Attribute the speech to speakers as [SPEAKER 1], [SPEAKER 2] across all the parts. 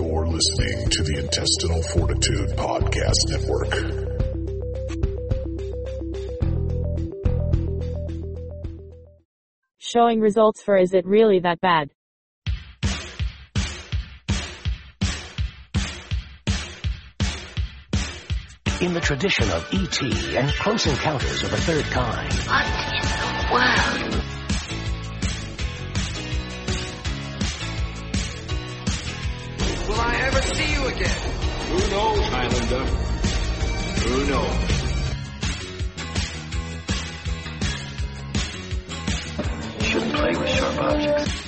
[SPEAKER 1] listening to the Intestinal Fortitude Podcast Network.
[SPEAKER 2] Showing results for Is It Really That Bad?
[SPEAKER 3] In the tradition of E.T. and Close Encounters of the Third Kind,
[SPEAKER 4] Will I ever see you again? Who knows, Highlander? Who knows?
[SPEAKER 3] shouldn't play with sharp objects.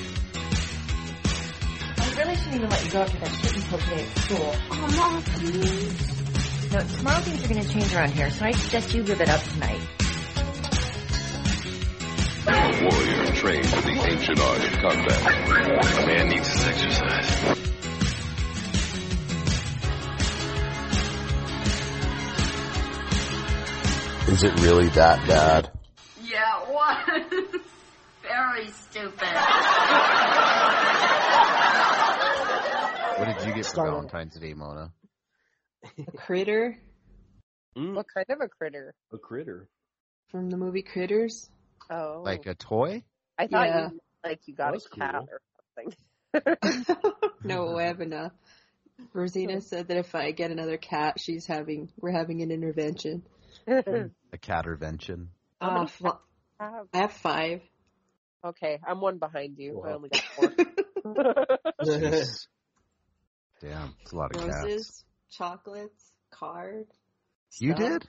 [SPEAKER 5] I really shouldn't even let you go after that shit you pulled today at school.
[SPEAKER 6] Oh, Mom, please.
[SPEAKER 5] No, tomorrow things are gonna change around here, so I suggest you live it up tonight.
[SPEAKER 7] A warrior trained in the ancient art of combat. A man needs his exercise.
[SPEAKER 8] Is it really that bad?
[SPEAKER 6] Yeah, it was. Very stupid.
[SPEAKER 9] What did you get for
[SPEAKER 10] Star Wars.
[SPEAKER 9] Valentine's Day, Mona?
[SPEAKER 10] A critter
[SPEAKER 11] What kind of a critter?
[SPEAKER 4] A critter.
[SPEAKER 10] from the movie Critters.
[SPEAKER 11] Oh,
[SPEAKER 9] Like a toy?
[SPEAKER 11] I thought
[SPEAKER 10] yeah.
[SPEAKER 11] you like you got
[SPEAKER 4] That's
[SPEAKER 11] a cat
[SPEAKER 4] cool.
[SPEAKER 11] or something.
[SPEAKER 12] Mm-hmm.
[SPEAKER 10] no, I have enough. Rosina said that if I get another cat, she's having we're having an intervention.
[SPEAKER 9] A catervention?
[SPEAKER 11] How
[SPEAKER 10] Uh,
[SPEAKER 11] many
[SPEAKER 10] fl- I have five.
[SPEAKER 11] okay, I'm one behind you. I
[SPEAKER 4] Wow.
[SPEAKER 11] only got four.
[SPEAKER 9] Jeez. Damn, it's a lot of cats.
[SPEAKER 10] Roses, chocolates, card.
[SPEAKER 9] You
[SPEAKER 10] stuff.
[SPEAKER 9] did?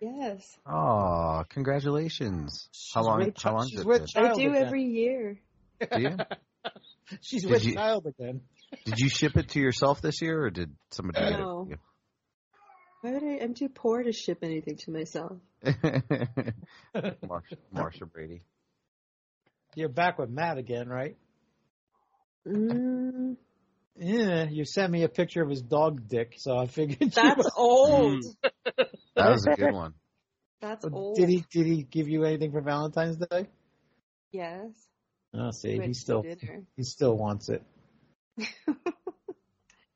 [SPEAKER 10] Yes,
[SPEAKER 9] Oh, congratulations! how
[SPEAKER 12] She's
[SPEAKER 9] long?
[SPEAKER 12] with
[SPEAKER 9] how
[SPEAKER 12] chi-
[SPEAKER 9] long
[SPEAKER 12] she's
[SPEAKER 9] did
[SPEAKER 12] with
[SPEAKER 9] it?
[SPEAKER 12] chi- Child
[SPEAKER 10] I do
[SPEAKER 12] again.
[SPEAKER 10] every year.
[SPEAKER 9] do you?
[SPEAKER 12] She's
[SPEAKER 9] Did
[SPEAKER 12] with
[SPEAKER 9] you-
[SPEAKER 12] child again.
[SPEAKER 9] Did you ship it to yourself this year, or did somebody get
[SPEAKER 10] No.
[SPEAKER 9] it?
[SPEAKER 10] Why would I? I'm too poor to ship anything to myself.
[SPEAKER 9] for you? Marsha, Marsha Brady.
[SPEAKER 12] You're back with Matt again, right?
[SPEAKER 10] Mm,
[SPEAKER 12] Yeah, you sent me a picture of his dog dick, so I figured. you-
[SPEAKER 10] that's old.
[SPEAKER 9] That was a good one.
[SPEAKER 10] That's old.
[SPEAKER 12] Mm. Did he? Did he give you anything for Valentine's Day?
[SPEAKER 10] Yes.
[SPEAKER 12] Oh, see,
[SPEAKER 10] Went
[SPEAKER 12] he
[SPEAKER 10] to
[SPEAKER 12] still
[SPEAKER 10] dinner.
[SPEAKER 12] he still wants it.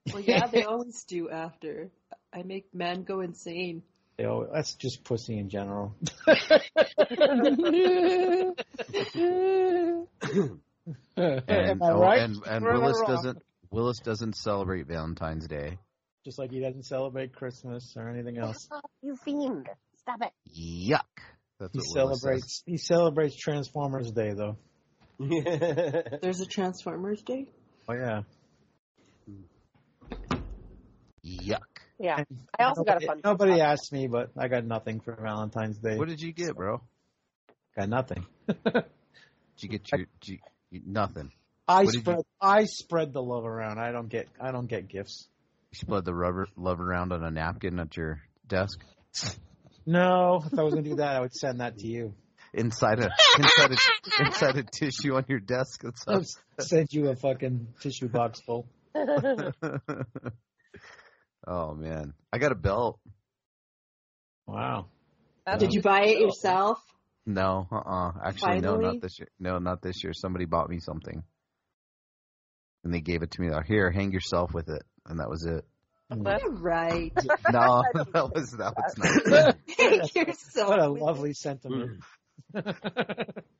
[SPEAKER 10] Well, yeah, they always do after. I make men go insane.
[SPEAKER 12] You know, that's just pussy in general.
[SPEAKER 9] And
[SPEAKER 12] Am I right?
[SPEAKER 9] and, and
[SPEAKER 12] Or am I
[SPEAKER 9] Willis
[SPEAKER 12] wrong?
[SPEAKER 9] doesn't Willis doesn't celebrate Valentine's Day.
[SPEAKER 12] Just like he doesn't celebrate Christmas or anything else.
[SPEAKER 11] you fiend! Stop it!
[SPEAKER 9] Yuck! That's
[SPEAKER 12] He
[SPEAKER 9] what Willis says.
[SPEAKER 12] celebrates. He celebrates Transformers Day, though.
[SPEAKER 10] There's a Transformers Day.
[SPEAKER 12] Oh yeah.
[SPEAKER 9] Yuck!
[SPEAKER 11] Yeah, I also got a fun.
[SPEAKER 12] Nobody- Nobody asked me, but I got nothing for Valentine's Day.
[SPEAKER 9] What did you get, bro?
[SPEAKER 12] got nothing.
[SPEAKER 9] Did you get your did you, you, nothing?
[SPEAKER 12] I
[SPEAKER 9] What did you-
[SPEAKER 12] spread I spread the love around. I don't get I don't get gifts.
[SPEAKER 9] You spread the rubber love around on a napkin at your desk
[SPEAKER 12] No, if I was gonna do that, I would send that to you.
[SPEAKER 9] inside a inside a inside a tissue on your desk. That's
[SPEAKER 12] I'll s- send you a fucking tissue box full.
[SPEAKER 9] oh man, I got a belt.
[SPEAKER 12] Wow.
[SPEAKER 11] That's
[SPEAKER 10] Did you buy it yourself?
[SPEAKER 9] No, uh, uh actually, no,
[SPEAKER 10] Finally?
[SPEAKER 9] not this year. No, not this year. Somebody bought me something, and they gave it to me. Like, here, hang yourself with it, and that was it.
[SPEAKER 11] That's-
[SPEAKER 10] You're right.
[SPEAKER 9] No, that was that was not.
[SPEAKER 10] You're so
[SPEAKER 12] What a lovely
[SPEAKER 9] Mm.
[SPEAKER 12] sentiment.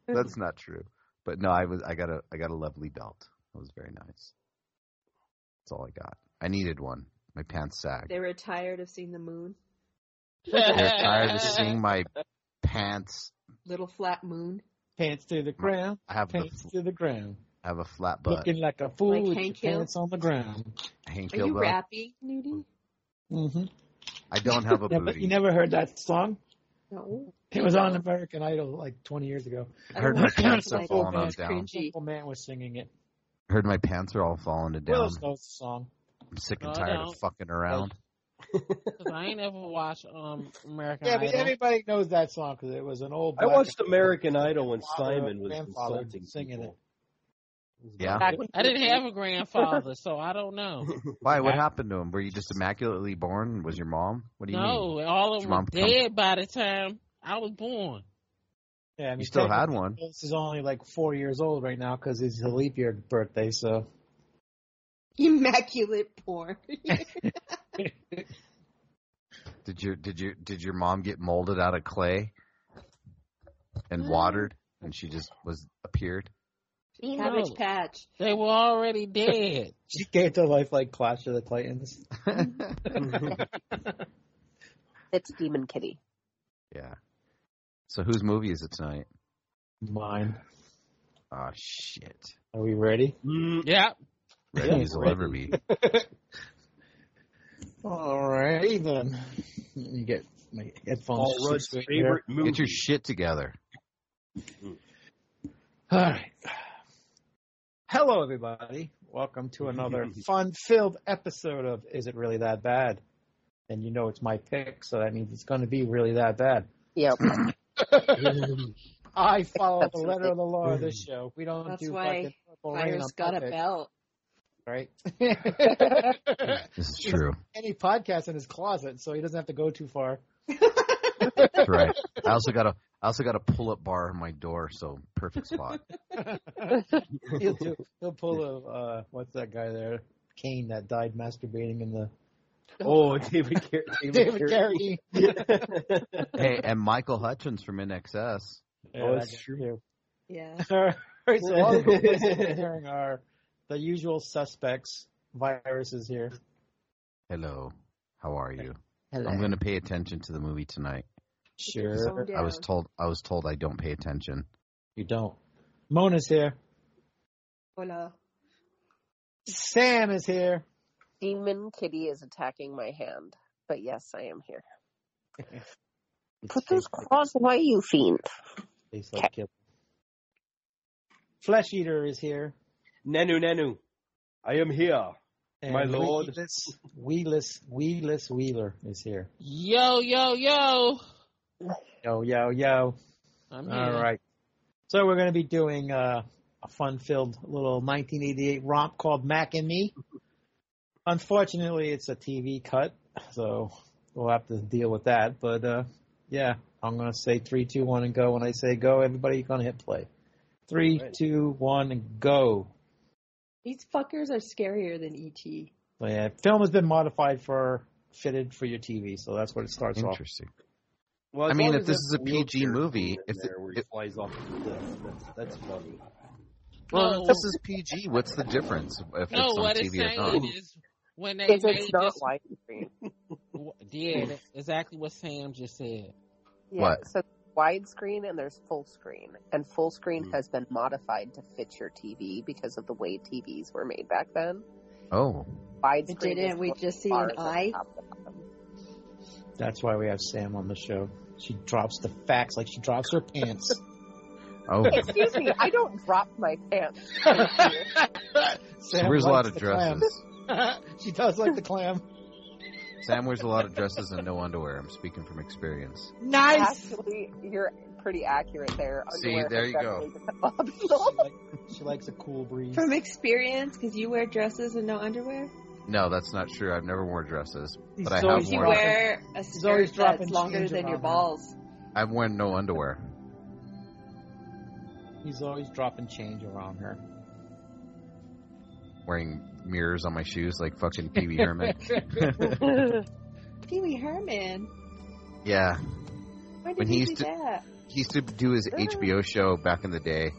[SPEAKER 9] That's not true. But no, I was I got a I got a lovely belt. It was very nice. That's all I got. I needed one. My pants sagged.
[SPEAKER 10] They were tired of seeing the moon,
[SPEAKER 9] They're tired of seeing my pants.
[SPEAKER 10] little flat moon,
[SPEAKER 12] Pants to the ground.
[SPEAKER 9] I have the,
[SPEAKER 12] Pants to the ground.
[SPEAKER 9] I have a flat butt.
[SPEAKER 12] Looking like a fool
[SPEAKER 10] Like
[SPEAKER 12] with
[SPEAKER 10] Hank
[SPEAKER 12] your
[SPEAKER 10] Hill?
[SPEAKER 12] pants on the ground.
[SPEAKER 9] Hank
[SPEAKER 10] Are you
[SPEAKER 9] Hill butt.
[SPEAKER 10] rappy, Nudie?
[SPEAKER 12] Mm-hmm.
[SPEAKER 9] I don't have a
[SPEAKER 12] Yeah, but you
[SPEAKER 9] booty.
[SPEAKER 12] never heard that song?
[SPEAKER 10] No.
[SPEAKER 12] It was on American Idol like 20 years ago.
[SPEAKER 10] I
[SPEAKER 9] Heard
[SPEAKER 10] don't
[SPEAKER 9] my
[SPEAKER 10] want to
[SPEAKER 9] pants
[SPEAKER 10] sound
[SPEAKER 9] are falling
[SPEAKER 10] that.
[SPEAKER 9] on
[SPEAKER 10] It's
[SPEAKER 9] down.
[SPEAKER 10] cringy.
[SPEAKER 12] Old man was singing it.
[SPEAKER 9] Heard my pants are all falling to down.
[SPEAKER 12] Willis knows the song.
[SPEAKER 9] I'm sick and
[SPEAKER 12] No, I
[SPEAKER 9] tired of
[SPEAKER 12] don't.
[SPEAKER 9] fucking around.
[SPEAKER 12] Because
[SPEAKER 13] I ain't ever watched um American
[SPEAKER 12] Yeah, but
[SPEAKER 13] Idol.
[SPEAKER 12] everybody knows that song because it was an old.
[SPEAKER 4] I
[SPEAKER 12] black
[SPEAKER 4] watched American Idol when
[SPEAKER 12] Father,
[SPEAKER 4] Simon was
[SPEAKER 12] grandfather
[SPEAKER 4] insulting
[SPEAKER 12] singing
[SPEAKER 4] people.
[SPEAKER 9] Yeah.
[SPEAKER 11] Back when
[SPEAKER 13] I didn't have a grandfather, so I don't know.
[SPEAKER 9] Why? What happened to him? Were you just immaculately born? Was your mom? What do you mean?
[SPEAKER 13] No, all of
[SPEAKER 9] Your
[SPEAKER 13] them
[SPEAKER 9] mom
[SPEAKER 13] were
[SPEAKER 9] come-
[SPEAKER 13] dead by the time I was born.
[SPEAKER 12] Yeah, I mean,
[SPEAKER 9] You still had
[SPEAKER 12] technically,
[SPEAKER 9] one.
[SPEAKER 12] This is only like four years old right now because it's a leap year birthday. So
[SPEAKER 10] Immaculate porn.
[SPEAKER 9] Did your did your did your mom get molded out of clay
[SPEAKER 13] Mm.
[SPEAKER 9] and watered, and she just was appeared?
[SPEAKER 10] Cabbage patch.
[SPEAKER 13] They were already dead.
[SPEAKER 12] she came to life like Clash of the Titans.
[SPEAKER 14] It's Demon Kitty.
[SPEAKER 9] Yeah. So whose movie is it tonight?
[SPEAKER 12] Mine.
[SPEAKER 9] Oh shit.
[SPEAKER 12] Are we ready?
[SPEAKER 15] Mm.
[SPEAKER 13] yeah.
[SPEAKER 9] Ready as will ever be.
[SPEAKER 12] Alrighty then. Let me get my headphones.
[SPEAKER 9] Paul Rudd's
[SPEAKER 12] situated
[SPEAKER 9] favorite
[SPEAKER 12] here.
[SPEAKER 9] movie. Get your shit together.
[SPEAKER 12] All right. Hello, everybody. Welcome to another fun-filled episode of Is It Really That Bad? And you know it's my pick, so that means it's going to be really that bad.
[SPEAKER 14] Yep.
[SPEAKER 12] I follow the letter of the law of this show. We don't
[SPEAKER 10] That's
[SPEAKER 12] do
[SPEAKER 10] why
[SPEAKER 12] fucking purple rain
[SPEAKER 10] Fire's
[SPEAKER 12] on
[SPEAKER 10] got a
[SPEAKER 12] puppets,
[SPEAKER 10] belt.
[SPEAKER 12] right?
[SPEAKER 9] This is true.
[SPEAKER 12] Any podcast in his closet, so he doesn't have to go too far.
[SPEAKER 9] That's right. I also got a I also got a pull up bar on my door, so perfect spot.
[SPEAKER 12] he'll, do, he'll pull a uh, what's that guy there? Kane that died masturbating in the
[SPEAKER 15] Oh, David, Car-
[SPEAKER 12] David Carradine.
[SPEAKER 9] hey, and Michael Hutchins from NXS.
[SPEAKER 12] Yeah, Oh, that's that guy true.
[SPEAKER 10] Yeah.
[SPEAKER 12] All right, so all the listeners hearing are the usual suspects. Viruses here.
[SPEAKER 9] Hello. How are you?
[SPEAKER 12] Hello.
[SPEAKER 9] I'm going to pay attention to the movie tonight.
[SPEAKER 12] Sure.
[SPEAKER 9] I was told I was told I don't pay attention.
[SPEAKER 12] You don't. Mona's here.
[SPEAKER 10] Hola.
[SPEAKER 12] Sam is here.
[SPEAKER 14] Demon Kitty is attacking my hand. But yes, I am here.
[SPEAKER 12] Put those
[SPEAKER 14] claws away, you fiend.
[SPEAKER 12] Tastes like kibble. Flesh Eater is here.
[SPEAKER 15] Nenu Nenu. I am here.
[SPEAKER 12] And
[SPEAKER 15] My lord.
[SPEAKER 12] Wheeless, Wheeless, Wheeless Wheeler is here.
[SPEAKER 13] Yo, yo, yo.
[SPEAKER 12] Yo, yo, yo.
[SPEAKER 13] I'm
[SPEAKER 12] All
[SPEAKER 13] here.
[SPEAKER 12] right. So we're going to be doing uh, a fun-filled little 1988 romp called Mac and Me. Unfortunately, it's a TV cut, so we'll have to deal with that. But uh, yeah, I'm going to say three, two, one, and go. When I say go, everybody going to hit play. Three, two, one, and go.
[SPEAKER 10] These fuckers are scarier than E ET.
[SPEAKER 12] So, yeah, film has been modified for fitted for your TV, so that's what it starts off.
[SPEAKER 9] Interesting.
[SPEAKER 15] Well,
[SPEAKER 9] I
[SPEAKER 15] as
[SPEAKER 9] mean,
[SPEAKER 15] long
[SPEAKER 9] if
[SPEAKER 15] as
[SPEAKER 9] this
[SPEAKER 15] there's
[SPEAKER 9] is a
[SPEAKER 15] a
[SPEAKER 9] PG
[SPEAKER 15] wheelchair
[SPEAKER 9] movie,
[SPEAKER 15] in
[SPEAKER 9] if
[SPEAKER 15] there
[SPEAKER 9] it-
[SPEAKER 15] where he
[SPEAKER 9] it,
[SPEAKER 15] flies off the cliff, that's, that's funny.
[SPEAKER 9] well,
[SPEAKER 13] No.
[SPEAKER 9] if this is PG, what's the difference if
[SPEAKER 13] No,
[SPEAKER 9] it's on
[SPEAKER 13] what it's
[SPEAKER 9] TV or
[SPEAKER 13] saying
[SPEAKER 9] not?
[SPEAKER 13] is when they
[SPEAKER 14] If
[SPEAKER 13] made
[SPEAKER 14] it's not Hmm.
[SPEAKER 13] this,
[SPEAKER 14] light screen.
[SPEAKER 13] yeah, that's exactly what Sam just said.
[SPEAKER 14] Yeah,
[SPEAKER 9] What?
[SPEAKER 14] so widescreen and there's full screen. And full screen has been modified to fit your TV because of the way TVs were made back then.
[SPEAKER 9] Oh,
[SPEAKER 14] Widescreen.
[SPEAKER 10] But didn't
[SPEAKER 14] is
[SPEAKER 10] we
[SPEAKER 14] what
[SPEAKER 10] just see
[SPEAKER 14] bars
[SPEAKER 10] an
[SPEAKER 14] at the
[SPEAKER 10] eye?
[SPEAKER 14] top of the bottom.
[SPEAKER 12] That's why we have Sam on the show. She drops the facts like she drops her pants.
[SPEAKER 9] oh.
[SPEAKER 14] Excuse me, I don't drop my pants.
[SPEAKER 9] She wears a lot of dresses.
[SPEAKER 12] she does like the clam.
[SPEAKER 9] Sam wears a lot of dresses and no underwear. I'm speaking from experience.
[SPEAKER 12] Nice.
[SPEAKER 14] Actually, you're pretty accurate there.
[SPEAKER 9] See,
[SPEAKER 14] Underwear
[SPEAKER 9] there
[SPEAKER 14] has
[SPEAKER 9] you go.
[SPEAKER 14] definitely been abolished.
[SPEAKER 12] She likes a cool breeze.
[SPEAKER 10] From experience, because you wear dresses and no underwear?
[SPEAKER 9] No, that's not true. I've never worn dresses, but I
[SPEAKER 12] So
[SPEAKER 9] have
[SPEAKER 12] is
[SPEAKER 10] Because you
[SPEAKER 12] dropping-
[SPEAKER 9] worn.
[SPEAKER 10] wear a
[SPEAKER 12] he's always
[SPEAKER 10] skirt that's
[SPEAKER 12] dropping
[SPEAKER 10] longer
[SPEAKER 12] change
[SPEAKER 10] than your
[SPEAKER 12] around.
[SPEAKER 10] balls.
[SPEAKER 9] I've worn no underwear.
[SPEAKER 12] He's always dropping change around her.
[SPEAKER 9] Wearing mirrors on my shoes like fucking Pee Wee Herman.
[SPEAKER 10] Pee Wee Herman.
[SPEAKER 9] yeah,
[SPEAKER 10] Why did
[SPEAKER 9] When
[SPEAKER 10] he
[SPEAKER 9] he used
[SPEAKER 10] do
[SPEAKER 9] to-
[SPEAKER 10] that?
[SPEAKER 9] he used to do his HBO show back in the day.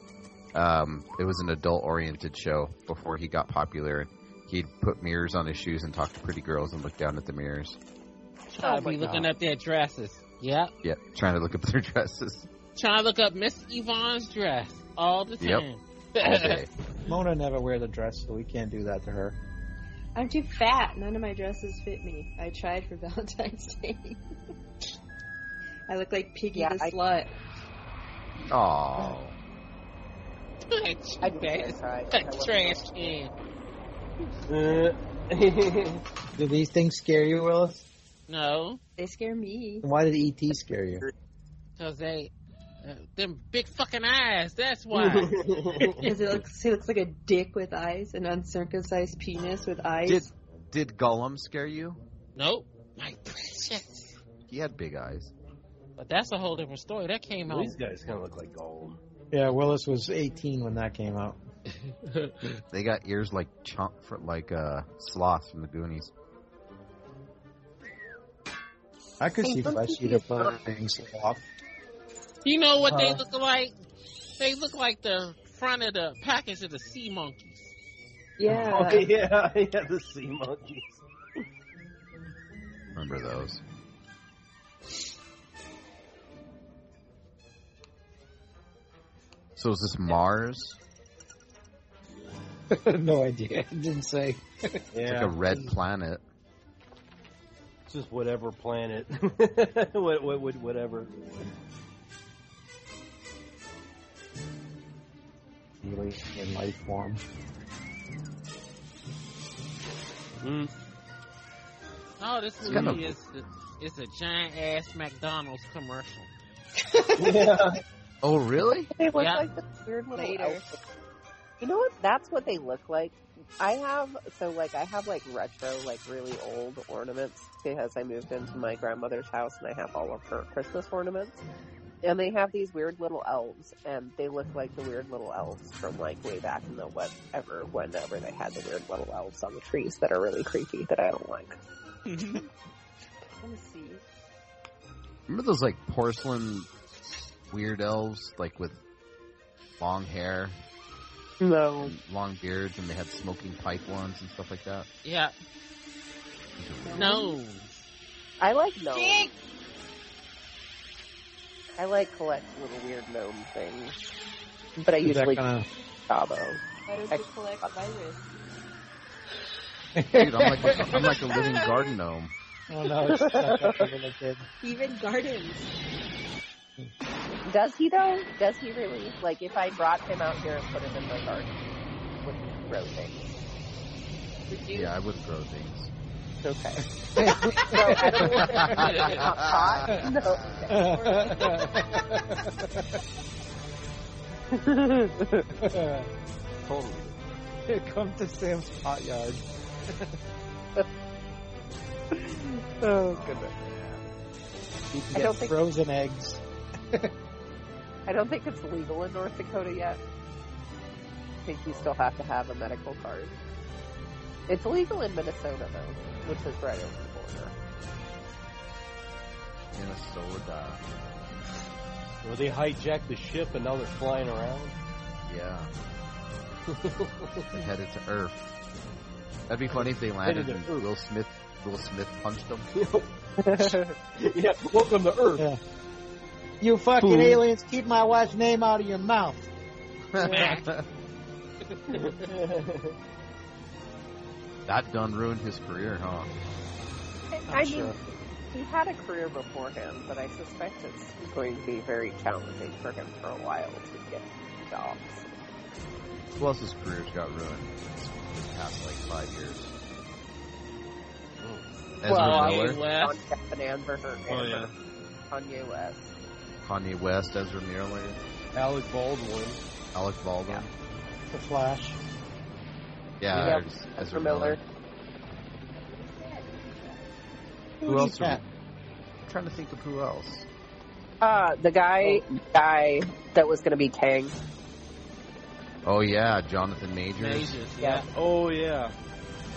[SPEAKER 9] Um, it was an adult-oriented show before he got popular. He'd put mirrors on his shoes and talk to pretty girls and look down at the mirrors.
[SPEAKER 13] I'll be looking up their dresses. Yep.
[SPEAKER 9] Yeah, trying to look up their dresses
[SPEAKER 13] Trying to look up Miss Yvonne's dress all the
[SPEAKER 9] Yep.
[SPEAKER 13] time.
[SPEAKER 9] all day.
[SPEAKER 12] Mona never wears a dress, so we can't do that to her.
[SPEAKER 10] I'm too fat. None of my dresses fit me. I tried for Valentine's Day. I look like Piggy
[SPEAKER 14] Yeah,
[SPEAKER 10] the
[SPEAKER 14] I-
[SPEAKER 10] slut.
[SPEAKER 9] Oh,
[SPEAKER 13] I bet. Trash can.
[SPEAKER 12] Do these things scare you, Willis?
[SPEAKER 13] No,
[SPEAKER 10] They scare me.
[SPEAKER 12] Why did ET scare you?
[SPEAKER 13] because they, uh, them big fucking eyes, that's why.
[SPEAKER 10] Because it looks, he looks like a dick with eyes, an uncircumcised penis with eyes.
[SPEAKER 9] did did Gollum scare you?
[SPEAKER 13] nope. My precious.
[SPEAKER 9] He had big eyes.
[SPEAKER 13] But that's a whole different story. That came out.
[SPEAKER 15] These guys kind of look like Gollum.
[SPEAKER 12] Yeah, Willis was 18 when that came out.
[SPEAKER 9] they got ears like chunk for like uh sloth from the Goonies.
[SPEAKER 12] I could see Flesh Eater playing Sloth.
[SPEAKER 13] You know what they
[SPEAKER 12] Uh,
[SPEAKER 13] look like? They look like the front of the package of the sea monkeys.
[SPEAKER 15] Oh, yeah, yeah, the sea monkeys.
[SPEAKER 9] Remember those? So is this Mars?
[SPEAKER 12] no idea. It didn't say.
[SPEAKER 9] It's like a red planet.
[SPEAKER 15] It's just whatever planet, what, what, what, whatever.
[SPEAKER 12] Alien life form.
[SPEAKER 15] Mm.
[SPEAKER 13] Oh, this
[SPEAKER 15] It's
[SPEAKER 13] movie
[SPEAKER 15] kind
[SPEAKER 13] is it's a giant ass McDonald's commercial.
[SPEAKER 15] yeah.
[SPEAKER 9] Oh, really?
[SPEAKER 14] They look
[SPEAKER 13] Yeah.
[SPEAKER 14] like the weird little
[SPEAKER 13] Later.
[SPEAKER 14] outfits. You know what? That's what they look like. I have so like I have like retro, like really old ornaments because I moved into my grandmother's house and I have all of her Christmas ornaments. And they have these weird little elves, and they look like the weird little elves from like way back in the whatever, whenever they had the weird little elves on the trees that are really creepy that I don't like.
[SPEAKER 10] Let me see.
[SPEAKER 9] Remember those like porcelain weird elves, like with long hair,
[SPEAKER 14] No.
[SPEAKER 9] long beards, and they had smoking pipe ones and stuff like that.
[SPEAKER 13] Yeah. No.
[SPEAKER 14] I like gnomes. I like collect little weird gnome things, but I
[SPEAKER 12] Is that
[SPEAKER 14] usually
[SPEAKER 12] kinda-
[SPEAKER 14] Chavo.
[SPEAKER 10] Why don't you collect virus?
[SPEAKER 9] Dude, I'm like a, I'm like a living garden gnome.
[SPEAKER 12] Oh no, it's not that little kid.
[SPEAKER 10] Even gardens.
[SPEAKER 14] Does he though? Does he really? Like, if I brought him out here and put him in my garden, would he grow things? Would you?
[SPEAKER 9] Yeah, I wouldn't grow things.
[SPEAKER 14] Okay. no, I don't want to not pot. No.
[SPEAKER 15] Totally.
[SPEAKER 12] Come to Sam's pot yard.
[SPEAKER 14] Oh goodness.
[SPEAKER 12] You can
[SPEAKER 14] I
[SPEAKER 12] get
[SPEAKER 14] don't think-
[SPEAKER 12] frozen eggs.
[SPEAKER 14] I don't think it's legal in North Dakota yet. I think you still have to have a medical card. It's legal in Minnesota though, which is right over the border.
[SPEAKER 9] Minnesota.
[SPEAKER 15] Well, they hijacked the ship and now they're flying around.
[SPEAKER 9] Yeah. They're headed to Earth. That'd be funny if they landed
[SPEAKER 15] Headed
[SPEAKER 9] and
[SPEAKER 15] to
[SPEAKER 9] Will Smith Will Smith punched them.
[SPEAKER 15] yeah, welcome to Earth.
[SPEAKER 12] Yeah. You fucking
[SPEAKER 15] Boom.
[SPEAKER 12] aliens, keep my wife's name out of your mouth.
[SPEAKER 9] that done ruined his career, huh?
[SPEAKER 14] I mean, he had a career beforehand, but I suspect it's going to be very challenging for him for a while to get jobs.
[SPEAKER 9] Who else's careers got ruined this past like five years? Ezra Miller,
[SPEAKER 13] Kanye West.
[SPEAKER 14] John Amber, Amber,
[SPEAKER 15] Oh, yeah.
[SPEAKER 14] Kanye West.
[SPEAKER 9] Kanye West, Ezra Miller,
[SPEAKER 15] Alec Baldwin.
[SPEAKER 9] Alec Baldwin.
[SPEAKER 12] The Flash.
[SPEAKER 9] Yeah,
[SPEAKER 14] Yep.
[SPEAKER 9] there's Ezra,
[SPEAKER 14] Ezra
[SPEAKER 9] Miller.
[SPEAKER 14] Miller.
[SPEAKER 9] Who else?
[SPEAKER 12] Yeah.
[SPEAKER 9] Are we- I'm trying to think of who else.
[SPEAKER 14] Uh, the guy, guy that was going to be Kang.
[SPEAKER 9] Oh yeah, Jonathan Majors.
[SPEAKER 13] Majors, yeah.
[SPEAKER 15] Oh yeah.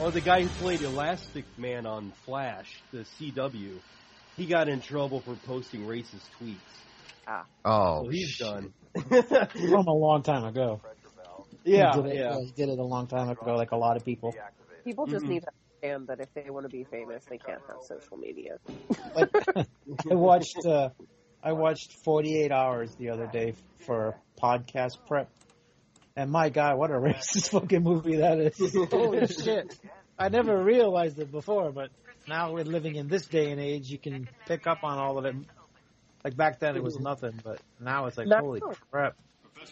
[SPEAKER 15] Oh, the guy who played Elastic Man on Flash, the CW, he got in trouble for posting racist tweets.
[SPEAKER 9] Oh,
[SPEAKER 15] so he's
[SPEAKER 9] shit.
[SPEAKER 15] done.
[SPEAKER 12] From a long time ago.
[SPEAKER 15] yeah,
[SPEAKER 12] He did it,
[SPEAKER 15] yeah.
[SPEAKER 12] he did it a long time ago, like a lot of people.
[SPEAKER 14] People just
[SPEAKER 15] Mhm.
[SPEAKER 9] Mm-hmm.
[SPEAKER 14] need to understand that if they want to be famous, they can't have social media.
[SPEAKER 12] I watched uh, I watched 48 hours the other day for podcast prep, and my God, what a racist fucking movie that is! Holy shit! I never realized it before, but now we're living in this day and age, you can pick up on all of it. Like back then, it was nothing, but now it's like
[SPEAKER 14] No.
[SPEAKER 12] holy crap!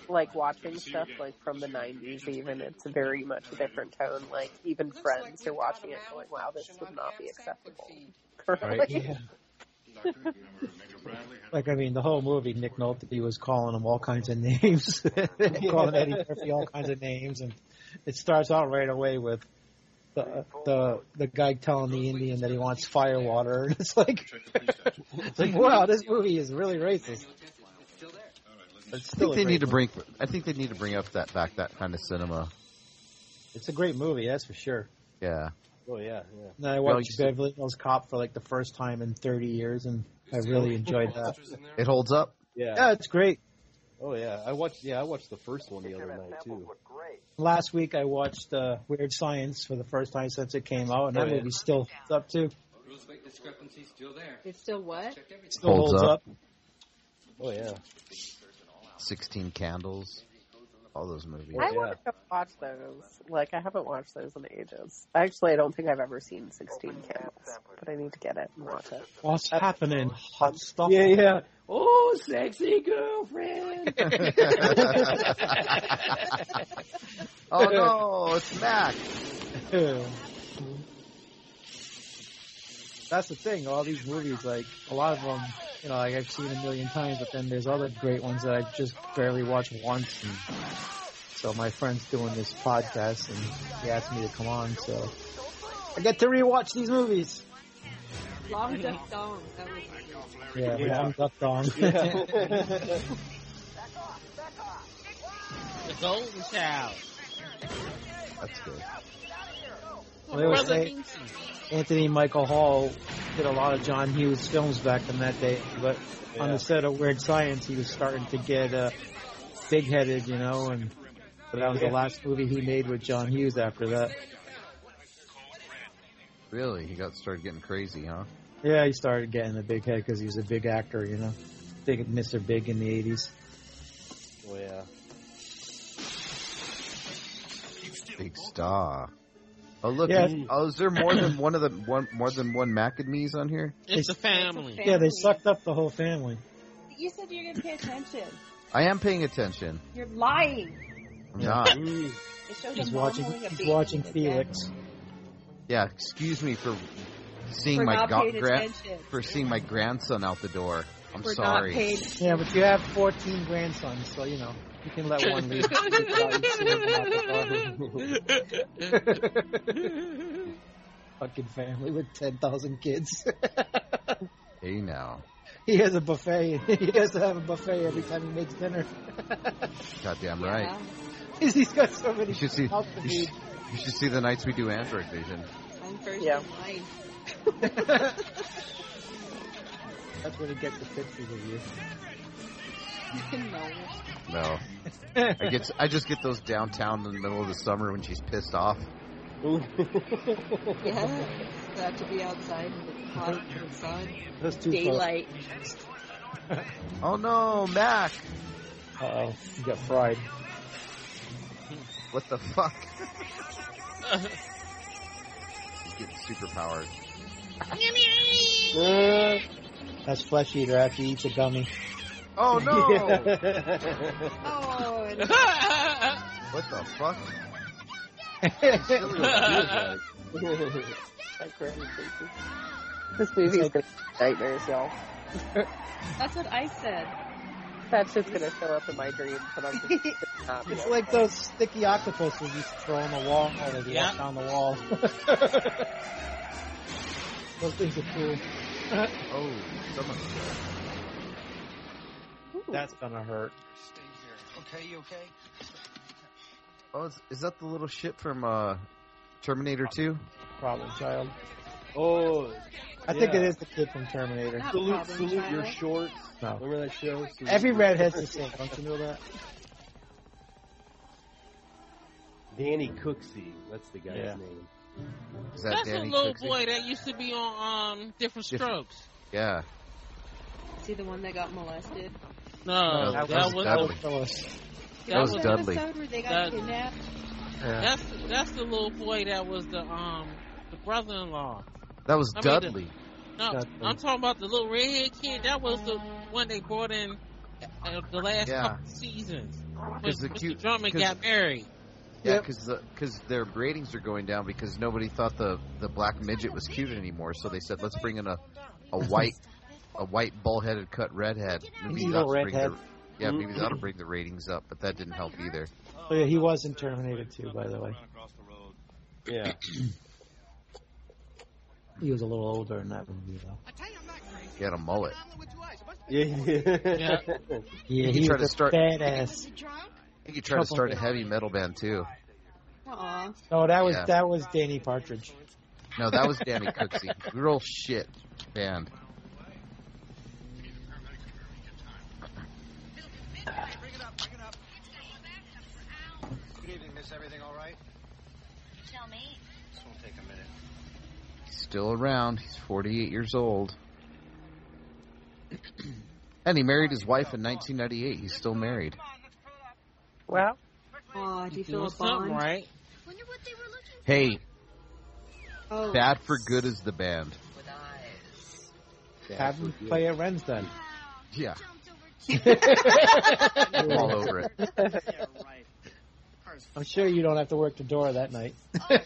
[SPEAKER 14] Like watching stuff like from the '90s, even it's very much a different tone. Like even friends who are watching it, going, "Wow, this would not be acceptable." currently."
[SPEAKER 12] Right? Like I mean, the whole movie, Nick Nolte was calling him all kinds of names, calling Eddie Murphy all kinds of names, and it starts out right away with the the the guy telling the Indian that he wants firewater, and it's like, it's like wow, this movie is really racist.
[SPEAKER 9] I think they need to bring. I think they need to bring up that back that kind of cinema.
[SPEAKER 12] It's a great movie, that's for sure.
[SPEAKER 9] Yeah.
[SPEAKER 15] Oh yeah, yeah.
[SPEAKER 12] And I
[SPEAKER 9] No,
[SPEAKER 12] watched
[SPEAKER 9] you-
[SPEAKER 12] Beverly Hills Cop for like the first time in 30 years, and I really enjoyed that.
[SPEAKER 9] It holds up.
[SPEAKER 15] Yeah.
[SPEAKER 12] Yeah, it's great.
[SPEAKER 15] Oh yeah, I watched. Yeah, I watched the first one the other night too.
[SPEAKER 12] Last week I watched uh, Weird Science for the first time since it came out, and
[SPEAKER 15] Oh,
[SPEAKER 12] that
[SPEAKER 15] yeah.
[SPEAKER 12] movie's still up to
[SPEAKER 16] Rules weight discrepancy still there.
[SPEAKER 10] It's still what?
[SPEAKER 12] still holds,
[SPEAKER 9] Holds
[SPEAKER 12] up.
[SPEAKER 9] up.
[SPEAKER 15] Oh yeah.
[SPEAKER 9] Sixteen Candles. All those movies.
[SPEAKER 14] I want to watch those. Like, I haven't watched those in ages. Actually, I don't think I've ever seen 16 Candles, but I need to get it and watch it.
[SPEAKER 12] What's happening? Hot stuff.
[SPEAKER 14] Yeah, yeah.
[SPEAKER 16] Oh, sexy girlfriend.
[SPEAKER 9] Oh no, it's Mac.
[SPEAKER 12] That's the thing. All these movies, like a lot of them, you know, like I've seen a million times, but then there's other great ones that I just barely watch once. And so my friend's doing this podcast, and he asked me to come on, so I get to rewatch these movies.
[SPEAKER 10] Long Duck Dong. That was
[SPEAKER 12] Yeah,
[SPEAKER 10] Yeah.
[SPEAKER 12] Long Duck Dong.
[SPEAKER 10] Yeah.
[SPEAKER 13] The Golden Child.
[SPEAKER 9] That's good.
[SPEAKER 12] Well, they were saying Anthony Michael Hall did a lot of John Hughes films back in that day, but on
[SPEAKER 15] Yeah.
[SPEAKER 12] the set of Weird Science, he was starting to get uh, big-headed, you know, and so that was the
[SPEAKER 9] Yeah.
[SPEAKER 12] last movie he made with John Hughes after that.
[SPEAKER 9] Really, he got started getting crazy, huh?
[SPEAKER 12] Yeah, he started getting the big head because he was a big actor, you know, big Mr. Big in the '80s.
[SPEAKER 15] Oh yeah.
[SPEAKER 9] Big star. Oh look!
[SPEAKER 12] Yeah.
[SPEAKER 9] Oh, is there more than one of the one more than one Mac and me's on here?
[SPEAKER 13] It's a family.
[SPEAKER 12] Yeah, they sucked up the whole family.
[SPEAKER 10] You said you're gonna pay attention.
[SPEAKER 9] I am paying attention.
[SPEAKER 10] You're lying.
[SPEAKER 9] I'm not.
[SPEAKER 10] It shows
[SPEAKER 12] He's watching. He's watching Felix.
[SPEAKER 9] Yeah, excuse me for seeing
[SPEAKER 10] For
[SPEAKER 9] my
[SPEAKER 10] not
[SPEAKER 9] go-
[SPEAKER 10] paying
[SPEAKER 9] gran-
[SPEAKER 10] attention.
[SPEAKER 9] for seeing my grandson out the door. I'm
[SPEAKER 10] For not
[SPEAKER 9] sorry.
[SPEAKER 10] paying-
[SPEAKER 12] Yeah, but you have 14 grandsons, so you know you can let one leave. Fucking family with 10,000 kids.
[SPEAKER 9] Hey now,
[SPEAKER 12] he has a buffet. He has to have a buffet every time he makes dinner.
[SPEAKER 9] goddamn right.
[SPEAKER 12] He's got so many.
[SPEAKER 9] You should see.
[SPEAKER 12] mouths to
[SPEAKER 9] You
[SPEAKER 12] feed.
[SPEAKER 9] should, you should see the nights we do Android Vision.
[SPEAKER 10] I'm first
[SPEAKER 14] Yeah.
[SPEAKER 10] in line.
[SPEAKER 12] That's when he gets the pictures of you.
[SPEAKER 10] no.
[SPEAKER 9] No, I get. I just get those downtown in the middle of the summer when she's pissed off.
[SPEAKER 10] Yeah. They have to be outside in the hot and sun.
[SPEAKER 12] That's too far.
[SPEAKER 10] Daylight.
[SPEAKER 9] Oh no, Mac!
[SPEAKER 12] Uh oh, you got fried.
[SPEAKER 9] What the fuck? He's getting superpowered.
[SPEAKER 12] That's flesh eater after he eats a gummy.
[SPEAKER 9] Oh no!
[SPEAKER 10] Oh, and
[SPEAKER 9] What the fuck?
[SPEAKER 14] This movie's gonna be nightmares, y'all.
[SPEAKER 10] that's what I said.
[SPEAKER 14] That shit's gonna show up in my dreams, and I'm just not
[SPEAKER 12] It's like those sticky octopuses you throw on the wall or they
[SPEAKER 13] Yeah.
[SPEAKER 12] walk down the wall. those things are cool.
[SPEAKER 9] Oh, someone's there.
[SPEAKER 12] That's gonna hurt.
[SPEAKER 4] Okay, you okay?
[SPEAKER 9] Oh, is, is that the little shit from uh, Terminator 2?
[SPEAKER 12] Problem child.
[SPEAKER 15] Oh,
[SPEAKER 12] I think
[SPEAKER 15] Yeah.
[SPEAKER 12] it is the kid from Terminator.
[SPEAKER 10] Not
[SPEAKER 15] salute,
[SPEAKER 10] problem,
[SPEAKER 15] salute your
[SPEAKER 10] Tyler.
[SPEAKER 15] shorts.
[SPEAKER 12] No.
[SPEAKER 15] Remember that show? Salute
[SPEAKER 12] Every
[SPEAKER 15] your-
[SPEAKER 12] redhead's the same. Don't you know that?
[SPEAKER 15] Danny Cooksey. That's the guy's
[SPEAKER 12] Yeah.
[SPEAKER 15] name.
[SPEAKER 9] Is that
[SPEAKER 13] That's
[SPEAKER 9] Danny
[SPEAKER 13] a little
[SPEAKER 9] Cooksey?
[SPEAKER 13] boy that used to be on um, different
[SPEAKER 9] Different-
[SPEAKER 13] strokes.
[SPEAKER 9] Yeah.
[SPEAKER 10] See the one that got molested?
[SPEAKER 13] No,
[SPEAKER 9] No,
[SPEAKER 13] that,
[SPEAKER 9] Oh, that was
[SPEAKER 13] was,
[SPEAKER 9] Dudley.
[SPEAKER 12] Phyllis.
[SPEAKER 13] that
[SPEAKER 9] was
[SPEAKER 13] was-
[SPEAKER 9] Dudley.
[SPEAKER 10] episode where they got
[SPEAKER 13] Dudley.
[SPEAKER 10] kidnapped?
[SPEAKER 12] Yeah.
[SPEAKER 13] that's that's the little boy that was the um the brother-in-law.
[SPEAKER 9] That was
[SPEAKER 13] I mean, the-
[SPEAKER 9] Dudley.
[SPEAKER 13] No,
[SPEAKER 12] Dudley.
[SPEAKER 13] I'm talking about the little redhead kid. That was the one they brought in uh, the last
[SPEAKER 9] Yeah.
[SPEAKER 13] couple seasons. When
[SPEAKER 9] 'Cause the
[SPEAKER 13] Mr.
[SPEAKER 9] cute-
[SPEAKER 13] Drummond
[SPEAKER 9] 'cause-
[SPEAKER 13] got married.
[SPEAKER 9] Yeah,
[SPEAKER 12] Yep.
[SPEAKER 9] because their ratings are going down because nobody thought the, the black midget was cute anymore, so they said, let's bring in a, a white a white bullheaded cut redhead. Maybe
[SPEAKER 12] Evil
[SPEAKER 9] that'll bring
[SPEAKER 12] redhead.
[SPEAKER 9] the, yeah, maybe that'll bring the ratings up, but that didn't help either.
[SPEAKER 12] Oh, yeah, he was in Terminator 2, by the way.
[SPEAKER 15] Yeah.
[SPEAKER 12] He was a little older in that movie, though.
[SPEAKER 9] He had a mullet.
[SPEAKER 15] Yeah,
[SPEAKER 13] yeah.
[SPEAKER 12] Yeah,
[SPEAKER 9] You
[SPEAKER 12] he's
[SPEAKER 9] try to
[SPEAKER 12] a
[SPEAKER 9] start- I
[SPEAKER 12] badass.
[SPEAKER 9] think you try to start a heavy metal band too.
[SPEAKER 10] Aw.
[SPEAKER 12] No, that was
[SPEAKER 9] Yeah.
[SPEAKER 12] that was Danny Partridge.
[SPEAKER 9] No, that was Danny Cooksey. Real shit band.
[SPEAKER 4] Bring it up, bring it up. Good evening, miss. Everything all right?
[SPEAKER 6] Tell me.
[SPEAKER 4] This won't take a minute.
[SPEAKER 9] Still around. He's 48 years old. and he married his wife in 1998. He's still married.
[SPEAKER 12] Well,
[SPEAKER 10] Aw, do you feel a
[SPEAKER 13] Doing
[SPEAKER 10] bond?
[SPEAKER 13] something right.
[SPEAKER 9] Hey,
[SPEAKER 10] Oh,
[SPEAKER 9] Bad for Good is the band.
[SPEAKER 12] Have him play at Ren's then.
[SPEAKER 9] Yeah.
[SPEAKER 12] I'm
[SPEAKER 9] I'm all over it.
[SPEAKER 12] I'm sure you don't have to work the door that night.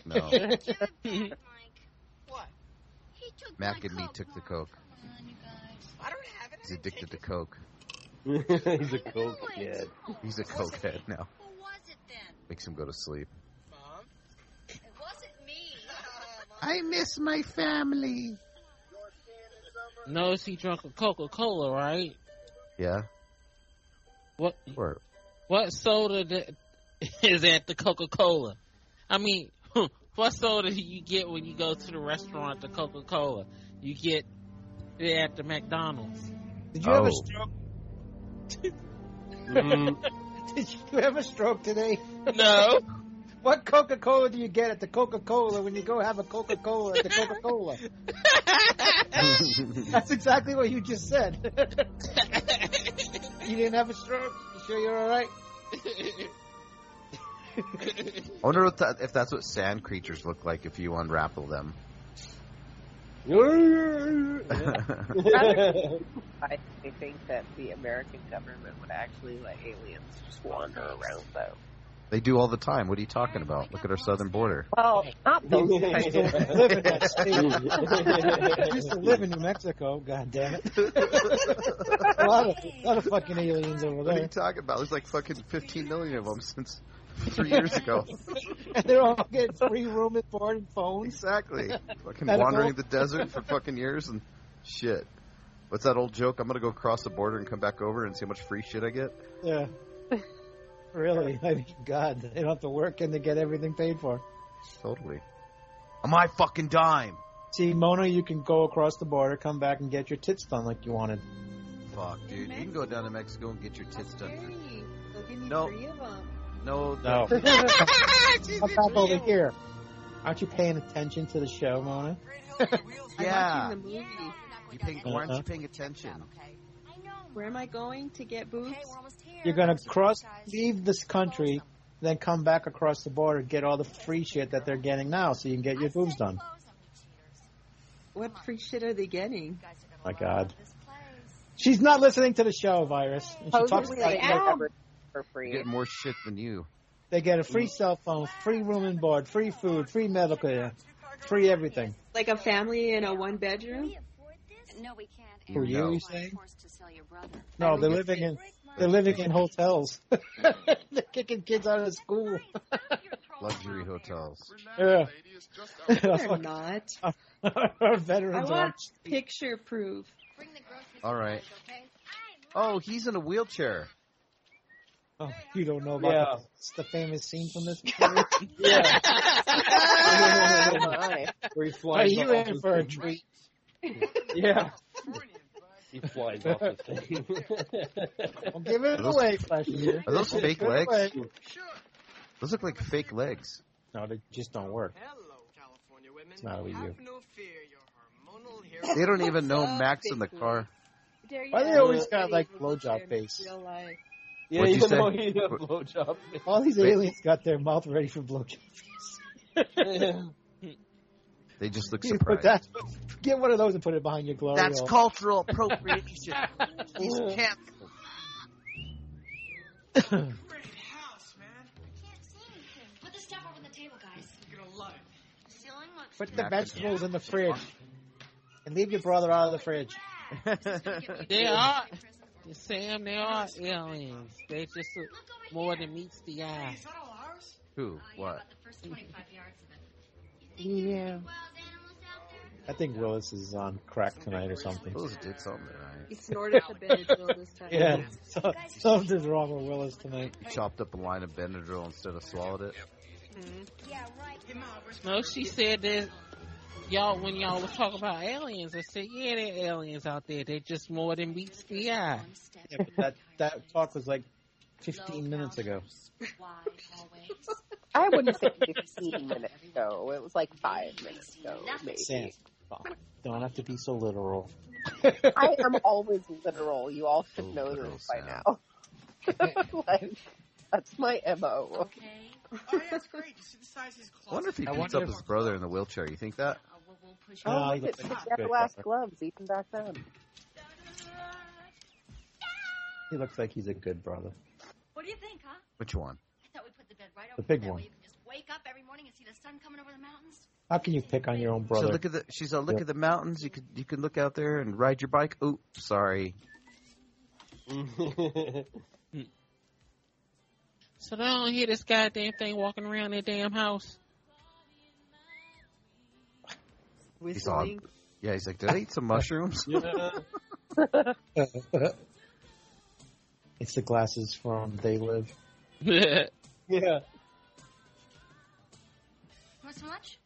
[SPEAKER 9] No. Mac and me took the coke. He's addicted to coke.
[SPEAKER 15] He's a coke kid.
[SPEAKER 9] He's a cokehead now. Makes him go to sleep. I miss my family.
[SPEAKER 13] Notice he drunk a Coca Cola, right?
[SPEAKER 9] Yeah.
[SPEAKER 13] What
[SPEAKER 9] Or
[SPEAKER 13] what soda that is at the Coca Cola? I mean, what soda do you get when you go to the restaurant? The Coca Cola you get it at the McDonald's.
[SPEAKER 12] Did you have a
[SPEAKER 9] Oh.
[SPEAKER 12] stroke?
[SPEAKER 15] Mm,
[SPEAKER 12] Did you have a stroke today?
[SPEAKER 13] No,
[SPEAKER 12] What Coca Cola do you get at the Coca Cola when you go have a Coca Cola at the Coca Cola? That's exactly what you just said. you didn't have a stroke. You sure you're all right?
[SPEAKER 9] I wonder if, that, if that's what sand creatures look like if you unravel them.
[SPEAKER 14] I I think that the American government would actually let aliens just wander around, though.
[SPEAKER 9] they do all the time. What are you talking about? Look at our southern border.
[SPEAKER 14] Well, not those
[SPEAKER 12] I
[SPEAKER 14] kinds
[SPEAKER 12] used to
[SPEAKER 14] of
[SPEAKER 12] live in that state. I used to live in New Mexico. God damn it! a lot of, lot of fucking aliens over
[SPEAKER 9] What are you
[SPEAKER 12] there,
[SPEAKER 9] talking about? There's like fucking 15 million of them since three years ago.
[SPEAKER 12] and they're all getting free room and board and phones.
[SPEAKER 9] Exactly. Fucking
[SPEAKER 12] Medical.
[SPEAKER 9] wandering the desert for fucking years and shit. What's that old joke? I'm gonna go across the border and come back over and see how much free shit I get.
[SPEAKER 12] Yeah. Really? I mean, God, they don't have to work and they get everything paid for.
[SPEAKER 9] Totally. On my fucking dime.
[SPEAKER 12] See, Mona, you can go across the border, come back, and get your tits done like you wanted.
[SPEAKER 9] Fuck, dude. You can go down to Mexico and get your tits done.
[SPEAKER 10] Hey, they'll give me
[SPEAKER 9] No.
[SPEAKER 10] three of 'em.
[SPEAKER 9] No,
[SPEAKER 12] No.
[SPEAKER 9] the-
[SPEAKER 12] Come back over here. Aren't you paying attention to the show, Mona?
[SPEAKER 9] yeah.
[SPEAKER 10] I'm watching the movie.
[SPEAKER 9] You paying, why aren't you paying attention?
[SPEAKER 10] Where am I going to get boobs?
[SPEAKER 12] You're gonna cross, leave this country, then come back across the border, get all the free shit that they're getting now, so you can get your boobs done.
[SPEAKER 10] What free shit are they getting?
[SPEAKER 12] My God. She's not listening to the show, Virus. And she talks
[SPEAKER 14] Supposedly
[SPEAKER 12] about
[SPEAKER 14] they
[SPEAKER 12] it
[SPEAKER 14] get
[SPEAKER 12] like
[SPEAKER 14] everything for free.
[SPEAKER 9] Getting more shit than you.
[SPEAKER 12] they get a free cell phone, free room and board, free food, free medical, care, free everything.
[SPEAKER 10] Like a family in a one bedroom?
[SPEAKER 6] No, we can't.
[SPEAKER 12] Who
[SPEAKER 9] You
[SPEAKER 12] you?
[SPEAKER 9] know.
[SPEAKER 12] You saying?
[SPEAKER 6] Forced to sell your brother.
[SPEAKER 12] No, they're living in they're living in hotels. they're kicking kids out of school.
[SPEAKER 9] Luxury hotels.
[SPEAKER 12] Yeah.
[SPEAKER 10] They're not. I
[SPEAKER 12] veterans are
[SPEAKER 10] want picture proof.
[SPEAKER 9] All right. Oh, he's in a wheelchair.
[SPEAKER 12] Oh, you don't know about
[SPEAKER 15] Yeah.
[SPEAKER 12] that. It's the famous scene from this.
[SPEAKER 15] yeah.
[SPEAKER 14] Oh, my.
[SPEAKER 15] Where he
[SPEAKER 12] Are
[SPEAKER 15] flies
[SPEAKER 12] you
[SPEAKER 15] off
[SPEAKER 12] in
[SPEAKER 15] the
[SPEAKER 12] for a
[SPEAKER 15] thing.
[SPEAKER 12] treat?
[SPEAKER 15] Yeah. He flies off the thing.
[SPEAKER 12] I'm giving it
[SPEAKER 9] Are those-
[SPEAKER 12] away, Flashy.
[SPEAKER 9] Are those fake
[SPEAKER 12] Give it away.
[SPEAKER 9] legs? Those look like fake legs.
[SPEAKER 12] No, they just don't work.
[SPEAKER 4] Hello, California women.
[SPEAKER 12] It's not what we
[SPEAKER 4] Have
[SPEAKER 12] do.
[SPEAKER 4] no fear, your hormonal
[SPEAKER 9] They
[SPEAKER 4] hero.
[SPEAKER 9] don't even know Max in the car.
[SPEAKER 10] Dare you
[SPEAKER 12] Why they
[SPEAKER 10] ask
[SPEAKER 12] always
[SPEAKER 10] me
[SPEAKER 12] got,
[SPEAKER 10] if
[SPEAKER 12] like,
[SPEAKER 10] they look
[SPEAKER 12] blowjob
[SPEAKER 10] in
[SPEAKER 12] face?
[SPEAKER 10] real life?
[SPEAKER 15] Yeah,
[SPEAKER 9] What'd you
[SPEAKER 15] even
[SPEAKER 9] say?
[SPEAKER 15] though he had a blowjob.
[SPEAKER 12] All these
[SPEAKER 9] Wait.
[SPEAKER 12] aliens got their mouth ready for blowjobs.
[SPEAKER 9] They just look
[SPEAKER 12] You put
[SPEAKER 9] surprised.
[SPEAKER 12] that, get one of those and put it behind your glory hole.
[SPEAKER 9] cultural appropriation. He's canceled.
[SPEAKER 4] Great house, man.
[SPEAKER 6] Put the stuff over the table, guys.
[SPEAKER 4] You're gonna love it.
[SPEAKER 12] Put the vegetables in the fridge. And leave your brother out of the fridge.
[SPEAKER 13] they are. Sam, they are aliens. They just look more than meets the eye.
[SPEAKER 4] Is that all
[SPEAKER 6] Oh,
[SPEAKER 4] ours?
[SPEAKER 9] Who? What?
[SPEAKER 6] yards of it.
[SPEAKER 12] Yeah. I think Willis is on crack tonight or something.
[SPEAKER 9] Willis did something tonight.
[SPEAKER 10] He snorted the Benadryl this time.
[SPEAKER 12] Yeah, so, something's wrong with Willis tonight.
[SPEAKER 9] He chopped up a line of Benadryl instead of swallowed it.
[SPEAKER 6] Yeah, right.
[SPEAKER 13] No, she said that y'all when y'all was talking about aliens, I said, Yeah, there are aliens out there. They're just more than meets the eye.
[SPEAKER 12] Yeah, but that that talk was like 15 minutes ago.
[SPEAKER 6] Why always?
[SPEAKER 14] I wouldn't say 15 minutes ago. It was like five minutes ago,
[SPEAKER 12] Sam,
[SPEAKER 14] maybe.
[SPEAKER 12] don't have to be so literal.
[SPEAKER 14] I am always literal. You all
[SPEAKER 9] Oh,
[SPEAKER 14] should know this by now. like, that's my MO.
[SPEAKER 17] Oh, yeah, it's great. You see the size of his
[SPEAKER 9] I wonder if he
[SPEAKER 12] I
[SPEAKER 9] beats
[SPEAKER 12] wonder
[SPEAKER 9] up
[SPEAKER 12] if-
[SPEAKER 9] his brother in the wheelchair. You think
[SPEAKER 6] Uh,
[SPEAKER 9] that?
[SPEAKER 14] Oh,
[SPEAKER 12] No,
[SPEAKER 14] look
[SPEAKER 12] he
[SPEAKER 14] at
[SPEAKER 12] looks
[SPEAKER 14] the
[SPEAKER 12] like he's
[SPEAKER 14] dead
[SPEAKER 12] good,
[SPEAKER 14] last
[SPEAKER 12] brother.
[SPEAKER 14] gloves, even back then.
[SPEAKER 12] He looks like he's a good brother.
[SPEAKER 6] What do you think, huh?
[SPEAKER 9] Which one?
[SPEAKER 6] I thought we put the bed right
[SPEAKER 12] The
[SPEAKER 6] over
[SPEAKER 12] big
[SPEAKER 6] there
[SPEAKER 12] one.
[SPEAKER 6] where you can just wake up every morning and see the sun coming over the mountains.
[SPEAKER 12] How can you pick on your own
[SPEAKER 9] So
[SPEAKER 12] brother?
[SPEAKER 9] look at the. She's like, look
[SPEAKER 12] Yeah.
[SPEAKER 9] at the mountains. You could you could look out there and ride your bike. Oh, sorry.
[SPEAKER 13] So they don't hear this goddamn thing walking around their damn house.
[SPEAKER 9] He's on. Yeah, he's like, did I eat some mushrooms?
[SPEAKER 12] it's the glasses from They Live.
[SPEAKER 13] yeah.
[SPEAKER 6] Want some lunch?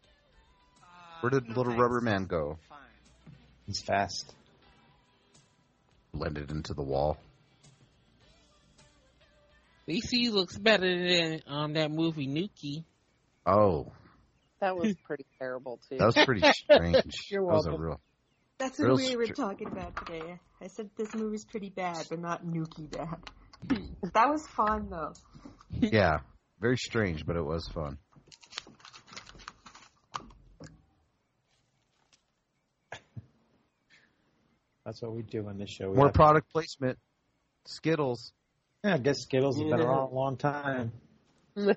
[SPEAKER 9] Where did little rubber man go?
[SPEAKER 12] He's fast.
[SPEAKER 9] Blended into the wall.
[SPEAKER 13] BC looks better than um that movie Nuki.
[SPEAKER 9] Oh,
[SPEAKER 14] That was pretty terrible, too.
[SPEAKER 9] that was pretty strange.
[SPEAKER 14] You're
[SPEAKER 9] that was a
[SPEAKER 14] welcome.
[SPEAKER 9] real.
[SPEAKER 10] That's what
[SPEAKER 9] Real
[SPEAKER 10] we were
[SPEAKER 9] str-
[SPEAKER 10] talking about today. I said this movie's pretty bad, but not Nuki bad. that was fun though.
[SPEAKER 9] Yeah, very strange, but it was fun.
[SPEAKER 12] That's what we do on this
[SPEAKER 14] Oh,
[SPEAKER 12] show. We
[SPEAKER 9] More
[SPEAKER 12] have-
[SPEAKER 9] product placement. Skittles.
[SPEAKER 12] yeah, I guess Skittles has been around a long time.
[SPEAKER 9] Let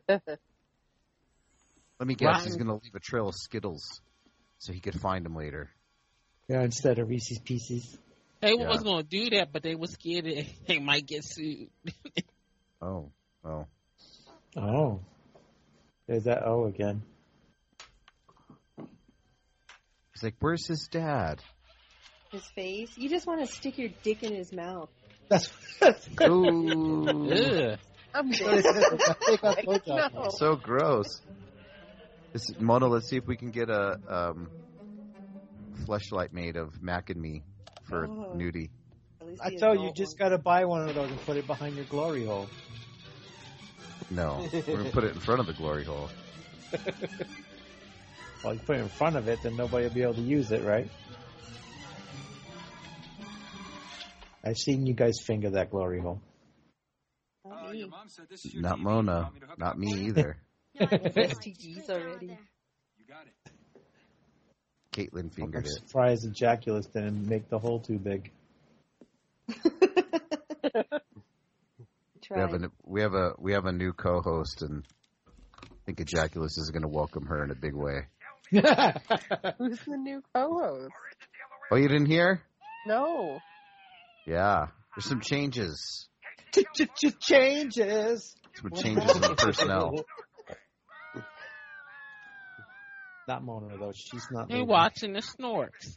[SPEAKER 9] me guess,
[SPEAKER 12] Rotten-
[SPEAKER 9] he's going to leave a trail of Skittles so he could find them later.
[SPEAKER 12] Yeah, instead of Reese's Pieces.
[SPEAKER 13] They
[SPEAKER 9] Yeah.
[SPEAKER 13] was gonna do that, but they was scared that they might get sued.
[SPEAKER 9] Oh, oh.
[SPEAKER 12] Oh, there's that O again.
[SPEAKER 9] He's like, where's his dad?
[SPEAKER 10] His face. You just want to stick your dick in his mouth.
[SPEAKER 12] That's
[SPEAKER 9] Ooh,
[SPEAKER 14] I'm
[SPEAKER 9] so gross. This Mona, let's see if we can get a um, fleshlight made of Mac and me for
[SPEAKER 10] Oh.
[SPEAKER 9] nudie.
[SPEAKER 12] I tell you, you just got to buy one of those and put it behind your glory hole.
[SPEAKER 9] No, we're gonna put it in front of the glory hole.
[SPEAKER 12] Well, you put it in front of it, then nobody will be able to use it, right? I've seen you guys finger that glory hole.
[SPEAKER 10] Oh,
[SPEAKER 17] Uh, your mom said this is your
[SPEAKER 9] Not
[SPEAKER 17] TV.
[SPEAKER 9] Mona, not me either.
[SPEAKER 10] STDs already.
[SPEAKER 17] You got it.
[SPEAKER 9] Caitlin
[SPEAKER 12] I'm
[SPEAKER 9] fingered it.
[SPEAKER 12] surprised Ejaculus didn't make the hole too big.
[SPEAKER 9] We have a we have a we have a new co-host, and I think Ejaculus is going to welcome her in a big way.
[SPEAKER 14] Who's the new co-host?
[SPEAKER 9] Oh, you didn't hear?
[SPEAKER 14] No.
[SPEAKER 9] Yeah, there's some changes.
[SPEAKER 12] Changes.
[SPEAKER 9] Some changes in the personnel.
[SPEAKER 12] Not Mona though. She's not.
[SPEAKER 13] They
[SPEAKER 12] leaving.
[SPEAKER 13] watching the snorks.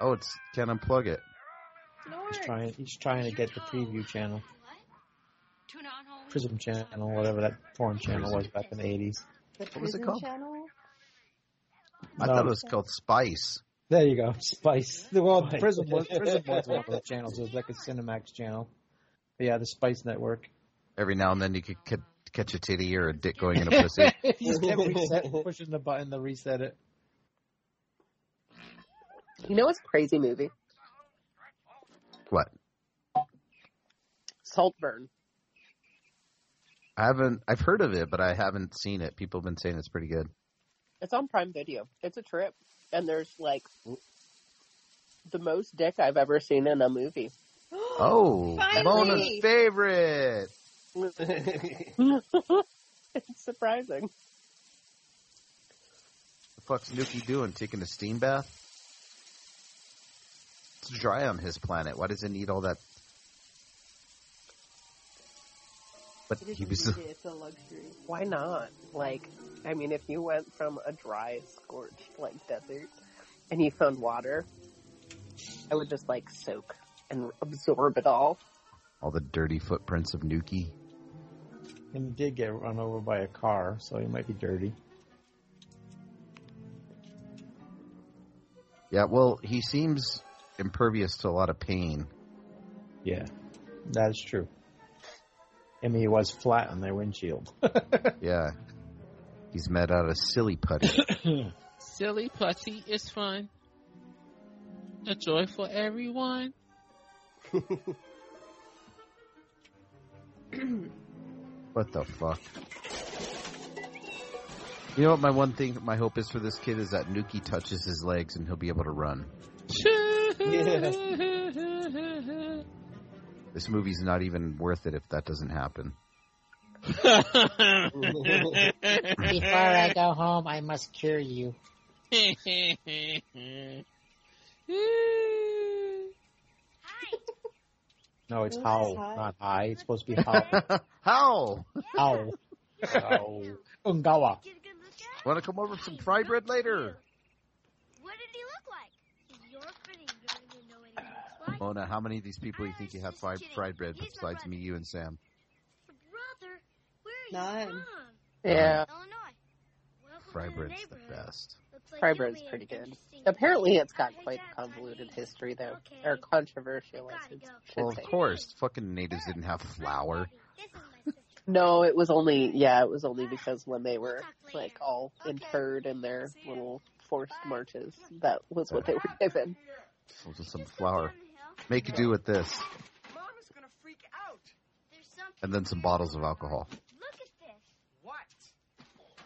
[SPEAKER 9] Oh, it's can't unplug it.
[SPEAKER 12] He's trying. He's trying to get the preview channel,
[SPEAKER 6] Tuna on whole wheat.
[SPEAKER 12] Prism channel, whatever that porn channel was back in the eighties.
[SPEAKER 10] The
[SPEAKER 9] was it
[SPEAKER 10] prison
[SPEAKER 9] called?
[SPEAKER 10] channel?
[SPEAKER 9] I
[SPEAKER 12] No.
[SPEAKER 9] thought it was called Spice.
[SPEAKER 12] There you go. Spice. Well, Prism was Prism was one of the channels. It was like a Cinemax channel. But yeah, the Spice Network.
[SPEAKER 9] Every now and then you could c- catch a titty or a dick going in a pussy.
[SPEAKER 12] He just kept reset, pushing the button to reset it.
[SPEAKER 14] You know what's a crazy movie?
[SPEAKER 9] What?
[SPEAKER 14] Saltburn.
[SPEAKER 9] I haven't. I've heard of it, but I haven't seen it. People have been saying it's pretty good.
[SPEAKER 14] It's on Prime Video. It's a trip. And there's like the most dick I've ever seen in a movie.
[SPEAKER 9] Oh,
[SPEAKER 14] Finally!
[SPEAKER 9] Mona's favorite.
[SPEAKER 14] it's surprising.
[SPEAKER 9] The fuck's Nuki doing? Taking a steam bath? It's dry on his planet. Why does it need all that? But
[SPEAKER 10] It
[SPEAKER 9] he
[SPEAKER 10] isn't
[SPEAKER 9] was.
[SPEAKER 10] easy, It's a luxury.
[SPEAKER 14] Why not? Like, I mean, if you went from a dry, scorched, like, desert and you found water, I would just like soak and absorb it all.
[SPEAKER 9] All the dirty footprints of Nuki.
[SPEAKER 12] And you did get run over by a car, so you might be dirty.
[SPEAKER 9] Yeah, well, he seems impervious to a lot of pain.
[SPEAKER 12] Yeah, that is true. I mean, he was flat on their windshield.
[SPEAKER 9] yeah. He's made out of silly putty.
[SPEAKER 13] Silly putty is fun. A joy for everyone.
[SPEAKER 9] what the fuck? You know what my one thing my hope is for this kid is that Nuki touches his legs and he'll be able to run. This movie's not even worth it if that doesn't happen.
[SPEAKER 18] Before I go home, I must cure you.
[SPEAKER 12] No, it's
[SPEAKER 18] Who's
[SPEAKER 12] howl,
[SPEAKER 18] high?
[SPEAKER 12] not I. It's supposed to be howl.
[SPEAKER 9] howl.
[SPEAKER 12] Howl. Howl. Ungawa.
[SPEAKER 9] Want to come over for some fry bread later?
[SPEAKER 6] What did he look like? If you're pretty, you're not gonna know anything.
[SPEAKER 9] Mona, how many of these people you think you have fried, fried bread with besides me, you, and Sam?
[SPEAKER 6] Brother, where are
[SPEAKER 10] None.
[SPEAKER 6] you from?
[SPEAKER 14] Yeah.
[SPEAKER 6] Illinois. Welcome
[SPEAKER 9] Fry
[SPEAKER 6] to the
[SPEAKER 9] bread's the
[SPEAKER 6] neighborhood.
[SPEAKER 9] best.
[SPEAKER 6] Looks like
[SPEAKER 14] Fry
[SPEAKER 6] you'll
[SPEAKER 14] bread's
[SPEAKER 6] be an
[SPEAKER 14] pretty good.
[SPEAKER 6] interesting-
[SPEAKER 14] Apparently, it's got
[SPEAKER 6] Hey,
[SPEAKER 14] quite
[SPEAKER 6] Dad,
[SPEAKER 14] convoluted history, though,
[SPEAKER 6] Okay.
[SPEAKER 14] or controversial. I should, should
[SPEAKER 9] Well,
[SPEAKER 14] say.
[SPEAKER 9] of course, fucking natives didn't have flour.
[SPEAKER 14] No, it was only yeah, it was only because when they were like all interred in their little forced marches, that was what they were given.
[SPEAKER 9] It was just some flour. Make do with this,
[SPEAKER 17] Mama's gonna freak out.
[SPEAKER 6] There's something.
[SPEAKER 9] and then some bottles of alcohol.
[SPEAKER 6] Look at this. What?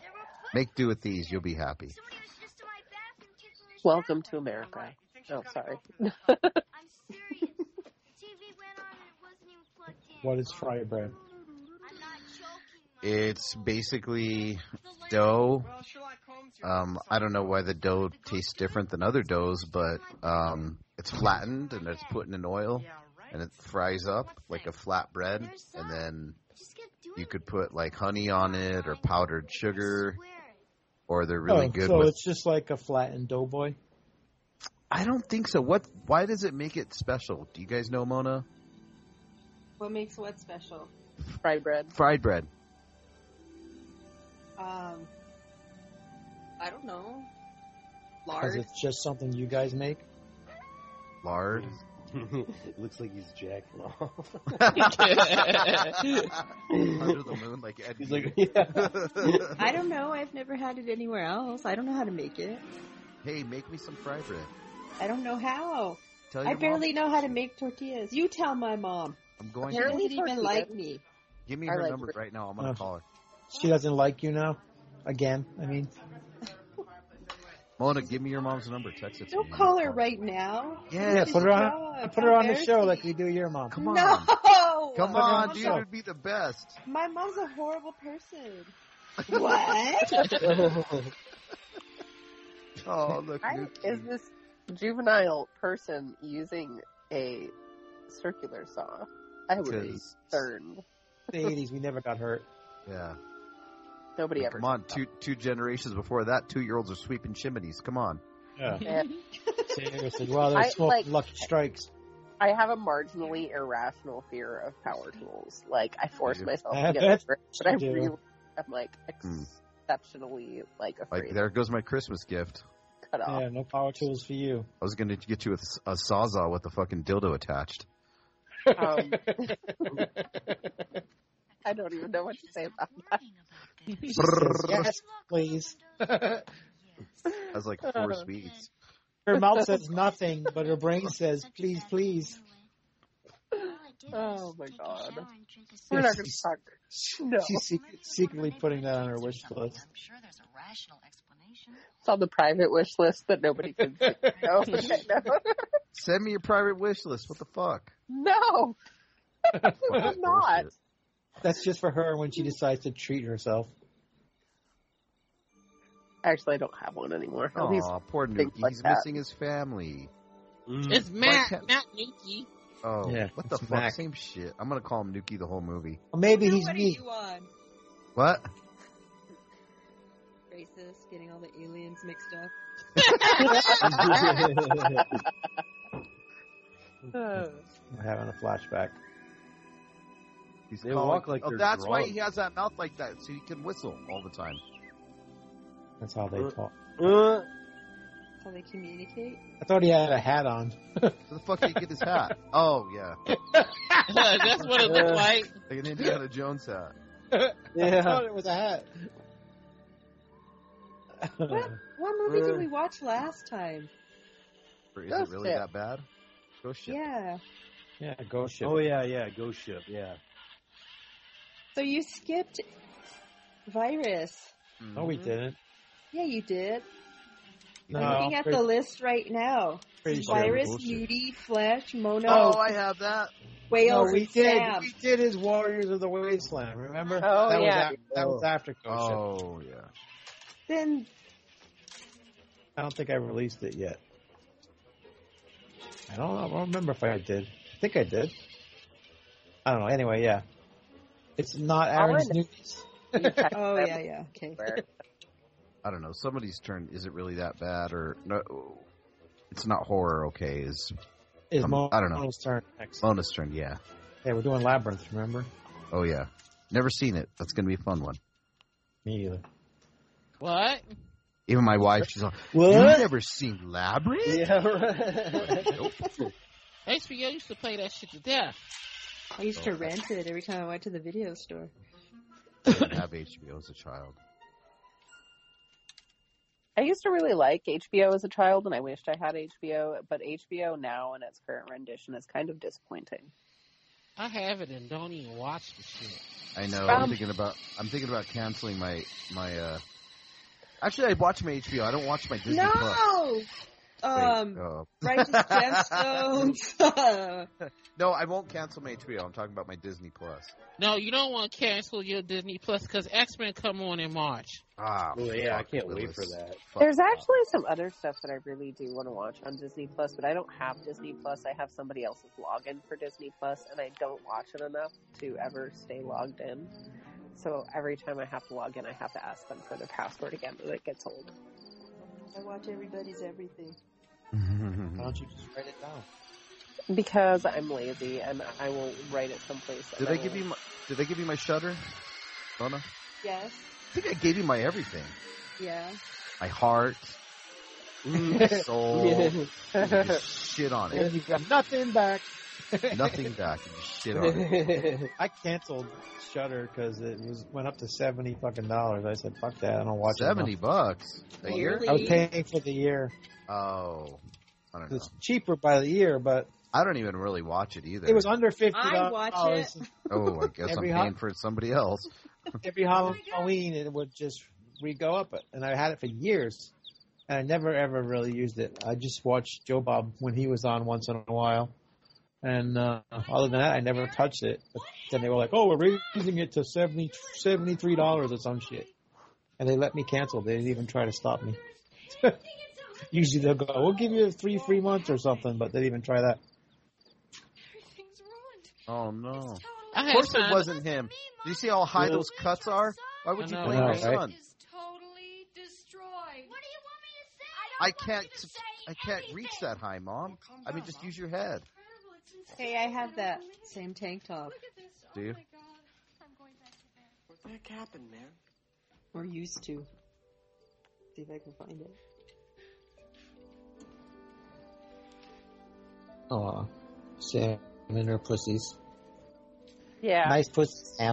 [SPEAKER 6] There were put-
[SPEAKER 9] Make do with these, you'll be happy.
[SPEAKER 6] Somebody was just in my bathroom kicking the
[SPEAKER 14] Welcome to America. Oh, sorry.
[SPEAKER 6] shit. I'm serious. The TV went on and it wasn't even plugged in.
[SPEAKER 12] What is fry bread?
[SPEAKER 6] I'm not joking.
[SPEAKER 9] It's basically dough. Um, I don't know why the dough tastes different than other doughs, but um, it's flattened and it's put in an oil and it fries up like a flat bread. And then you could put like honey on it or powdered sugar, or they're really
[SPEAKER 12] Oh,
[SPEAKER 9] good
[SPEAKER 12] So
[SPEAKER 9] with.
[SPEAKER 12] it's just like a flattened doughboy.
[SPEAKER 9] I don't think so. What? Why does it make it special? Do you guys know, Mona?
[SPEAKER 10] What makes what special?
[SPEAKER 14] Fried bread.
[SPEAKER 9] Fried bread.
[SPEAKER 10] Um, I don't know.
[SPEAKER 12] Because
[SPEAKER 10] Lard.
[SPEAKER 12] it's just something you guys make.
[SPEAKER 9] Lard.
[SPEAKER 15] Looks like he's jacking off.
[SPEAKER 9] Under the moon, like Ed
[SPEAKER 15] He's
[SPEAKER 9] Gein.
[SPEAKER 15] like, yeah.
[SPEAKER 10] I don't know. I've never had it anywhere else. I don't know how to make it.
[SPEAKER 9] Hey, make me some fried bread.
[SPEAKER 10] I don't know how.
[SPEAKER 9] Tell your
[SPEAKER 10] I
[SPEAKER 9] mom-
[SPEAKER 10] barely know how to make tortillas. You tell my mom.
[SPEAKER 9] I'm going.
[SPEAKER 10] She doesn't
[SPEAKER 9] To,
[SPEAKER 10] even
[SPEAKER 14] tortillas.
[SPEAKER 10] like me.
[SPEAKER 9] give me
[SPEAKER 10] I
[SPEAKER 9] her
[SPEAKER 10] like
[SPEAKER 9] number right now. I'm gonna
[SPEAKER 12] Oh.
[SPEAKER 9] call her.
[SPEAKER 12] She doesn't like you now. Again, I mean.
[SPEAKER 9] Mona, give me your mom's number. Text it to
[SPEAKER 10] Don't
[SPEAKER 9] me.
[SPEAKER 10] call her right now.
[SPEAKER 9] Yeah,
[SPEAKER 12] Yeah,
[SPEAKER 9] she's
[SPEAKER 12] put her on.
[SPEAKER 10] God,
[SPEAKER 12] Put her on the
[SPEAKER 10] embarrassing.
[SPEAKER 12] show like we do your mom.
[SPEAKER 9] Come on.
[SPEAKER 10] No.
[SPEAKER 9] Come
[SPEAKER 10] My
[SPEAKER 9] on,
[SPEAKER 10] mom's
[SPEAKER 9] dude.
[SPEAKER 10] a-
[SPEAKER 9] It'd be the best.
[SPEAKER 10] My mom's a horrible person. What?
[SPEAKER 9] Oh, look.
[SPEAKER 14] Why
[SPEAKER 9] Nuki.
[SPEAKER 14] is this juvenile person using a circular saw? I would be
[SPEAKER 9] Because-
[SPEAKER 14] concerned.
[SPEAKER 12] the 80s, we never got hurt.
[SPEAKER 9] Yeah.
[SPEAKER 14] Nobody ever.
[SPEAKER 9] Come on. Two two generations before that, two year olds are sweeping chimneys. Come on.
[SPEAKER 12] Yeah.
[SPEAKER 14] Yeah.
[SPEAKER 12] Seriously. Well,
[SPEAKER 14] I,
[SPEAKER 12] those small
[SPEAKER 14] like-
[SPEAKER 12] lucky strikes.
[SPEAKER 14] I have a marginally irrational fear of power tools. Like I force
[SPEAKER 9] Yeah.
[SPEAKER 14] myself
[SPEAKER 12] Yeah,
[SPEAKER 14] to get over it, but I
[SPEAKER 12] you do.
[SPEAKER 14] really am like
[SPEAKER 9] Hmm.
[SPEAKER 14] exceptionally like
[SPEAKER 9] Like
[SPEAKER 14] afraid
[SPEAKER 9] there goes my Christmas gift.
[SPEAKER 14] of cut off.
[SPEAKER 12] Yeah, no power tools for you.
[SPEAKER 9] I was gonna get you a, s- a sawzall with a fucking dildo attached.
[SPEAKER 14] Um, I don't even know what to say about that.
[SPEAKER 12] She says,
[SPEAKER 9] Brrr.
[SPEAKER 12] yes, please. her
[SPEAKER 9] That was like
[SPEAKER 14] Oh,
[SPEAKER 9] four sweets.
[SPEAKER 12] mouth says nothing, but her brain says, please, please.
[SPEAKER 14] Oh my god. We're not going to talk. No.
[SPEAKER 12] She's sec- secretly putting that on her wish list.
[SPEAKER 5] I'm sure there's a rational explanation.
[SPEAKER 14] It's on the private wish list that nobody can see. No,
[SPEAKER 9] Send me your private wish list. What the fuck?
[SPEAKER 14] no, no I'm not.
[SPEAKER 12] That's just for her when she decides to treat herself.
[SPEAKER 14] Actually, I don't have one anymore. All these-
[SPEAKER 9] Oh, poor
[SPEAKER 14] things
[SPEAKER 9] Nuki.
[SPEAKER 14] like
[SPEAKER 9] He's
[SPEAKER 14] that.
[SPEAKER 9] missing his family.
[SPEAKER 13] It's Matt,
[SPEAKER 9] can't-
[SPEAKER 13] not Nikki.
[SPEAKER 9] Oh,
[SPEAKER 12] Yeah,
[SPEAKER 9] what the
[SPEAKER 12] it's
[SPEAKER 9] fuck?
[SPEAKER 12] Mac.
[SPEAKER 9] Same shit. I'm gonna call him Nuki the whole movie.
[SPEAKER 12] Or maybe
[SPEAKER 10] Now
[SPEAKER 12] he's
[SPEAKER 10] what are
[SPEAKER 12] me.
[SPEAKER 10] you on?
[SPEAKER 9] What?
[SPEAKER 10] racist, getting all the aliens mixed up.
[SPEAKER 12] I'm having a flashback.
[SPEAKER 9] He's
[SPEAKER 15] They walk like
[SPEAKER 9] oh,
[SPEAKER 15] they're
[SPEAKER 9] that's why
[SPEAKER 15] drunk.
[SPEAKER 9] he has that mouth like that, so he can whistle all the time.
[SPEAKER 12] That's how they talk.
[SPEAKER 15] Uh,
[SPEAKER 10] That's how they communicate.
[SPEAKER 12] I thought he had a hat on.
[SPEAKER 9] Where the fuck did he get his hat? Oh yeah,
[SPEAKER 13] That's what it looked like.
[SPEAKER 9] like an Indiana Jones hat.
[SPEAKER 12] I
[SPEAKER 15] Yeah.
[SPEAKER 12] thought it was a hat.
[SPEAKER 10] What, what movie
[SPEAKER 9] Uh.
[SPEAKER 10] did we watch last time?
[SPEAKER 9] Is
[SPEAKER 10] Ghost
[SPEAKER 9] it really
[SPEAKER 10] ship.
[SPEAKER 9] that bad? Go ship.
[SPEAKER 10] Yeah.
[SPEAKER 12] yeah, ghost ship.
[SPEAKER 15] Oh yeah, yeah, ghost ship. Yeah.
[SPEAKER 10] So you skipped Virus.
[SPEAKER 12] No, we didn't.
[SPEAKER 10] Yeah, you did.
[SPEAKER 12] No,
[SPEAKER 10] I'm looking at
[SPEAKER 12] pretty-
[SPEAKER 10] the list right now.
[SPEAKER 12] pretty sure.
[SPEAKER 10] Virus,
[SPEAKER 12] Bullshit.
[SPEAKER 10] Nudie, Flesh, Mono,
[SPEAKER 9] Oh, I have that.
[SPEAKER 10] Whales,
[SPEAKER 12] No, we
[SPEAKER 10] and
[SPEAKER 12] did.
[SPEAKER 10] Sam.
[SPEAKER 12] We did his Warriors of the Wasteland. Remember?
[SPEAKER 11] Oh,
[SPEAKER 12] that
[SPEAKER 11] yeah.
[SPEAKER 12] Was af- that was after Ghost Ship.
[SPEAKER 9] Oh yeah.
[SPEAKER 10] Then
[SPEAKER 12] I don't think I released it yet. I don't know. I don't remember if I did. I think I did. I don't know. Anyway, yeah. It's not Aaron's
[SPEAKER 14] I
[SPEAKER 12] new.
[SPEAKER 10] Oh yeah, yeah. Okay.
[SPEAKER 9] I don't know. Somebody's turn. Is it really that bad or no? It's not horror. Okay, is
[SPEAKER 12] Is
[SPEAKER 9] um,
[SPEAKER 12] Mo-
[SPEAKER 9] I don't know.
[SPEAKER 12] Mona's turn next.
[SPEAKER 9] bonus turn. Yeah.
[SPEAKER 12] Yeah, we're doing Labyrinth, remember?
[SPEAKER 9] Oh yeah. Never seen it. That's gonna be a fun one.
[SPEAKER 12] Me either.
[SPEAKER 13] What?
[SPEAKER 9] Even my wife, she's like,
[SPEAKER 12] What?
[SPEAKER 9] "You've never seen Labyrinth?
[SPEAKER 15] Yeah. Right.
[SPEAKER 13] HBO used to play that shit to death.
[SPEAKER 10] I used
[SPEAKER 9] Oh.
[SPEAKER 10] to rent it every time I went to the video store.
[SPEAKER 9] I didn't have HBO as a child.
[SPEAKER 14] I used to really like HBO as a child, and I wished I had HBO, but HBO now in its current rendition is kind of disappointing.
[SPEAKER 13] I have it and don't even watch the shit.
[SPEAKER 9] I know. I'm
[SPEAKER 14] Um,
[SPEAKER 9] thinking about. I'm thinking about canceling my my. uh Actually, I watch my HBO. I don't watch my Disney Plus.
[SPEAKER 10] no.
[SPEAKER 9] Wait,
[SPEAKER 10] Um,
[SPEAKER 9] uh,
[SPEAKER 10] Righteous Gemstones.
[SPEAKER 9] no, I won't cancel my HBO. I'm talking about my Disney Plus.
[SPEAKER 13] No, you don't want to cancel your Disney Plus because X Men come on in March.
[SPEAKER 9] Ah,
[SPEAKER 15] Oh, yeah, I
[SPEAKER 9] fuck,
[SPEAKER 15] can't wait
[SPEAKER 9] Willis.
[SPEAKER 15] for that.
[SPEAKER 9] Fuck
[SPEAKER 14] There's
[SPEAKER 9] that.
[SPEAKER 14] actually some other stuff that I really do want to watch on Disney Plus, but I don't have Disney Plus. I have somebody else's login for Disney Plus, and I don't watch it enough to ever stay logged in. So every time I have to log in, I have to ask them for their password again, and it gets old.
[SPEAKER 10] I watch everybody's everything.
[SPEAKER 12] Why don't you just write it down?
[SPEAKER 14] Because I'm lazy, and I will write it someplace. and
[SPEAKER 9] Did I
[SPEAKER 14] I
[SPEAKER 9] give
[SPEAKER 14] will-
[SPEAKER 9] you my Did I give you my Shutter? Donna,
[SPEAKER 10] Yes.
[SPEAKER 9] I think I gave you my everything.
[SPEAKER 10] Yeah.
[SPEAKER 9] My heart, my soul. You just shit on
[SPEAKER 12] And
[SPEAKER 9] it.
[SPEAKER 12] you got nothing back.
[SPEAKER 9] Nothing back. You just shit on it.
[SPEAKER 12] I canceled Shutter because it was went up to seventy fucking dollars. I said, "Fuck that! I don't watch it enough."
[SPEAKER 9] Seventy bucks a year.
[SPEAKER 10] Really?
[SPEAKER 12] I was paying for the year.
[SPEAKER 9] Oh, I don't know.
[SPEAKER 12] It's cheaper by the year, but
[SPEAKER 9] I don't even really watch it either.
[SPEAKER 12] it was under fifty
[SPEAKER 10] I watch
[SPEAKER 12] dollars.
[SPEAKER 9] oh, I guess I'm
[SPEAKER 12] Every
[SPEAKER 9] paying
[SPEAKER 12] hot-
[SPEAKER 9] for somebody else.
[SPEAKER 12] Every Halloween, it would just re go up, and I had it for years, and I never ever really used it. I just watched Joe Bob when he was on once in a while, and uh, other than that, I never touched it. But then they were like, "Oh, we're raising it to 70 73 dollars or some shit," and they let me cancel. They didn't even try to stop me. Usually they'll go, "We'll give you three free months or something," but they didn't even try that.
[SPEAKER 6] Everything's ruined.
[SPEAKER 9] Oh no!
[SPEAKER 6] It's totally
[SPEAKER 13] I
[SPEAKER 9] Of
[SPEAKER 13] had
[SPEAKER 9] course it
[SPEAKER 13] found-
[SPEAKER 9] wasn't him. Do you see how high
[SPEAKER 12] Yeah.
[SPEAKER 9] those cuts are? Why would you
[SPEAKER 13] I know,
[SPEAKER 9] blame your
[SPEAKER 12] right?
[SPEAKER 9] son?
[SPEAKER 6] is totally destroyed. What do you want me to say?
[SPEAKER 9] I
[SPEAKER 6] don't want
[SPEAKER 9] can't.
[SPEAKER 6] you to say
[SPEAKER 9] I can't
[SPEAKER 6] anything. Oh,
[SPEAKER 9] reach that high, mom. I mean, just use your head.
[SPEAKER 6] Incredible, it's insane.
[SPEAKER 10] Hey, I have that
[SPEAKER 6] Look
[SPEAKER 10] same tank top.
[SPEAKER 6] at this. Oh
[SPEAKER 9] Do you?
[SPEAKER 6] my God. I'm going back to bed.
[SPEAKER 17] What the heck happened, man?
[SPEAKER 10] We're used to. See if I can find it.
[SPEAKER 12] Aw, Sam and her pussies.
[SPEAKER 14] Yeah,
[SPEAKER 12] Nice pussies, Sam.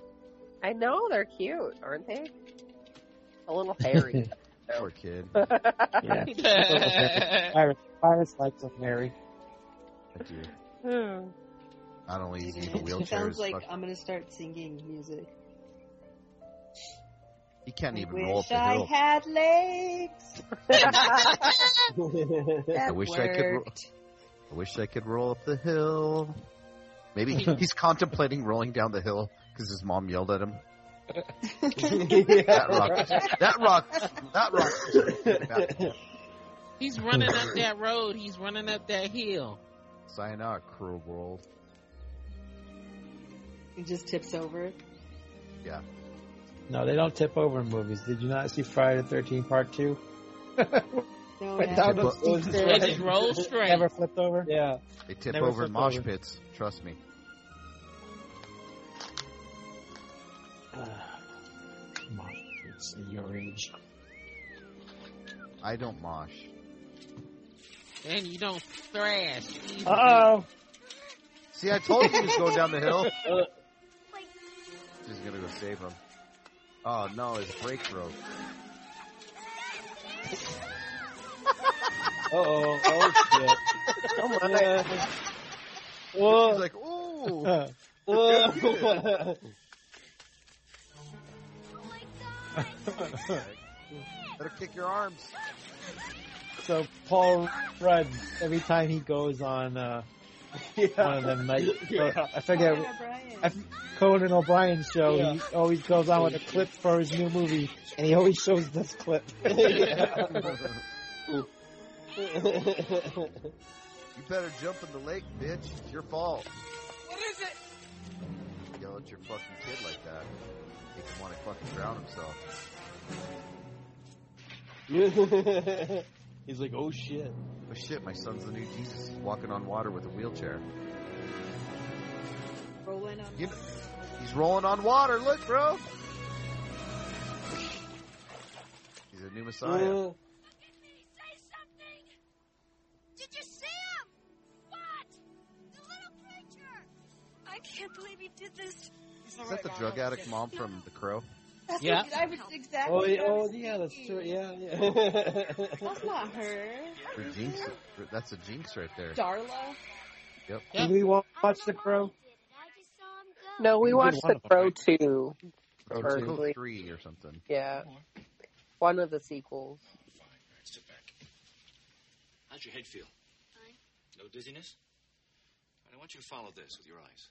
[SPEAKER 14] I know they're cute, aren't they? A little hairy.
[SPEAKER 9] Poor kid.
[SPEAKER 12] Yeah. Pirates, pirates like them, Harry.
[SPEAKER 9] That dude.
[SPEAKER 14] Hmm.
[SPEAKER 9] Not only is he in a wheelchair,
[SPEAKER 10] sounds
[SPEAKER 9] he's
[SPEAKER 10] like
[SPEAKER 9] fuck-
[SPEAKER 10] I'm gonna start singing music.
[SPEAKER 9] he can't even roll up
[SPEAKER 10] wish
[SPEAKER 9] the
[SPEAKER 10] I
[SPEAKER 9] hill.
[SPEAKER 10] had legs. That
[SPEAKER 9] I wish I could. Ro-
[SPEAKER 10] worked.
[SPEAKER 9] I wish I could roll up the hill. Maybe he's contemplating rolling down the hill because his mom yelled at him. That rock. That rock. That rock.
[SPEAKER 13] He's running up that road. He's running up that hill.
[SPEAKER 9] Sayonara, cruel world.
[SPEAKER 10] It just tips over.
[SPEAKER 9] Yeah.
[SPEAKER 12] No, they don't tip over in movies. Did you not see Friday the 13th Part 2?
[SPEAKER 10] No,
[SPEAKER 12] Went
[SPEAKER 10] no.
[SPEAKER 12] down
[SPEAKER 9] They
[SPEAKER 12] those
[SPEAKER 9] tip o-
[SPEAKER 12] steep stairs
[SPEAKER 13] They just
[SPEAKER 12] and
[SPEAKER 13] roll straight.
[SPEAKER 12] Never flipped over?
[SPEAKER 15] Yeah.
[SPEAKER 9] They tip
[SPEAKER 12] Never
[SPEAKER 9] over
[SPEAKER 12] flipped
[SPEAKER 9] mosh
[SPEAKER 12] over.
[SPEAKER 9] pits. Trust me.
[SPEAKER 12] Come on, it's your age.
[SPEAKER 9] I don't mosh.
[SPEAKER 13] And you don't thrash. either.
[SPEAKER 12] Uh-oh.
[SPEAKER 9] See, I told you he's going down the hill. He's gonna go save him. Oh no, his brake broke.
[SPEAKER 15] oh. Oh shit.
[SPEAKER 14] Oh my.
[SPEAKER 15] Uh,
[SPEAKER 12] Oh.
[SPEAKER 9] He's
[SPEAKER 15] whoa.
[SPEAKER 9] like, ooh.
[SPEAKER 15] Whoa.
[SPEAKER 9] Better kick your arms.
[SPEAKER 12] So Paul Rudd, every time he goes on uh, one of them night,
[SPEAKER 15] Yeah.
[SPEAKER 12] I forget, I, Conan O'Brien's show, he always goes on with a clip for his new movie, and he always shows this clip.
[SPEAKER 9] You better jump in the lake, bitch. It's your fault.
[SPEAKER 17] What is it?
[SPEAKER 9] Yell at your fucking kid like that. Make him want to fucking drown himself.
[SPEAKER 15] He's like, oh shit.
[SPEAKER 9] Oh shit, my son's the new Jesus. He's walking on water with a wheelchair.
[SPEAKER 17] Rolling on.
[SPEAKER 9] You He's rolling on water. Look, bro. He's a new messiah.
[SPEAKER 15] Uh,
[SPEAKER 6] Did you see him? What? The little creature! I can't believe you did this.
[SPEAKER 9] Is that the drug addict mom from The Crow?
[SPEAKER 10] That's
[SPEAKER 13] Yeah.
[SPEAKER 10] what I was exactly.
[SPEAKER 12] Oh, yeah,
[SPEAKER 10] what I was
[SPEAKER 12] oh, yeah, that's true.
[SPEAKER 10] thinking.
[SPEAKER 12] Yeah, yeah.
[SPEAKER 10] That's not her.
[SPEAKER 9] Or jinx? That's a jinx right there.
[SPEAKER 10] Darla.
[SPEAKER 9] Yep.
[SPEAKER 12] Did we wa- watch The Crow?
[SPEAKER 14] No, we
[SPEAKER 12] You did
[SPEAKER 14] watched
[SPEAKER 12] one
[SPEAKER 14] The
[SPEAKER 12] of them,
[SPEAKER 14] Crow
[SPEAKER 12] right?
[SPEAKER 14] Two.
[SPEAKER 9] Crow
[SPEAKER 14] Or
[SPEAKER 9] 2,
[SPEAKER 14] three.
[SPEAKER 9] 3 or something.
[SPEAKER 14] Yeah, one of the sequels.
[SPEAKER 19] Sit back. How's your head feel?
[SPEAKER 6] Fine.
[SPEAKER 19] No dizziness? All right, I want you to follow this with your eyes.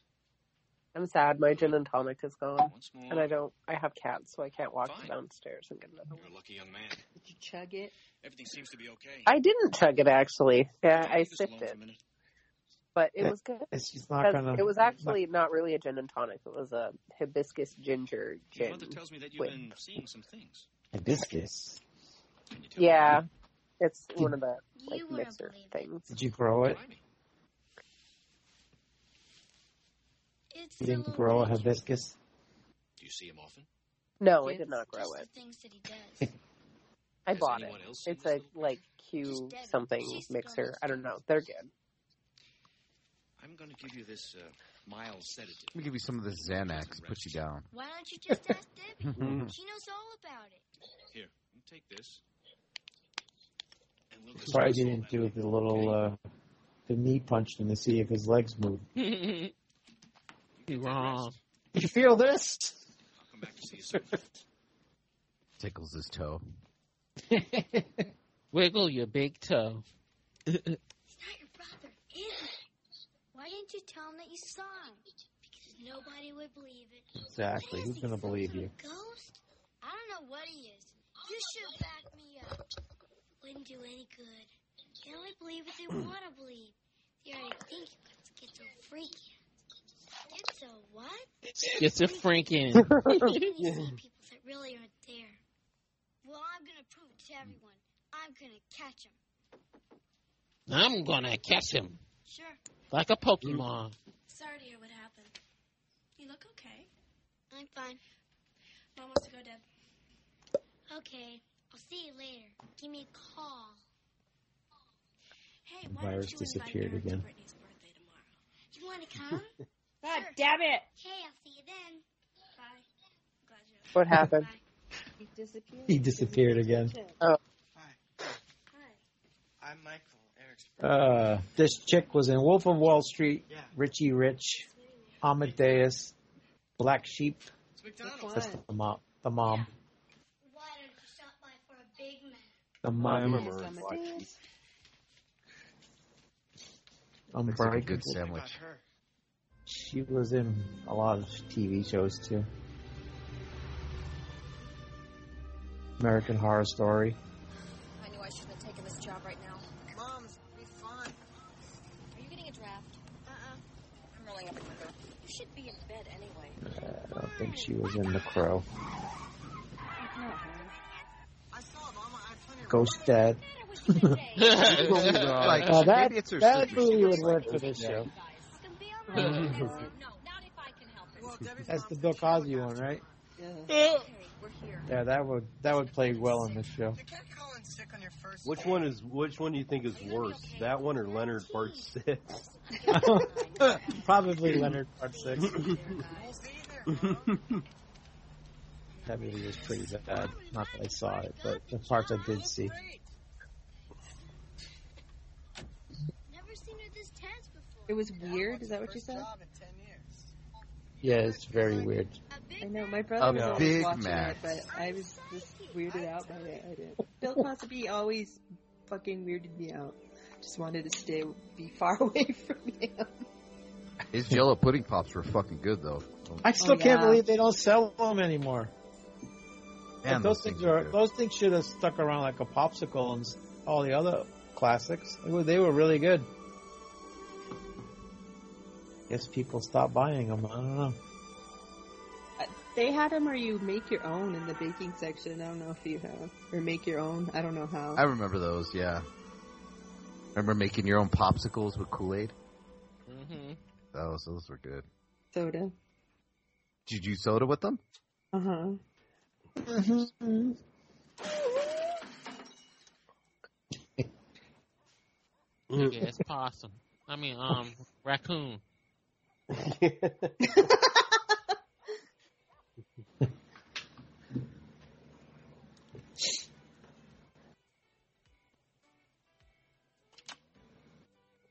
[SPEAKER 14] I'm sad. My gin and tonic is gone,
[SPEAKER 19] Once more.
[SPEAKER 14] and I don't. I have cats, so I can't walk
[SPEAKER 19] Fine.
[SPEAKER 14] downstairs and get another. one.
[SPEAKER 19] You're a lucky young man.
[SPEAKER 10] Did you chug it?
[SPEAKER 19] Everything seems to be okay.
[SPEAKER 14] I didn't chug it actually. Yeah, I
[SPEAKER 19] Leave this
[SPEAKER 14] sipped
[SPEAKER 19] alone for a
[SPEAKER 14] it,
[SPEAKER 19] minute.
[SPEAKER 14] but it was good.
[SPEAKER 12] It's just not
[SPEAKER 14] 'Cause
[SPEAKER 12] gonna.
[SPEAKER 14] It was actually not really a gin and tonic. It was a hibiscus ginger
[SPEAKER 19] Your
[SPEAKER 14] gin.
[SPEAKER 19] mother tells me that you've
[SPEAKER 14] with-
[SPEAKER 19] been seeing some things.
[SPEAKER 12] hibiscus.
[SPEAKER 19] Can you tell me?
[SPEAKER 14] Yeah, it's
[SPEAKER 12] Did-
[SPEAKER 14] one of the like
[SPEAKER 6] You wouldn't
[SPEAKER 14] mixer
[SPEAKER 6] believe it.
[SPEAKER 14] things.
[SPEAKER 12] Did you grow it?
[SPEAKER 19] Blimey.
[SPEAKER 6] It's
[SPEAKER 12] You
[SPEAKER 6] the
[SPEAKER 12] didn't
[SPEAKER 6] little
[SPEAKER 12] grow a
[SPEAKER 6] creature.
[SPEAKER 12] hibiscus.
[SPEAKER 19] Do you see him often?
[SPEAKER 14] No, I
[SPEAKER 12] Yeah.
[SPEAKER 14] did not grow
[SPEAKER 6] Just
[SPEAKER 14] it.
[SPEAKER 6] the things that he does.
[SPEAKER 14] I
[SPEAKER 19] Has
[SPEAKER 14] bought it.
[SPEAKER 19] anyone else seen
[SPEAKER 14] It's
[SPEAKER 19] this
[SPEAKER 14] a
[SPEAKER 19] little creature?
[SPEAKER 14] like Q something mixer. I don't know. They're good.
[SPEAKER 19] I'm going to give you this uh, mild sedative.
[SPEAKER 9] Let me give you some of this Xanax. Put you down.
[SPEAKER 6] Why don't you just ask Debbie?
[SPEAKER 9] Mhm.
[SPEAKER 6] she knows all about it.
[SPEAKER 19] Here, you take this. And we'll
[SPEAKER 12] Surprised
[SPEAKER 19] discuss
[SPEAKER 12] you
[SPEAKER 19] all
[SPEAKER 12] didn't
[SPEAKER 19] that
[SPEAKER 12] do
[SPEAKER 19] later,
[SPEAKER 12] the little
[SPEAKER 19] okay?
[SPEAKER 12] uh, the knee punch him to see if his legs moved.
[SPEAKER 13] you wrong.
[SPEAKER 12] You feel this?
[SPEAKER 19] I'll come back to see you soon.
[SPEAKER 9] Tickles his toe.
[SPEAKER 13] Wiggle your big toe.
[SPEAKER 6] It's not your brother, is it? Why didn't you tell him that you saw him? Because nobody would believe it.
[SPEAKER 12] Exactly. Who's gonna believe you?
[SPEAKER 6] Ghost? I don't know what he is. You should back me up. Wouldn't do any good. They only believe what they want to believe. They already think it's get so freaky. It's a what?
[SPEAKER 13] It's a Franken.
[SPEAKER 6] You see people that really aren't there. Well, I'm gonna prove it to everyone. I'm gonna catch him.
[SPEAKER 13] I'm gonna catch him
[SPEAKER 6] Sure.
[SPEAKER 13] like a Pokemon.
[SPEAKER 6] Sorry to hear what happened. You look okay. I'm fine. Mom wants to go, Deb. Okay. I'll see you later. Give me a call. Hey,
[SPEAKER 12] The virus disappeared again.
[SPEAKER 6] You want to come?
[SPEAKER 10] God damn it!
[SPEAKER 6] hey, I'll see you then. Bye. Glad you're
[SPEAKER 14] What happened?
[SPEAKER 10] He disappeared.
[SPEAKER 12] He disappeared again.
[SPEAKER 14] Oh,
[SPEAKER 6] Hi.
[SPEAKER 16] I'm Michael, Eric's
[SPEAKER 12] Uh, this chick was in Wolf of Wall Street, Richie Rich, Amadeus, Black Sheep.
[SPEAKER 16] It's McDonald's.
[SPEAKER 12] That's the mom. The mom.
[SPEAKER 6] Why don't you stop by for a Big Mac?
[SPEAKER 12] The
[SPEAKER 15] I
[SPEAKER 12] mom.
[SPEAKER 15] remember watching.
[SPEAKER 12] I'm
[SPEAKER 9] Looks like a
[SPEAKER 12] Brian.
[SPEAKER 9] good
[SPEAKER 16] Got
[SPEAKER 9] sandwich.
[SPEAKER 16] her.
[SPEAKER 12] She was in a lot of TV shows too. American Horror Story.
[SPEAKER 5] I knew I shouldn't have taken this job right now. Moms, be fun. Are you getting a draft? Uh-uh. I'm rolling up a clicker. You should be in bed anyway.
[SPEAKER 12] I don't think she was in The Crow. Ghost Dad.
[SPEAKER 9] Like,
[SPEAKER 12] Oh, that,
[SPEAKER 9] maybe it's her
[SPEAKER 12] that
[SPEAKER 9] sister.
[SPEAKER 12] movie
[SPEAKER 9] She
[SPEAKER 12] would
[SPEAKER 9] looks
[SPEAKER 12] work
[SPEAKER 9] like
[SPEAKER 12] for this
[SPEAKER 9] Ghost Dad.
[SPEAKER 12] show. That's the Bill Cosby one, right?
[SPEAKER 13] Yeah.
[SPEAKER 17] We're here.
[SPEAKER 12] Yeah, that would that would play well on this show.
[SPEAKER 15] Which one is? Which one do you think is worse? That one or Leonard Part Six?
[SPEAKER 12] Probably Leonard Part Six. that movie was pretty bad. Not that I saw it, but the parts I did see.
[SPEAKER 6] Never seen her this tense before.
[SPEAKER 10] It was weird. Is that what you said?
[SPEAKER 12] Yeah, it's very weird.
[SPEAKER 10] I know my brother
[SPEAKER 12] A
[SPEAKER 10] was
[SPEAKER 12] Big
[SPEAKER 10] watching
[SPEAKER 12] Mac.
[SPEAKER 10] it, but I was just weirded out by it. I did. Bill Cosby always fucking weirded me out. Just wanted to stay, be far away from him.
[SPEAKER 9] His Jello pudding pops were fucking good though.
[SPEAKER 12] I still
[SPEAKER 10] Oh,
[SPEAKER 12] can't
[SPEAKER 10] yeah.
[SPEAKER 12] believe they don't sell them anymore.
[SPEAKER 9] Man,
[SPEAKER 12] Like,
[SPEAKER 9] those
[SPEAKER 12] those things
[SPEAKER 9] things are
[SPEAKER 12] are
[SPEAKER 9] good.
[SPEAKER 12] those things should have stuck around like a popsicle and s- all the other classics. They were, they were really good. Guess people stopped buying them. I don't know.
[SPEAKER 10] They had them, or you make your own in the baking section. I don't know if you have, or make your own. I don't know how.
[SPEAKER 9] I remember those. Yeah. Remember making your own popsicles with Kool Aid?
[SPEAKER 13] Mm-hmm.
[SPEAKER 9] Those those were good.
[SPEAKER 10] Soda.
[SPEAKER 9] Did you soda with them?
[SPEAKER 10] Uh huh.
[SPEAKER 13] Yeah, it's possum. I mean, um, raccoon.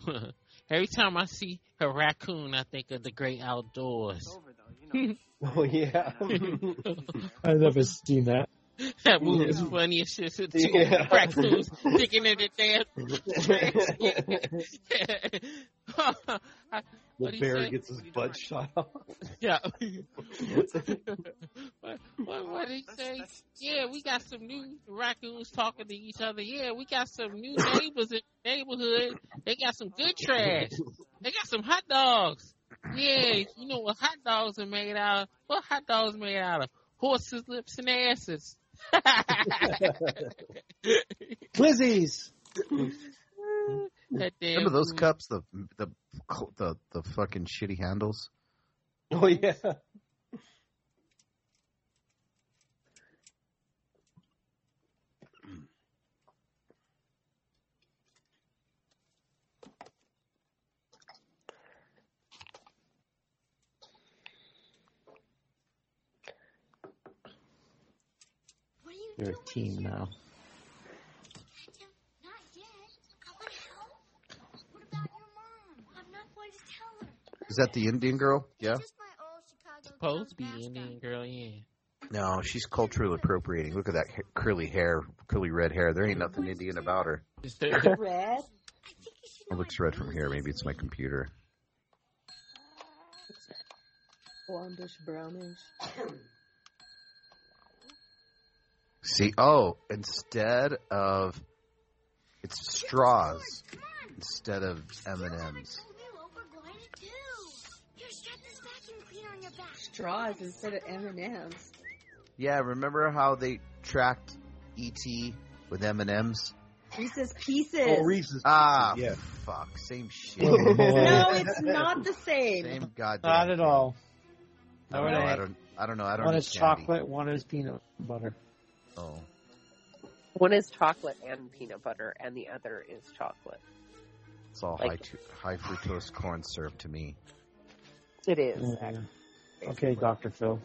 [SPEAKER 13] Every time I see a raccoon, I think of the great outdoors.
[SPEAKER 15] Oh yeah.
[SPEAKER 12] I've never seen that.
[SPEAKER 13] That movie is funny as shit. Two
[SPEAKER 15] Yeah.
[SPEAKER 13] raccoons sticking in the damn. I-
[SPEAKER 15] the
[SPEAKER 13] what he
[SPEAKER 15] bear
[SPEAKER 13] said?
[SPEAKER 15] gets his butt shot off.
[SPEAKER 13] Yeah. what, what, what did he say? Yeah, we got some new raccoons talking to each other. Yeah, we got some new neighbors in the neighborhood. They got some good trash. They got some hot dogs. Yeah, you know what hot dogs are made out of? What hot dogs made out of? Horses, lips, and asses.
[SPEAKER 12] Glizzies.
[SPEAKER 13] That damn
[SPEAKER 9] Remember those
[SPEAKER 13] food.
[SPEAKER 9] cups? The the the the fucking shitty handles.
[SPEAKER 15] Oh yeah.
[SPEAKER 12] You're a team now.
[SPEAKER 6] Not yet. I want to help. What about your mom? I'm not going to tell her.
[SPEAKER 9] Is that the Indian girl? Yeah.
[SPEAKER 13] supposed to be Indian girl, yeah.
[SPEAKER 9] No, she's cultural appropriating. Look at that ha- curly hair, curly red hair. There ain't nothing Indian about her.
[SPEAKER 10] Red.
[SPEAKER 9] It looks red from here. Maybe it's my computer.
[SPEAKER 10] Blondish, brownish.
[SPEAKER 9] See, oh, instead of it's straws instead of M and M's.
[SPEAKER 6] Here, strap this vacuum cleaner on your back.
[SPEAKER 10] Straws instead of M and M's.
[SPEAKER 9] Yeah, remember how they tracked ET with M and M's?
[SPEAKER 10] Reese's Pieces.
[SPEAKER 15] Oh, Reese's.
[SPEAKER 9] Ah,
[SPEAKER 15] yeah.
[SPEAKER 9] fuck, same shit.
[SPEAKER 12] Oh, boy.
[SPEAKER 10] no, it's not the same.
[SPEAKER 9] Same goddamn.
[SPEAKER 12] Not at all.
[SPEAKER 9] I don't know. I don't. I don't know. I don't.
[SPEAKER 12] One
[SPEAKER 9] eat
[SPEAKER 12] is
[SPEAKER 9] candy.
[SPEAKER 12] chocolate. One is peanut butter.
[SPEAKER 9] Oh,
[SPEAKER 11] One is chocolate and peanut butter, and the other is chocolate.
[SPEAKER 9] it's all
[SPEAKER 11] Like-
[SPEAKER 9] high, tu- high fructose corn syrup to me.
[SPEAKER 11] It is.
[SPEAKER 12] Yeah. Okay, Doctor Phil.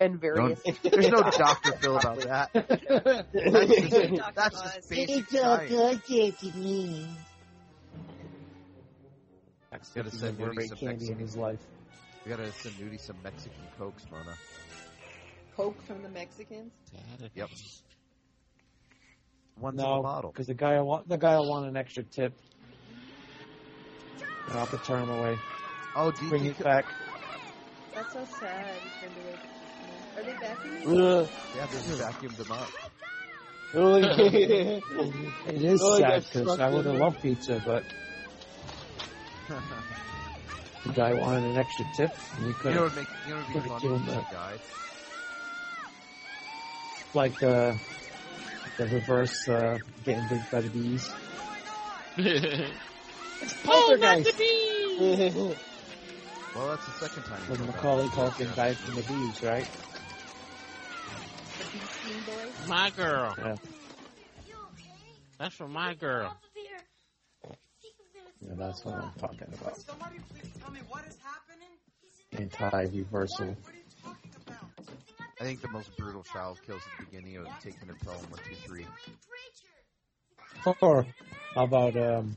[SPEAKER 11] And various.
[SPEAKER 9] There's no Dr. Phil about that. That's just, that's just basic science.
[SPEAKER 18] good to me.
[SPEAKER 9] Gotta
[SPEAKER 12] He's
[SPEAKER 9] send
[SPEAKER 12] never
[SPEAKER 9] Nudie
[SPEAKER 12] ate
[SPEAKER 9] some
[SPEAKER 12] candy in
[SPEAKER 9] Mexican.
[SPEAKER 12] his life.
[SPEAKER 9] We gotta send Nudie some Mexican cokes, Mona.
[SPEAKER 10] Coke from the Mexicans.
[SPEAKER 9] Yep. One's in a
[SPEAKER 12] No,
[SPEAKER 9] bottle.
[SPEAKER 12] because the guy will want the guy will want an extra tip. And I'll have to turn him away.
[SPEAKER 9] Oh, do you
[SPEAKER 12] Bring
[SPEAKER 9] think
[SPEAKER 12] it back.
[SPEAKER 10] That's so sad. Are they back in the
[SPEAKER 12] Ugh.
[SPEAKER 9] yeah, just vacuumed them up?
[SPEAKER 12] Oh, yeah. it is
[SPEAKER 15] Oh, I
[SPEAKER 12] sad
[SPEAKER 15] got
[SPEAKER 12] because
[SPEAKER 15] stuck
[SPEAKER 12] I would have
[SPEAKER 15] in
[SPEAKER 12] loved pizza, but the guy wanted an extra tip, and we
[SPEAKER 9] you
[SPEAKER 12] couldn't.
[SPEAKER 9] know what would make you know what would be
[SPEAKER 12] Could've
[SPEAKER 9] funny
[SPEAKER 12] killed
[SPEAKER 9] if
[SPEAKER 12] that.
[SPEAKER 9] he died?
[SPEAKER 12] like uh, the reverse uh, getting big by the bees.
[SPEAKER 13] it's poltergeist. Oh,
[SPEAKER 9] well, that's the second time.
[SPEAKER 12] When Macaulay Culkin died from the bees, right?
[SPEAKER 13] my girl.
[SPEAKER 12] Yeah.
[SPEAKER 13] That's for my girl.
[SPEAKER 12] Yeah, that's what I'm talking about.
[SPEAKER 16] Somebody please tell me what is happening?
[SPEAKER 12] Anti-reversal.
[SPEAKER 9] I think the most brutal child kills at the beginning of taking a Pelham 123.
[SPEAKER 12] Or how about um,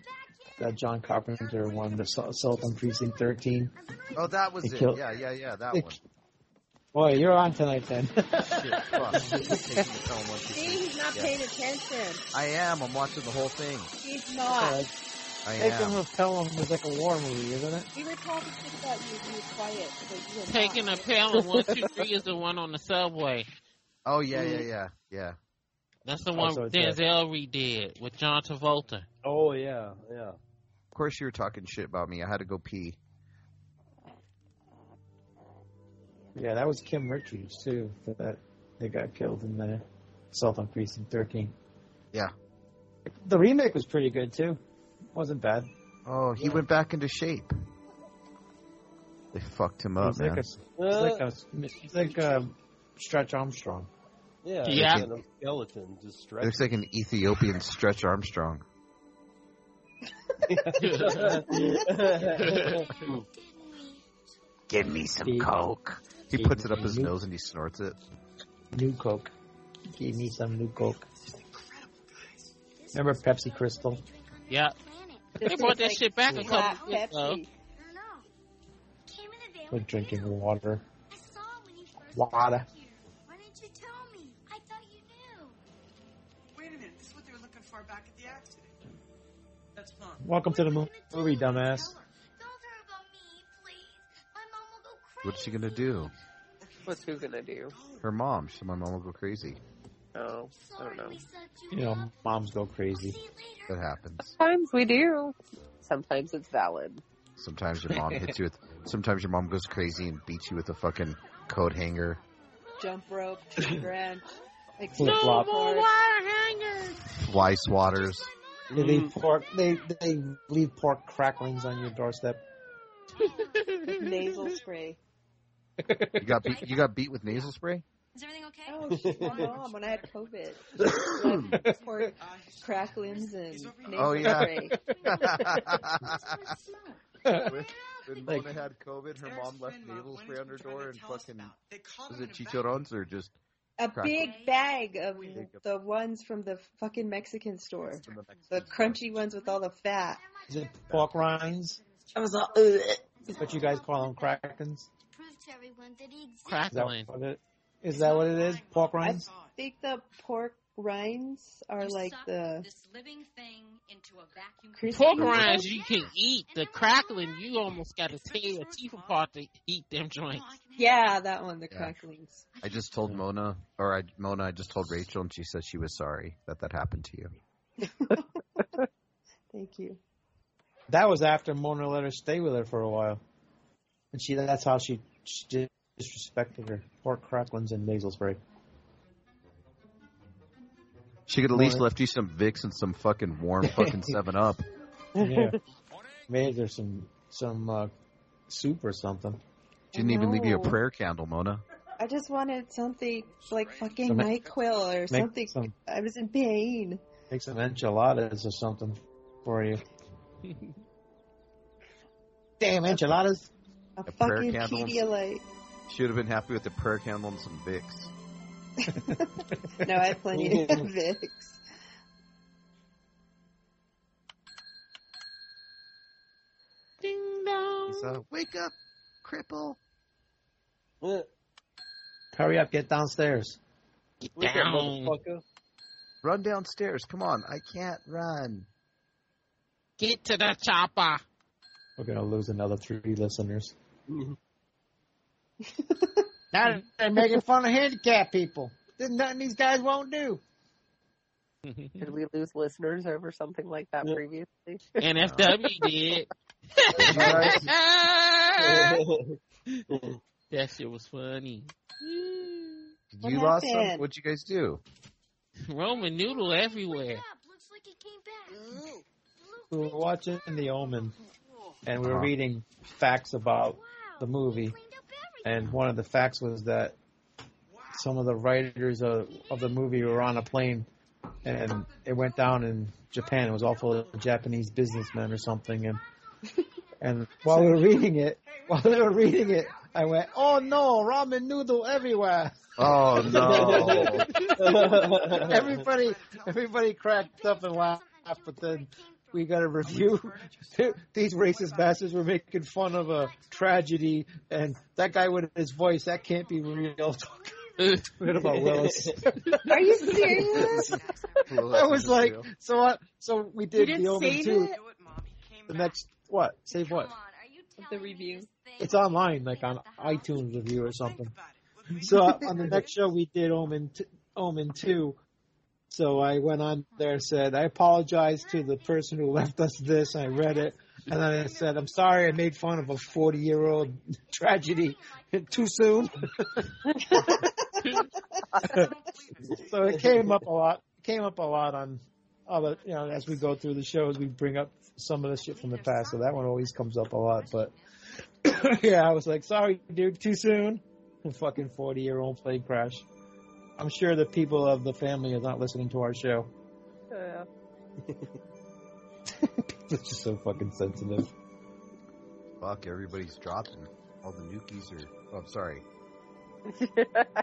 [SPEAKER 12] that John Carpenter one, the Assault- Assault on Precinct 13?
[SPEAKER 9] Oh, that was
[SPEAKER 12] They
[SPEAKER 9] it.
[SPEAKER 12] killed-
[SPEAKER 9] Yeah, yeah, yeah, that
[SPEAKER 12] they
[SPEAKER 9] one.
[SPEAKER 12] ki- Boy, you're on tonight then.
[SPEAKER 9] Shit, fuck. Taking the Pelham 123.
[SPEAKER 10] See, he's not
[SPEAKER 9] Yeah.
[SPEAKER 10] paying attention.
[SPEAKER 9] I am. I'm watching the whole thing.
[SPEAKER 10] He's not.
[SPEAKER 9] I
[SPEAKER 12] Taken
[SPEAKER 9] am.
[SPEAKER 12] with Pelham was like a war movie, isn't it?
[SPEAKER 10] We were talking shit about you. You were quiet. But you were
[SPEAKER 13] Taking a pill and one, two, three is the one on the subway.
[SPEAKER 9] Oh yeah, yeah, yeah, yeah.
[SPEAKER 13] That's the
[SPEAKER 9] Oh,
[SPEAKER 13] one
[SPEAKER 9] so it's
[SPEAKER 13] Denzel redid with John Travolta.
[SPEAKER 15] Oh yeah, yeah.
[SPEAKER 9] Of course, you were talking shit about me. I had to go pee.
[SPEAKER 12] Yeah, that was Kim Richards too. That they got killed in the Assault on Precinct 13.
[SPEAKER 9] Yeah.
[SPEAKER 12] The remake was pretty good too. Wasn't bad.
[SPEAKER 9] Oh, he went back into shape. They fucked him up,
[SPEAKER 12] He's like
[SPEAKER 9] man.
[SPEAKER 12] a, he's like a, he's like a Stretch Armstrong.
[SPEAKER 15] Yeah,
[SPEAKER 13] Yeah.
[SPEAKER 15] and a skeleton just
[SPEAKER 9] It looks like an Ethiopian Stretch Armstrong.
[SPEAKER 15] stretching.
[SPEAKER 9] Give me some
[SPEAKER 12] He-
[SPEAKER 9] coke. He
[SPEAKER 12] Give
[SPEAKER 9] puts it up
[SPEAKER 12] me
[SPEAKER 9] his
[SPEAKER 12] new-
[SPEAKER 9] nose and he snorts it.
[SPEAKER 12] New Coke. Give me some New Coke. Remember Pepsi Crystal?
[SPEAKER 13] Yeah. They brought that shit back a
[SPEAKER 10] Flat
[SPEAKER 13] couple Oh. years ago.
[SPEAKER 10] Pepsi.
[SPEAKER 12] We're drinking water. Water.
[SPEAKER 6] Why didn't you tell me? I thought you knew.
[SPEAKER 16] Wait a minute, this is what they were looking for back at the accident. That's mom.
[SPEAKER 12] Welcome to the mo- movie, dumbass.
[SPEAKER 6] Don't worry about me, please. My mom will go crazy.
[SPEAKER 9] What's she gonna do?
[SPEAKER 11] What's who gonna do?
[SPEAKER 9] Her mom. She, my mom will go crazy.
[SPEAKER 11] Oh, I don't know.
[SPEAKER 12] You know, moms go crazy.
[SPEAKER 9] That happens.
[SPEAKER 11] Sometimes we do. Sometimes it's valid.
[SPEAKER 13] Mm-hmm.
[SPEAKER 9] Sometimes your mom hits you with. Sometimes your mom goes crazy and beats you with a fucking coat hanger.
[SPEAKER 10] Jump rope, tree branch. Like
[SPEAKER 12] Flip flop.
[SPEAKER 13] hangers.
[SPEAKER 9] Fly swatters.
[SPEAKER 12] They leave pork. They they leave pork cracklings on your doorstep.
[SPEAKER 10] Nasal spray.
[SPEAKER 9] You got beat, you got beat with nasal spray.
[SPEAKER 5] Is everything okay?
[SPEAKER 10] Oh, she's my mom when I had COVID. Like, pork cracklings and nasal
[SPEAKER 9] Oh, yeah.
[SPEAKER 10] spray.
[SPEAKER 9] When Mona had COVID, her mom left
[SPEAKER 13] uh,
[SPEAKER 9] nasal spray on her door and fucking. Was it chicharrones or just
[SPEAKER 10] A
[SPEAKER 9] Crackling.
[SPEAKER 10] big bag of the ones from the fucking Mexican store. The crunchy ones with all the fat.
[SPEAKER 12] Is it pork rinds?
[SPEAKER 10] I was all, Ugh.
[SPEAKER 12] Is Oh, what you guys call them cracklings?
[SPEAKER 6] Prove to everyone that he exists.
[SPEAKER 12] Is that
[SPEAKER 13] Crackling.
[SPEAKER 12] what it is? That what it is? Pork rinds?
[SPEAKER 10] think the pork rinds are like the
[SPEAKER 5] This living thing into a vacuum.
[SPEAKER 10] crispy.
[SPEAKER 13] Pork rinds you can eat. The crackling, you almost got to tear your teeth apart to eat them joints.
[SPEAKER 10] Yeah, that one, the
[SPEAKER 9] Yeah.
[SPEAKER 10] cracklings.
[SPEAKER 9] I just told Mona, or I, Mona, I just told Rachel, and she said she was sorry that that happened to you.
[SPEAKER 10] Thank you.
[SPEAKER 12] That was after Mona let her stay with her for a while, and she that's how she, she disrespected her pork cracklings and nasal spray.
[SPEAKER 9] She could at least
[SPEAKER 12] Mona-
[SPEAKER 9] left you some Vicks and some fucking warm fucking Seven Up.
[SPEAKER 12] Yeah, maybe there's some some uh, soup or something.
[SPEAKER 9] She didn't even leave you a
[SPEAKER 10] No.
[SPEAKER 9] prayer candle, Mona.
[SPEAKER 10] I just wanted something like fucking
[SPEAKER 12] Some-
[SPEAKER 10] NyQuil or
[SPEAKER 12] Make
[SPEAKER 10] something.
[SPEAKER 12] some
[SPEAKER 10] I was in pain.
[SPEAKER 12] make some enchiladas or something for you. Damn enchiladas!
[SPEAKER 10] A,
[SPEAKER 9] A prayer
[SPEAKER 10] fucking
[SPEAKER 9] candle?
[SPEAKER 10] Pedialyte.
[SPEAKER 9] She would have been happy with the prayer candle and some Vicks.
[SPEAKER 10] No, I had plenty of
[SPEAKER 12] Yeah.
[SPEAKER 10] Vicks.
[SPEAKER 13] Ding dong.
[SPEAKER 9] Lisa, wake up, cripple.
[SPEAKER 12] Hurry up, get downstairs.
[SPEAKER 13] Get
[SPEAKER 15] Wake up,
[SPEAKER 13] down.
[SPEAKER 15] motherfucker.
[SPEAKER 9] Run downstairs. Come on. I can't run.
[SPEAKER 13] Get to the chopper.
[SPEAKER 12] We're gonna lose another three listeners.
[SPEAKER 18] Now they're making fun of handicapped people. There's nothing these guys won't do.
[SPEAKER 11] Did we lose listeners over something like that previously?
[SPEAKER 13] NFW did. that shit was funny.
[SPEAKER 10] What
[SPEAKER 9] you lost some?
[SPEAKER 10] happened?
[SPEAKER 9] What'd you guys do?
[SPEAKER 13] Roman noodle everywhere.
[SPEAKER 6] Looks like it came back.
[SPEAKER 12] We were watching The Omen, and we were reading facts about the movie. And one of the facts was that some of the writers of, of the movie were on a plane, and it went down in Japan. It was all full of Japanese businessmen or something. And and while we were reading it, while they were reading it, I went, "Oh no, ramen noodle everywhere!"
[SPEAKER 9] Oh no!
[SPEAKER 12] everybody, everybody cracked up and laughed, but then we got a review. These racist bastards were making fun of a tragedy, and that guy with his voice, that can't be real.
[SPEAKER 13] Mm.
[SPEAKER 12] What about Willis?
[SPEAKER 10] Are you serious?
[SPEAKER 12] I was like, so what? So we
[SPEAKER 10] You
[SPEAKER 12] did
[SPEAKER 10] didn't
[SPEAKER 12] the Omen
[SPEAKER 10] save
[SPEAKER 12] too.
[SPEAKER 10] it?
[SPEAKER 12] The next what? Save what?
[SPEAKER 10] The review.
[SPEAKER 12] It's online, like on iTunes review or something. So uh, on the next show we did Omen t- Omen two. So I went on there and said, I apologize to the person who left us this. I read it. And then I said, I'm sorry I made fun of a 40 year old tragedy too soon. so it came up a lot. It came up a lot on all the, you know, as we go through the shows, we bring up some of the shit from the past. So that one always comes up a lot. But yeah, I was like, sorry, dude, too soon. fucking 40 year old plane crash. I'm sure the people of the family are not listening to our show.
[SPEAKER 11] Uh,
[SPEAKER 12] It's just so fucking sensitive.
[SPEAKER 9] Fuck, everybody's dropping. All the nukies are. Oh, I'm sorry,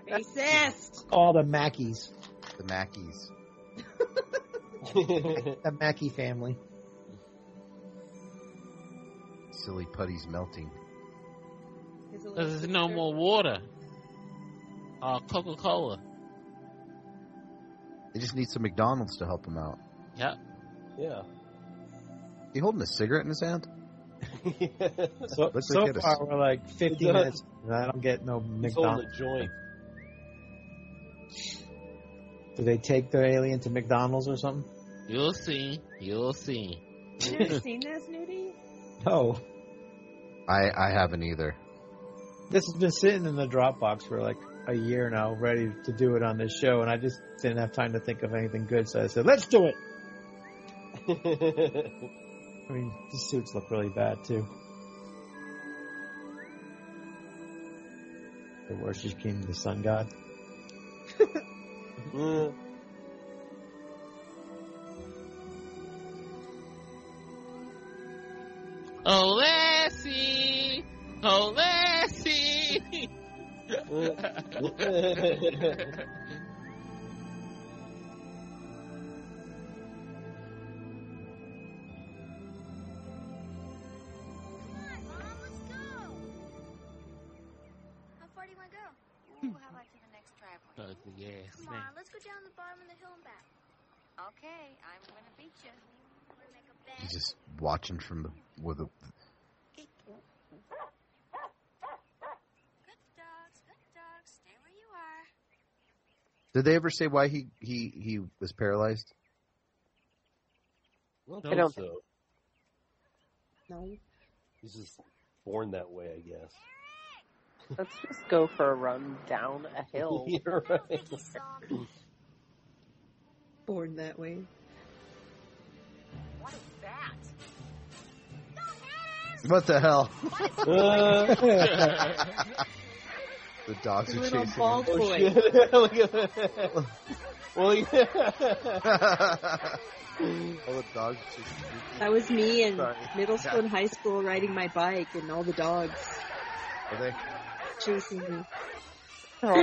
[SPEAKER 10] Racist.
[SPEAKER 12] All the Mackeys.
[SPEAKER 9] the Mackies.
[SPEAKER 12] the Mackey family.
[SPEAKER 9] Silly putty's melting.
[SPEAKER 13] Because there's no more water. Uh, Coca Cola.
[SPEAKER 9] They just need some McDonald's to help them out.
[SPEAKER 13] Yep.
[SPEAKER 15] Yeah.
[SPEAKER 9] He holding a cigarette in his hand?
[SPEAKER 12] So,
[SPEAKER 9] Let's
[SPEAKER 12] so
[SPEAKER 9] get a-
[SPEAKER 12] far, we're like 50
[SPEAKER 15] It's, uh,
[SPEAKER 12] minutes, and I don't get no
[SPEAKER 15] He's holding
[SPEAKER 12] McDonald's.
[SPEAKER 15] a joint.
[SPEAKER 12] Do they take the alien to McDonald's or something?
[SPEAKER 13] You'll see. You'll see.
[SPEAKER 10] You never seen this, Nudie?
[SPEAKER 12] No.
[SPEAKER 9] I I haven't either.
[SPEAKER 12] This has been sitting in the Dropbox for like a year now, ready to do it on this show, and I just didn't have time to think of anything good, so I said, let's do it! I mean, these suits look really bad, too. The worst is King, the Sun God.
[SPEAKER 13] Oh, Lassie! Oh, Lassie!
[SPEAKER 6] Come on, Mom, let's go.
[SPEAKER 5] How far do you want to go? Ooh, how about to the next driveway?
[SPEAKER 9] Uh,
[SPEAKER 13] Fuck the gas,
[SPEAKER 5] Come
[SPEAKER 13] man.
[SPEAKER 5] on, let's go down the bottom of the hill and back. Okay, I'm gonna beat you. Make a bet.
[SPEAKER 9] He's just watching from the with a.
[SPEAKER 5] Good dogs, good dogs, stay where you are.
[SPEAKER 9] Did they ever say why he he he was paralyzed?
[SPEAKER 11] I don't
[SPEAKER 15] so.
[SPEAKER 10] No.
[SPEAKER 15] He's just born that way, I guess.
[SPEAKER 11] Let's just go for a run down a hill.
[SPEAKER 15] You're right.
[SPEAKER 10] Born that way.
[SPEAKER 5] What is that?
[SPEAKER 9] What the hell?
[SPEAKER 15] Uh.
[SPEAKER 9] the dogs are chasing. him.
[SPEAKER 15] Oh, shit. Look at that. Well,
[SPEAKER 9] All the dogs are chasing Dookie.
[SPEAKER 10] That was me in
[SPEAKER 9] Sorry.
[SPEAKER 10] middle school and
[SPEAKER 9] Yeah.
[SPEAKER 10] high school riding my bike, and all the dogs
[SPEAKER 9] Are they?
[SPEAKER 10] chasing me.
[SPEAKER 11] Oh,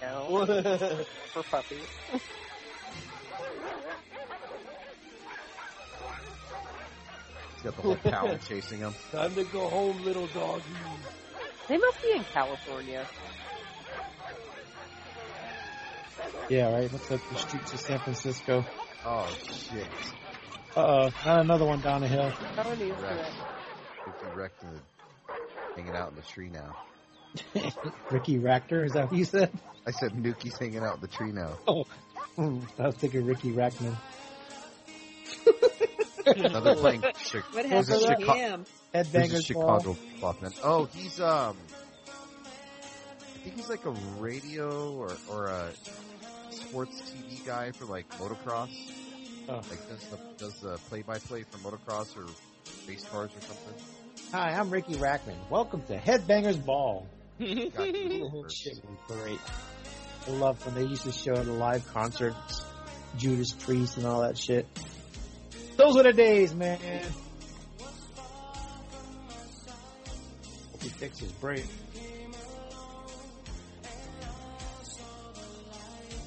[SPEAKER 11] no.
[SPEAKER 15] yeah.
[SPEAKER 11] For puppies.
[SPEAKER 9] He's got the whole town chasing him.
[SPEAKER 15] Time to go home, little doggy.
[SPEAKER 11] They must be in California.
[SPEAKER 12] Yeah, right? Looks like the streets of San Francisco.
[SPEAKER 9] Oh shit!
[SPEAKER 12] Uh oh, not another one down a hill.
[SPEAKER 11] Not on the internet.
[SPEAKER 9] Dookie wrecked and hanging out in the tree now.
[SPEAKER 12] Ricky Ractor, is that what you said?
[SPEAKER 9] I said Nuki's hanging out in the tree now.
[SPEAKER 12] Oh, I was thinking Ricky Rackman.
[SPEAKER 9] Now they're playing. Chi-
[SPEAKER 10] What
[SPEAKER 9] who's it,
[SPEAKER 10] happened to
[SPEAKER 9] Chica-
[SPEAKER 10] him?
[SPEAKER 9] who's it,
[SPEAKER 12] Headbangers
[SPEAKER 9] Chicago
[SPEAKER 12] Ball.
[SPEAKER 9] Clothman? Oh, he's um. I think he's like a radio or or a sports TV guy for like motocross. Like does the does the play by play for motocross or race cars or something.
[SPEAKER 12] Hi, I'm Ricky Rackman. Welcome to Headbangers Ball.
[SPEAKER 9] Got
[SPEAKER 12] Shit was great. I love when they used to show the live concerts, Judas Priest and all that shit. Those were the days, man. Hope he fixed his brake.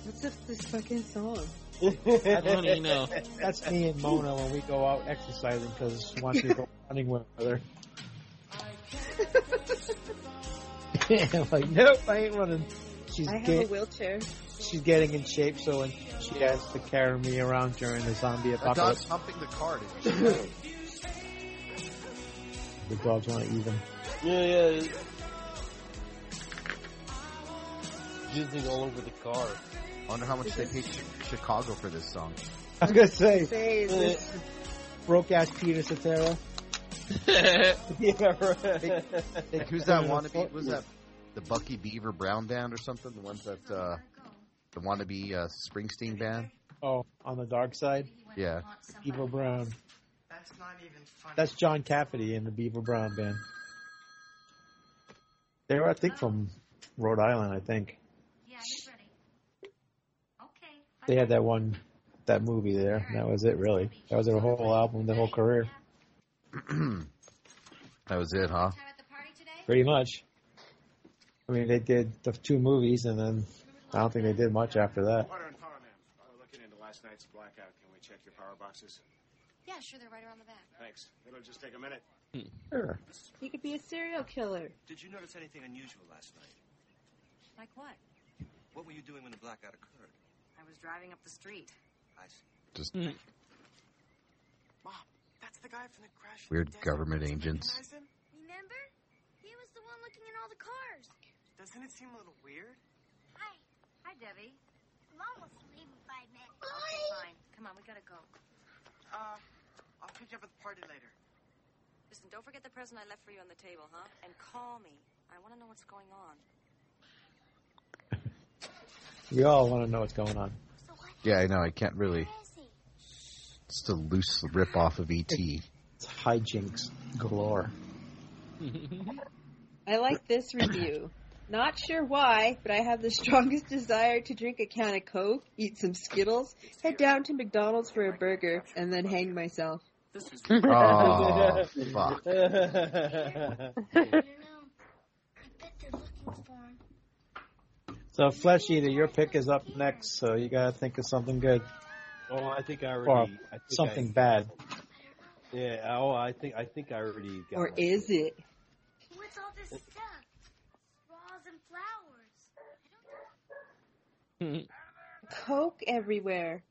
[SPEAKER 10] What's up this fucking song?
[SPEAKER 12] I don't even know. That's me and Mona when we go out exercising because she wants me to go running with her. like, nope, I ain't running. She's
[SPEAKER 10] I have a
[SPEAKER 12] gay.
[SPEAKER 10] wheelchair.
[SPEAKER 12] she's getting in shape, so when she has to carry me around during the zombie
[SPEAKER 9] A dog's
[SPEAKER 12] apocalypse,
[SPEAKER 9] humping the car. Did you see
[SPEAKER 12] the dogs want to eat them.
[SPEAKER 15] Yeah, yeah. Jizzing all over the car.
[SPEAKER 9] I wonder how much they paid Chi- Chicago for this song.
[SPEAKER 12] I was gonna say, eh,
[SPEAKER 10] Say this-
[SPEAKER 12] broke ass Peter Cetera.
[SPEAKER 15] yeah,
[SPEAKER 12] right.
[SPEAKER 9] Who's that wannabe? Was that the Bucky Beaver Brown band or something? The ones that uh, the wannabe uh, Springsteen band?
[SPEAKER 12] Oh, on the dark side,
[SPEAKER 9] Yeah.
[SPEAKER 12] Beaver Brown.
[SPEAKER 16] That's not even funny.
[SPEAKER 12] That's John Cafferty and the Beaver Brown band. They were, I think, from Rhode Island. I think
[SPEAKER 6] Yeah, he's ready. Okay.
[SPEAKER 12] they had that one, that movie there. and That was it, really. That was their whole album, their whole career,
[SPEAKER 9] that was it, huh?
[SPEAKER 12] pretty much. I mean, they did the two movies, and then I don't think they did much after that.
[SPEAKER 20] Water and power, ma'am. Uh, looking into last night's blackout. Can we check your power boxes?
[SPEAKER 5] Yeah, sure, they're right around the back.
[SPEAKER 20] Thanks. It'll just take a minute.
[SPEAKER 12] Sure.
[SPEAKER 10] He could be a serial killer.
[SPEAKER 19] Did you notice anything unusual last night?
[SPEAKER 5] Like what?
[SPEAKER 19] What were you doing when the blackout occurred?
[SPEAKER 5] I was driving up the street.
[SPEAKER 19] I see.
[SPEAKER 9] Just
[SPEAKER 13] Hmm.
[SPEAKER 16] Mom, that's the guy from the crash.
[SPEAKER 9] weird government agents.
[SPEAKER 16] Recognize him?
[SPEAKER 6] Remember? He was the one looking in all the cars.
[SPEAKER 16] Doesn't it seem a little weird?
[SPEAKER 6] Hi.
[SPEAKER 5] Hi, Debbie.
[SPEAKER 6] Mom was leaving in five minutes.
[SPEAKER 5] Okay, fine. Come on, we gotta go.
[SPEAKER 16] Uh, I'll pick you up at the party later.
[SPEAKER 5] Listen, don't forget the present I left for you on the table, huh? And call me. I want to know what's going on.
[SPEAKER 12] We all want to know what's going on.
[SPEAKER 9] Yeah, I know. I can't really. It's a loose rip off of E ET.
[SPEAKER 12] It's hijinks galore.
[SPEAKER 10] I like this review. Not sure why, but I have the strongest desire to drink a can of Coke, eat some Skittles, head down to McDonald's for a burger, and then hang myself.
[SPEAKER 16] This is
[SPEAKER 9] Oh, fuck.
[SPEAKER 6] I don't know. I bet they're looking for him.
[SPEAKER 12] So, Flesh Eater, your pick is up next, so you gotta think of something good
[SPEAKER 15] Oh, I think I
[SPEAKER 12] or
[SPEAKER 15] already. I think
[SPEAKER 12] something bad.
[SPEAKER 15] I, yeah. Oh, I think I think I already. Got
[SPEAKER 10] Or
[SPEAKER 15] one.
[SPEAKER 10] is it?
[SPEAKER 6] What's all this stuff? Straws and flowers.
[SPEAKER 10] Coke everywhere.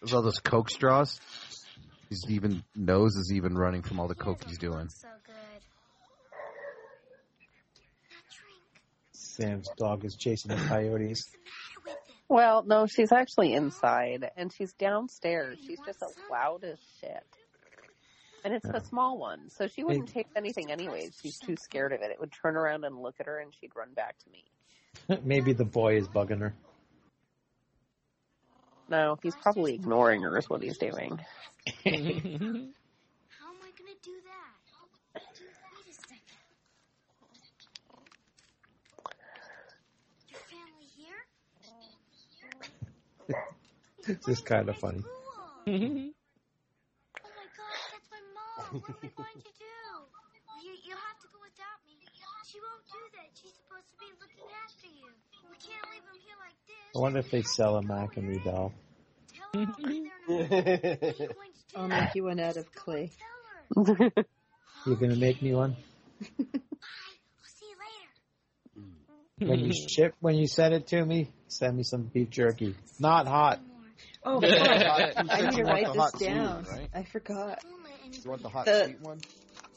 [SPEAKER 9] There's all those Coke straws. His even nose is even running from all the Coke he's doing.
[SPEAKER 6] So good. That drink.
[SPEAKER 12] Sam's dog is chasing the coyotes.
[SPEAKER 11] Well, no, she's actually inside and she's downstairs. She's just as loud as shit. And it's the small one, so she wouldn't take anything anyways. She's too scared of it. It would turn around and look at her and she'd run back to me.
[SPEAKER 12] Maybe the boy is bugging her.
[SPEAKER 11] No, he's probably ignoring her is what he's doing.
[SPEAKER 6] How am I gonna do that? Wait a second. Your family here?
[SPEAKER 12] This is kind of funny.
[SPEAKER 6] Cool. Oh my gosh, that's my mom. What are we going to do? You, you'll have to go without me. She won't do that. She's supposed to be looking after you. We can't leave him here like this.
[SPEAKER 12] I wonder if they sell a Mac and Redel.
[SPEAKER 6] Tell her I'll be there in a minute. What are you going to do?
[SPEAKER 10] I'll make you one out of clay.
[SPEAKER 6] Tell her.
[SPEAKER 12] You're gonna make me one?
[SPEAKER 6] Bye. We'll see you later.
[SPEAKER 12] When you ship, when you send it to me, send me some beef jerky. Not hot.
[SPEAKER 10] Oh, fuck. I need to write this down. I forgot.
[SPEAKER 6] Don't let anybody
[SPEAKER 9] You want the hot
[SPEAKER 10] The-
[SPEAKER 9] sweet one?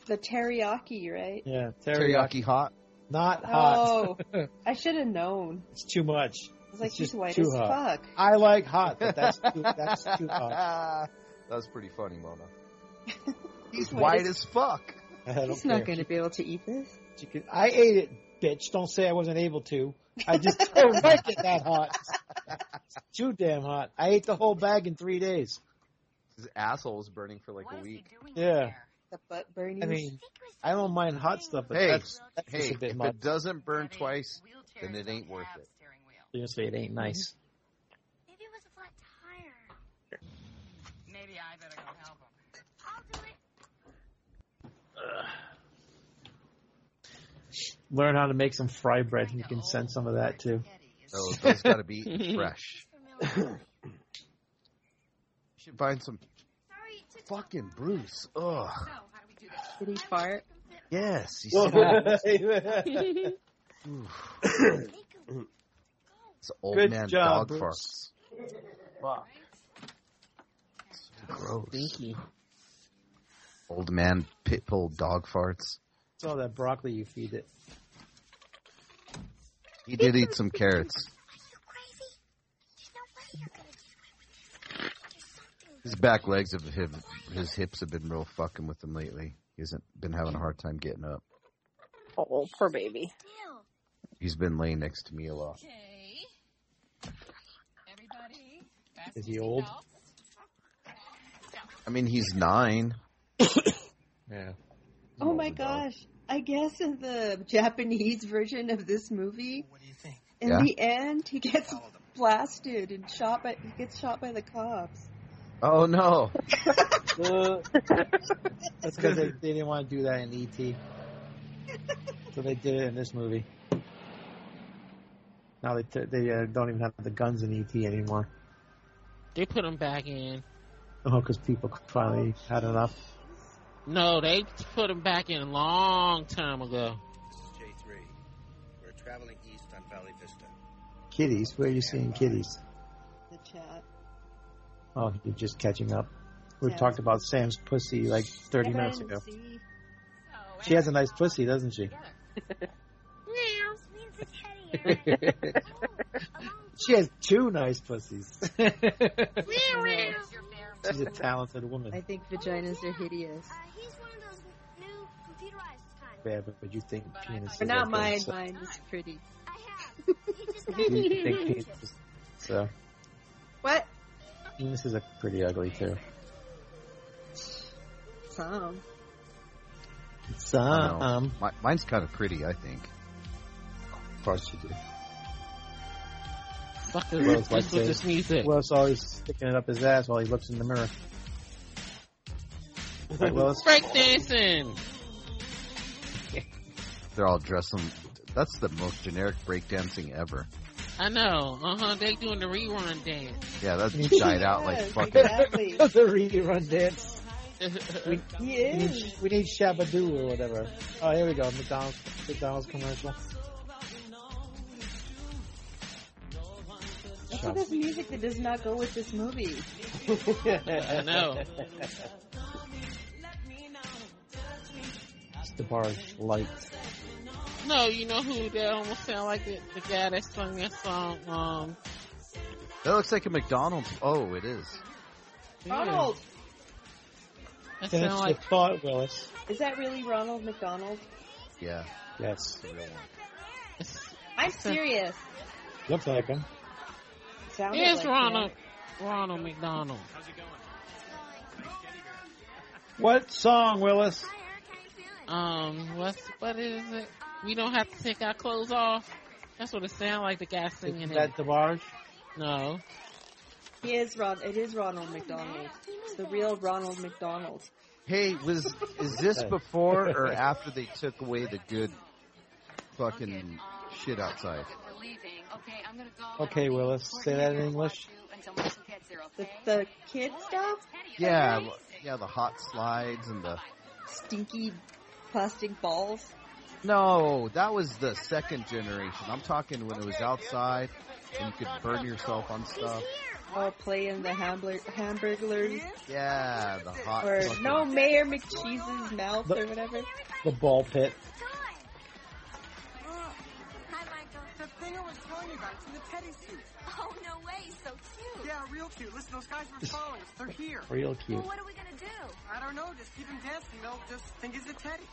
[SPEAKER 10] The teriyaki, right?
[SPEAKER 12] Yeah, teriyaki.
[SPEAKER 9] Teriyaki hot.
[SPEAKER 12] Not hot.
[SPEAKER 10] Oh, I should have known.
[SPEAKER 12] It's too much.
[SPEAKER 10] I was like,
[SPEAKER 12] It's
[SPEAKER 10] he's
[SPEAKER 12] just
[SPEAKER 10] white
[SPEAKER 12] too
[SPEAKER 10] as
[SPEAKER 12] hot.
[SPEAKER 10] fuck.
[SPEAKER 12] I like hot, but that's too, that's too hot.
[SPEAKER 9] that was pretty funny, Mona. He's
[SPEAKER 10] White
[SPEAKER 9] white
[SPEAKER 10] as-
[SPEAKER 9] as fuck.
[SPEAKER 12] I don't
[SPEAKER 10] He's not
[SPEAKER 12] care.
[SPEAKER 10] going to be able to eat this.
[SPEAKER 12] She could- I ate it, bitch. Don't say I wasn't able to. I just don't like it that hot. It's too damn hot. I ate the whole bag in three days.
[SPEAKER 9] His asshole was burning for like a week.
[SPEAKER 12] Yeah.
[SPEAKER 10] The butt burning.
[SPEAKER 12] I mean, I don't mind hot stuff, but
[SPEAKER 9] hey,
[SPEAKER 12] that's, that's
[SPEAKER 9] hey,
[SPEAKER 12] just a bit
[SPEAKER 9] if
[SPEAKER 12] much.
[SPEAKER 9] it doesn't burn twice, then it ain't worth it.
[SPEAKER 12] Seriously, it ain't nice.
[SPEAKER 6] Maybe it was a flat tire.
[SPEAKER 16] Maybe I better go help him.
[SPEAKER 6] I'll do it.
[SPEAKER 12] Mm-hmm. Learn how to make some fry bread. You can send some of that too.
[SPEAKER 9] Oh, those gotta be eaten fresh. Should find some fucking Bruce. Ugh.
[SPEAKER 10] Did he fart?
[SPEAKER 9] Yes. he
[SPEAKER 12] Whoa.
[SPEAKER 9] said- Oof. it's old
[SPEAKER 12] Good
[SPEAKER 9] man dog
[SPEAKER 12] job, Bruce.
[SPEAKER 9] farts.
[SPEAKER 12] Fuck.
[SPEAKER 9] Gross.
[SPEAKER 12] Stinky.
[SPEAKER 9] Old man pit bull dog farts.
[SPEAKER 12] It's all that broccoli you feed it.
[SPEAKER 9] He did eat some carrots. His back legs of him, his hips have been real fucking with him lately. He hasn't been having a hard time getting up.
[SPEAKER 11] Oh, poor baby.
[SPEAKER 9] He's been laying next to me a lot.
[SPEAKER 16] Okay. Everybody. fasten
[SPEAKER 12] Is he old?
[SPEAKER 16] seatbelts.
[SPEAKER 9] I mean, he's nine.
[SPEAKER 12] yeah.
[SPEAKER 10] Oh my gosh. I guess in the Japanese version of this movie, in
[SPEAKER 9] Yeah.
[SPEAKER 10] the end, he gets blasted and shot by he gets shot by the cops.
[SPEAKER 9] Oh no.
[SPEAKER 12] That's because they, they didn't want to do that in ET, so they did it in this movie. Now they t- they uh, don't even have the guns in ET anymore.
[SPEAKER 13] They put him back in.
[SPEAKER 12] Oh, because people finally had enough.
[SPEAKER 13] No, they put him back in a long time ago.
[SPEAKER 19] J3. We're traveling east on Valley Vista.
[SPEAKER 12] Kitties, where are you seeing kitties?
[SPEAKER 10] The chat.
[SPEAKER 12] Oh, you're just catching up. We
[SPEAKER 10] Yeah.
[SPEAKER 12] talked about Sam's pussy like 30
[SPEAKER 10] Ever
[SPEAKER 12] minutes
[SPEAKER 10] didn't
[SPEAKER 12] ago.
[SPEAKER 10] see-
[SPEAKER 12] She has a nice pussy, doesn't she? she has two nice pussies.
[SPEAKER 6] Uh,
[SPEAKER 12] She's a talented
[SPEAKER 10] I
[SPEAKER 12] woman.
[SPEAKER 10] think vaginas are hideous.
[SPEAKER 6] Uh, he's one of those new computerized kind.
[SPEAKER 12] Yeah, but, but you think penises
[SPEAKER 10] Or not
[SPEAKER 12] are
[SPEAKER 10] mine.
[SPEAKER 12] good, so-
[SPEAKER 10] Mine is pretty.
[SPEAKER 6] I have. He just got
[SPEAKER 12] you
[SPEAKER 6] me
[SPEAKER 12] think
[SPEAKER 6] a
[SPEAKER 12] penises, so
[SPEAKER 10] What?
[SPEAKER 12] penises are pretty ugly too.
[SPEAKER 10] Some.
[SPEAKER 9] I don't know.
[SPEAKER 12] Some.
[SPEAKER 9] Mi- mine's kind of pretty, I think.
[SPEAKER 12] Of course you do.
[SPEAKER 13] Fuck
[SPEAKER 12] Will's
[SPEAKER 13] this
[SPEAKER 12] like
[SPEAKER 13] with this music.
[SPEAKER 12] Will's always sticking it up his ass while he looks in the mirror. All right, Willis.
[SPEAKER 13] Break dancing.
[SPEAKER 9] They're all dressed. In, that's the most generic breakdancing ever.
[SPEAKER 13] I know. Uh huh. They doing the rerun dance.
[SPEAKER 9] Yeah, that's
[SPEAKER 12] Yes,
[SPEAKER 9] died out like fucking.
[SPEAKER 10] Exactly.
[SPEAKER 12] the rerun dance.
[SPEAKER 10] He
[SPEAKER 12] We need,
[SPEAKER 10] is.
[SPEAKER 12] we need Shabadoo or whatever. Oh, here we go. McDonald's McDonald's commercial.
[SPEAKER 10] Look at this music that does not go with this movie.
[SPEAKER 13] I know.
[SPEAKER 12] Just the bar is light.
[SPEAKER 13] No, you know who that almost sound like the, the guy that sung that song. Um,
[SPEAKER 9] That looks like a McDonald's. Oh, it is.
[SPEAKER 13] yeah.
[SPEAKER 10] Ronald!
[SPEAKER 13] That
[SPEAKER 12] Finish
[SPEAKER 13] sound like
[SPEAKER 12] the thought, Willis.
[SPEAKER 10] Is that really Ronald McDonald?
[SPEAKER 9] Yeah.
[SPEAKER 12] Yes.
[SPEAKER 10] I'm serious.
[SPEAKER 12] Looks like him.
[SPEAKER 10] Sounded
[SPEAKER 13] Here's
[SPEAKER 10] like
[SPEAKER 13] Ronald. Ronald McDonald.
[SPEAKER 12] What song, Willis?
[SPEAKER 13] Um, what's what is it? We don't have to take our clothes off. That's what it sound like. The guy singing
[SPEAKER 12] Is
[SPEAKER 13] it.
[SPEAKER 12] that the bar?
[SPEAKER 13] No,
[SPEAKER 10] that. He is Ron. It is Ronald McDonald. It's the real Ronald McDonald.
[SPEAKER 9] Hey, was is this before or after they took away the good fucking shit outside?
[SPEAKER 16] We're leaving. Okay, I'm gonna go.
[SPEAKER 12] Okay, Willis. Say that in English.
[SPEAKER 16] Until my two kids are
[SPEAKER 10] The,
[SPEAKER 16] okay.
[SPEAKER 10] the kid stuff?
[SPEAKER 9] Yeah, w- yeah, the hot slides and the
[SPEAKER 10] Stinky plastic balls.
[SPEAKER 9] no, that was the second generation. I'm talking when it was outside and you could burn yourself on stuff.
[SPEAKER 10] All playing the hambler, hamburglers.
[SPEAKER 9] Yeah, the hot.
[SPEAKER 10] Or
[SPEAKER 9] fucking-
[SPEAKER 10] no, Mayor McCheese's mouth or whatever.
[SPEAKER 12] The ball pit.
[SPEAKER 6] Oh,
[SPEAKER 5] Hi, Michael.
[SPEAKER 16] The thing I was telling you about, it's in the teddy suit.
[SPEAKER 5] Oh, no way. So cute.
[SPEAKER 16] Yeah, real cute. Listen, those guys were following us. They're here.
[SPEAKER 12] Real cute.
[SPEAKER 5] Well, what are we going to do?
[SPEAKER 16] I don't know. Just keep them dancing. They'll just think it's a teddy.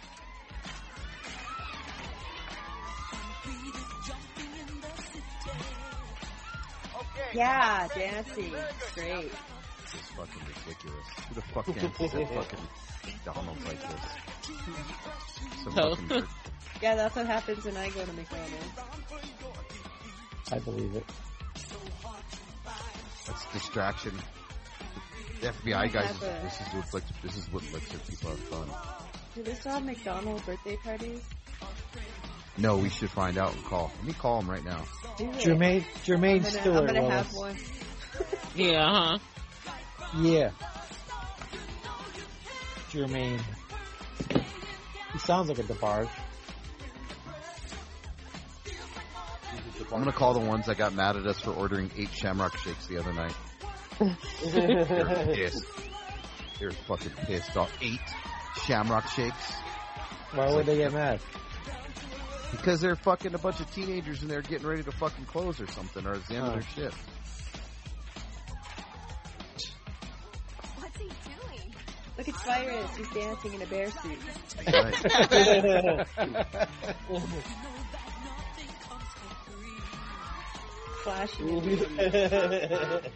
[SPEAKER 10] Yeah, dancing. Great.
[SPEAKER 9] This is fucking ridiculous. Who the fuck dances at fucking McDonald's like this? Some
[SPEAKER 10] No.
[SPEAKER 9] fucking nerd.
[SPEAKER 10] Yeah, that's what happens when I go to McDonald's.
[SPEAKER 12] I believe it.
[SPEAKER 9] That's distraction. The FBI guys,
[SPEAKER 10] Have a-
[SPEAKER 9] this is what like this is what looks at people have fun.
[SPEAKER 10] Do they still have McDonald's birthday parties?
[SPEAKER 9] No, we should find out and call. Let me call him right now.
[SPEAKER 10] Do it.
[SPEAKER 12] Jermaine,
[SPEAKER 10] I'm
[SPEAKER 12] Jermaine
[SPEAKER 10] gonna,
[SPEAKER 12] Stiller.
[SPEAKER 10] I'm gonna
[SPEAKER 12] Lois.
[SPEAKER 10] have one.
[SPEAKER 13] Yeah, uh-huh. huh?
[SPEAKER 12] Yeah. Jermaine. He sounds like a DeBarge.
[SPEAKER 9] I'm gonna call the ones that got mad at us for ordering eight Shamrock shakes the other night. They're pissed. They're fucking pissed off. Eight Shamrock shakes
[SPEAKER 12] Why would they get mad?
[SPEAKER 9] because they're fucking a bunch of teenagers and they're getting ready to fucking close or something, or it's the end of their shift.
[SPEAKER 5] What's he doing?
[SPEAKER 10] Look at Cyrus. He's dancing in a bear suit. Flashing. the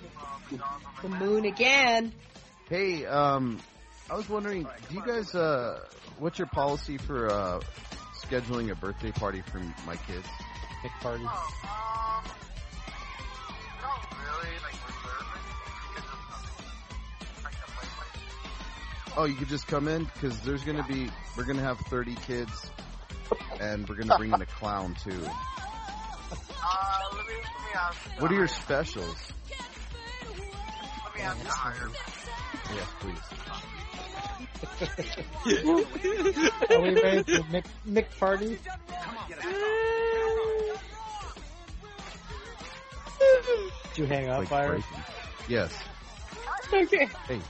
[SPEAKER 10] moon again.
[SPEAKER 9] Hey, um, I was wondering, do you guys, uh, what's your policy for, uh, scheduling a birthday party for my kids?
[SPEAKER 12] Big party.
[SPEAKER 9] Oh, you could just come in because there's gonna be we're gonna have 30 kids, and we're gonna bring in a clown too. What are your specials? Yeah, please.
[SPEAKER 12] Are we ready for Mick, Mick Party? Did you hang up,
[SPEAKER 9] Like
[SPEAKER 12] Byron?
[SPEAKER 9] breaking. Yes.
[SPEAKER 12] Okay.
[SPEAKER 9] Hey.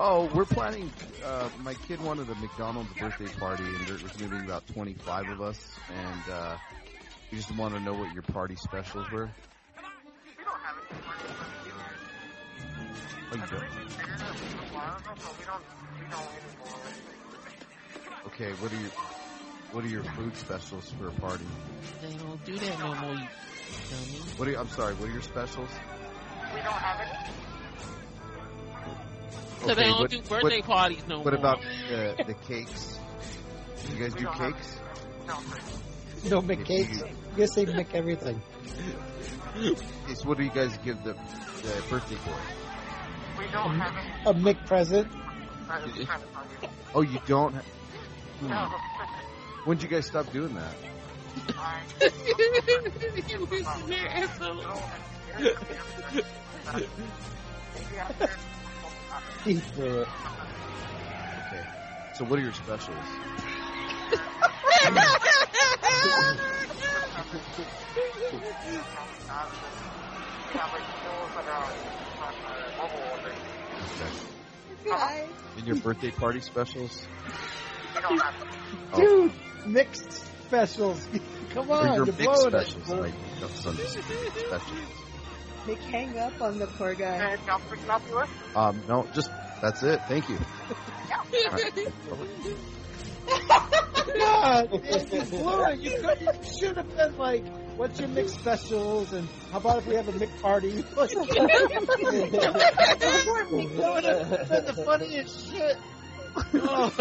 [SPEAKER 9] Oh, we're planning. Uh, my kid wanted a McDonald's birthday party, and there was going to be about 25 of us, and uh, we just want to know what your party specials were. Oh, you don't? Okay, what are your what are your food specials for a party?
[SPEAKER 13] They don't do that no more, you dummy.
[SPEAKER 9] What are you, I'm sorry, what are your specials?
[SPEAKER 13] We don't have it. So they don't
[SPEAKER 9] what-
[SPEAKER 13] do birthday
[SPEAKER 9] what-
[SPEAKER 13] parties no
[SPEAKER 9] What
[SPEAKER 13] more.
[SPEAKER 9] about the, the cakes? You guys do cakes?
[SPEAKER 12] No Mick cakes. You guys say Mick everything.
[SPEAKER 9] Yes, what do you guys give the, the birthday boy?
[SPEAKER 12] We don't have a Mick present.
[SPEAKER 9] Oh, you don't? ha- Hmm. When did you guys stop doing that?
[SPEAKER 12] He threw it.
[SPEAKER 9] Okay. So what are your specials? Okay.
[SPEAKER 10] Guys.
[SPEAKER 9] And your birthday party specials? Oh,
[SPEAKER 12] Dude, mixed specials. Come
[SPEAKER 9] or
[SPEAKER 12] on,
[SPEAKER 9] Oh, your
[SPEAKER 12] you're
[SPEAKER 9] big
[SPEAKER 12] blowing it.
[SPEAKER 9] specials, like your Sunday specials.
[SPEAKER 10] They hang up on the poor guy.
[SPEAKER 9] Um, no, just that's it. Thank you.
[SPEAKER 12] God, this is blowing. You, could, you should have been like, what's your mixed specials? And how about if we have a Mick party? Like, that would have been the funniest shit. Oh.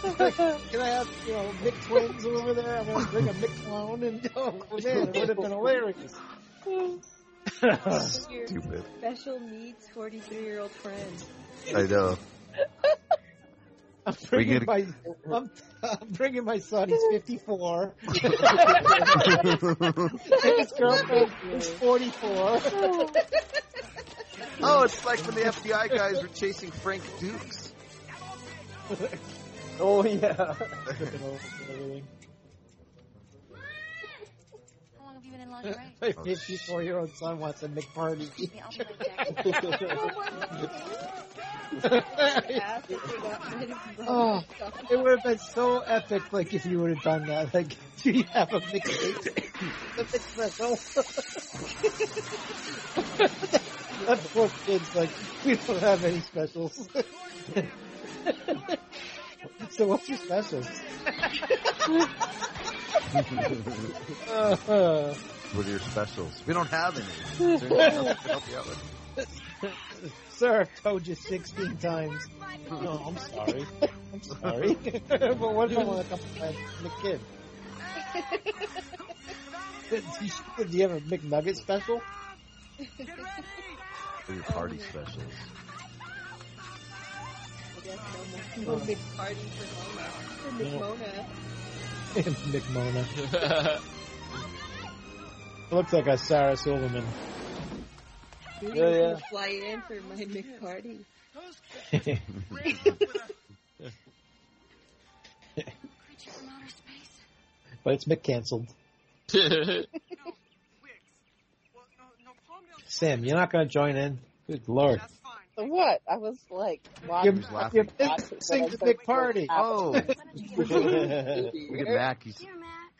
[SPEAKER 12] Can I have, you know, Mick twins over there? I want to bring a Mick clone. And, oh, man, it would have been hilarious.
[SPEAKER 10] Your
[SPEAKER 9] Stupid.
[SPEAKER 10] Special needs 43 year old friend.
[SPEAKER 9] I know.
[SPEAKER 12] I'm bringing,
[SPEAKER 9] get-
[SPEAKER 12] my, I'm, I'm bringing my son. He's 54. and his girlfriend is 44.
[SPEAKER 9] Oh, it's like when the FBI guys were chasing Frank Dukes.
[SPEAKER 12] oh yeah.
[SPEAKER 5] How long have you been in lingerie?
[SPEAKER 12] My 54 year old son wants a McParty.
[SPEAKER 5] Yeah, I'll
[SPEAKER 12] oh, it would have been so epic, like if you would have done that. Like, do you have a McParty? a McSpecial. that poor kid's like, we don't have any specials. so what's your specials? Uh,
[SPEAKER 9] What are your specials? We don't have any. Is there anything else I can help you out with?
[SPEAKER 12] Sir, I've told you 16 times. No, I'm sorry. I'm sorry. but what do you want to come by the kid? Did you, did you have a McNugget special?
[SPEAKER 9] What are your party specials?
[SPEAKER 10] No big party for Mona. For
[SPEAKER 12] No.
[SPEAKER 10] Mona.
[SPEAKER 12] McMona. Looks like a Sarah Silverman.
[SPEAKER 10] Who
[SPEAKER 12] Yeah,
[SPEAKER 10] needs
[SPEAKER 12] yeah.
[SPEAKER 10] to fly in for my big party?
[SPEAKER 21] Creature from outer space.
[SPEAKER 12] but it's McCanceled. Sam, you're not going to join in? Good lord.
[SPEAKER 14] What? I was like,
[SPEAKER 12] You're,
[SPEAKER 14] watching.
[SPEAKER 9] Who's laughing?
[SPEAKER 12] you're missing the big party.
[SPEAKER 9] Oh,
[SPEAKER 14] Look
[SPEAKER 9] look at Mac. He's,
[SPEAKER 6] Dear Mac,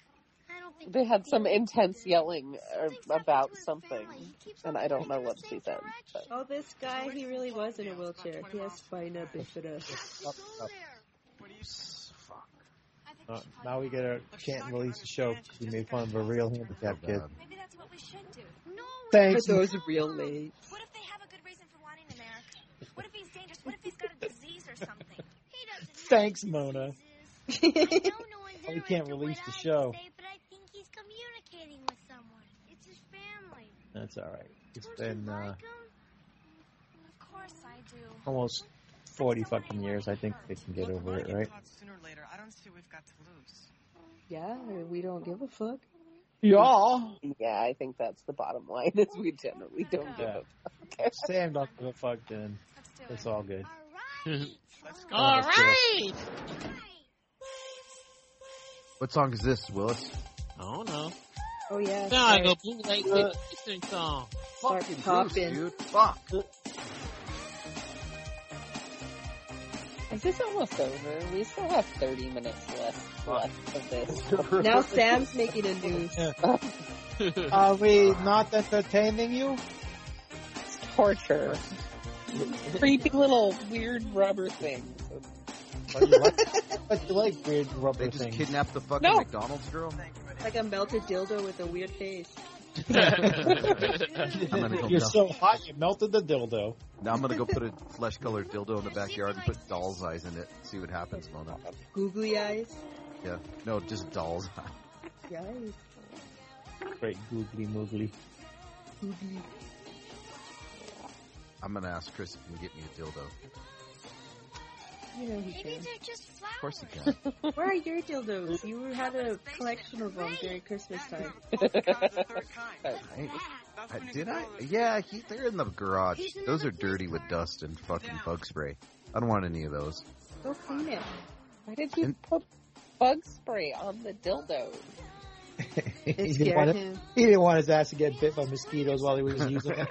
[SPEAKER 6] I don't think
[SPEAKER 14] They had some intense yelling uh,
[SPEAKER 6] Something's happened
[SPEAKER 14] about
[SPEAKER 6] to his
[SPEAKER 14] something,
[SPEAKER 6] family. He keeps on
[SPEAKER 14] and I don't know
[SPEAKER 6] going in
[SPEAKER 14] what
[SPEAKER 6] the
[SPEAKER 14] she
[SPEAKER 6] same
[SPEAKER 14] said. But
[SPEAKER 10] Oh, this guy, he really was in a wheelchair. He has spina bifida.
[SPEAKER 12] Up,
[SPEAKER 6] Go
[SPEAKER 12] up.
[SPEAKER 6] there. I think we
[SPEAKER 12] Uh,
[SPEAKER 6] should
[SPEAKER 12] now we get a can't release the show because we made fun of a real handicapped kid.
[SPEAKER 9] um,
[SPEAKER 21] Maybe that's what we should do.
[SPEAKER 6] No,
[SPEAKER 12] Thanks.
[SPEAKER 10] But those are real late.
[SPEAKER 21] What if they have a good reason for wanting him, Eric? What if he's dangerous? What if he's got a disease or something?
[SPEAKER 6] he doesn't have
[SPEAKER 12] Thanks, Mona.
[SPEAKER 6] I
[SPEAKER 10] That's
[SPEAKER 6] know no one's
[SPEAKER 12] Oh, we
[SPEAKER 6] interested
[SPEAKER 12] can't
[SPEAKER 6] in
[SPEAKER 12] release
[SPEAKER 6] what
[SPEAKER 12] the
[SPEAKER 6] I
[SPEAKER 12] show.
[SPEAKER 6] Say, but I think he's communicating with someone. It's his family.
[SPEAKER 12] That's all right. It's
[SPEAKER 6] Don't
[SPEAKER 12] been
[SPEAKER 6] you
[SPEAKER 12] uh,
[SPEAKER 6] like him?
[SPEAKER 21] Of course I do.
[SPEAKER 12] almost 40 fucking years. I think they can get
[SPEAKER 22] Look,
[SPEAKER 12] over
[SPEAKER 22] we're
[SPEAKER 12] it,
[SPEAKER 22] gonna
[SPEAKER 12] right?
[SPEAKER 22] get caught Sooner or later, I don't see what we've got to lose.
[SPEAKER 10] Yeah, we don't give a fuck.
[SPEAKER 12] Y'all.
[SPEAKER 14] yeah, I think that's the bottom line. Is we generally don't give
[SPEAKER 12] Yeah.
[SPEAKER 14] a fuck.
[SPEAKER 12] Sam don't give a fuck then.
[SPEAKER 21] Let's do it.
[SPEAKER 12] It's all good.
[SPEAKER 6] All right.
[SPEAKER 22] Let's go.
[SPEAKER 13] All
[SPEAKER 12] Oh, that's
[SPEAKER 13] right.
[SPEAKER 9] what song is this, Willis?
[SPEAKER 13] I don't know.
[SPEAKER 10] Oh yeah.
[SPEAKER 13] Now I go
[SPEAKER 10] start-
[SPEAKER 13] bootleg
[SPEAKER 12] Uh,
[SPEAKER 13] the Eastern song.
[SPEAKER 10] Start
[SPEAKER 9] Fucking Bruce,
[SPEAKER 10] popping.
[SPEAKER 9] dude. Fuck.
[SPEAKER 14] Is this almost over? We still have 30 minutes left, left of this.
[SPEAKER 10] Now Sam's making a noose.
[SPEAKER 12] Are we not entertaining you?
[SPEAKER 14] It's torture. Creepy little weird rubber thing.
[SPEAKER 12] But you like, but you like weird
[SPEAKER 9] They
[SPEAKER 12] rubber
[SPEAKER 9] just
[SPEAKER 12] things.
[SPEAKER 9] kidnapped the fucking
[SPEAKER 14] No.
[SPEAKER 9] McDonald's girl.
[SPEAKER 10] Like a melted dildo with a weird face.
[SPEAKER 9] I'm gonna go.
[SPEAKER 12] You're
[SPEAKER 9] dump-
[SPEAKER 12] so hot, you melted the dildo.
[SPEAKER 9] now I'm gonna go put a flesh colored dildo in the backyard and put doll's eyes in it. See what happens, Mona.
[SPEAKER 10] Googly eyes.
[SPEAKER 9] Yeah. No, just doll's eyes.
[SPEAKER 10] Yikes.
[SPEAKER 12] Great googly moogly.
[SPEAKER 10] Googly.
[SPEAKER 9] I'm gonna ask Chris if he can get me a dildo. Of
[SPEAKER 10] You know he
[SPEAKER 6] Maybe
[SPEAKER 10] can.
[SPEAKER 6] they're just flowers.
[SPEAKER 9] course he can.
[SPEAKER 10] Where are your dildos? You had a collection of them during Christmas time.
[SPEAKER 9] I, I, did I? Yeah, he, they're in the garage. Those are dirty with dust and fucking bug spray. I don't want any of those.
[SPEAKER 10] Go clean it.
[SPEAKER 14] Why did you put bug spray on the dildo?
[SPEAKER 12] he,
[SPEAKER 10] It
[SPEAKER 12] didn't want
[SPEAKER 10] scared
[SPEAKER 12] it-
[SPEAKER 10] him.
[SPEAKER 12] he didn't want his ass to get bit by mosquitoes while he was using it.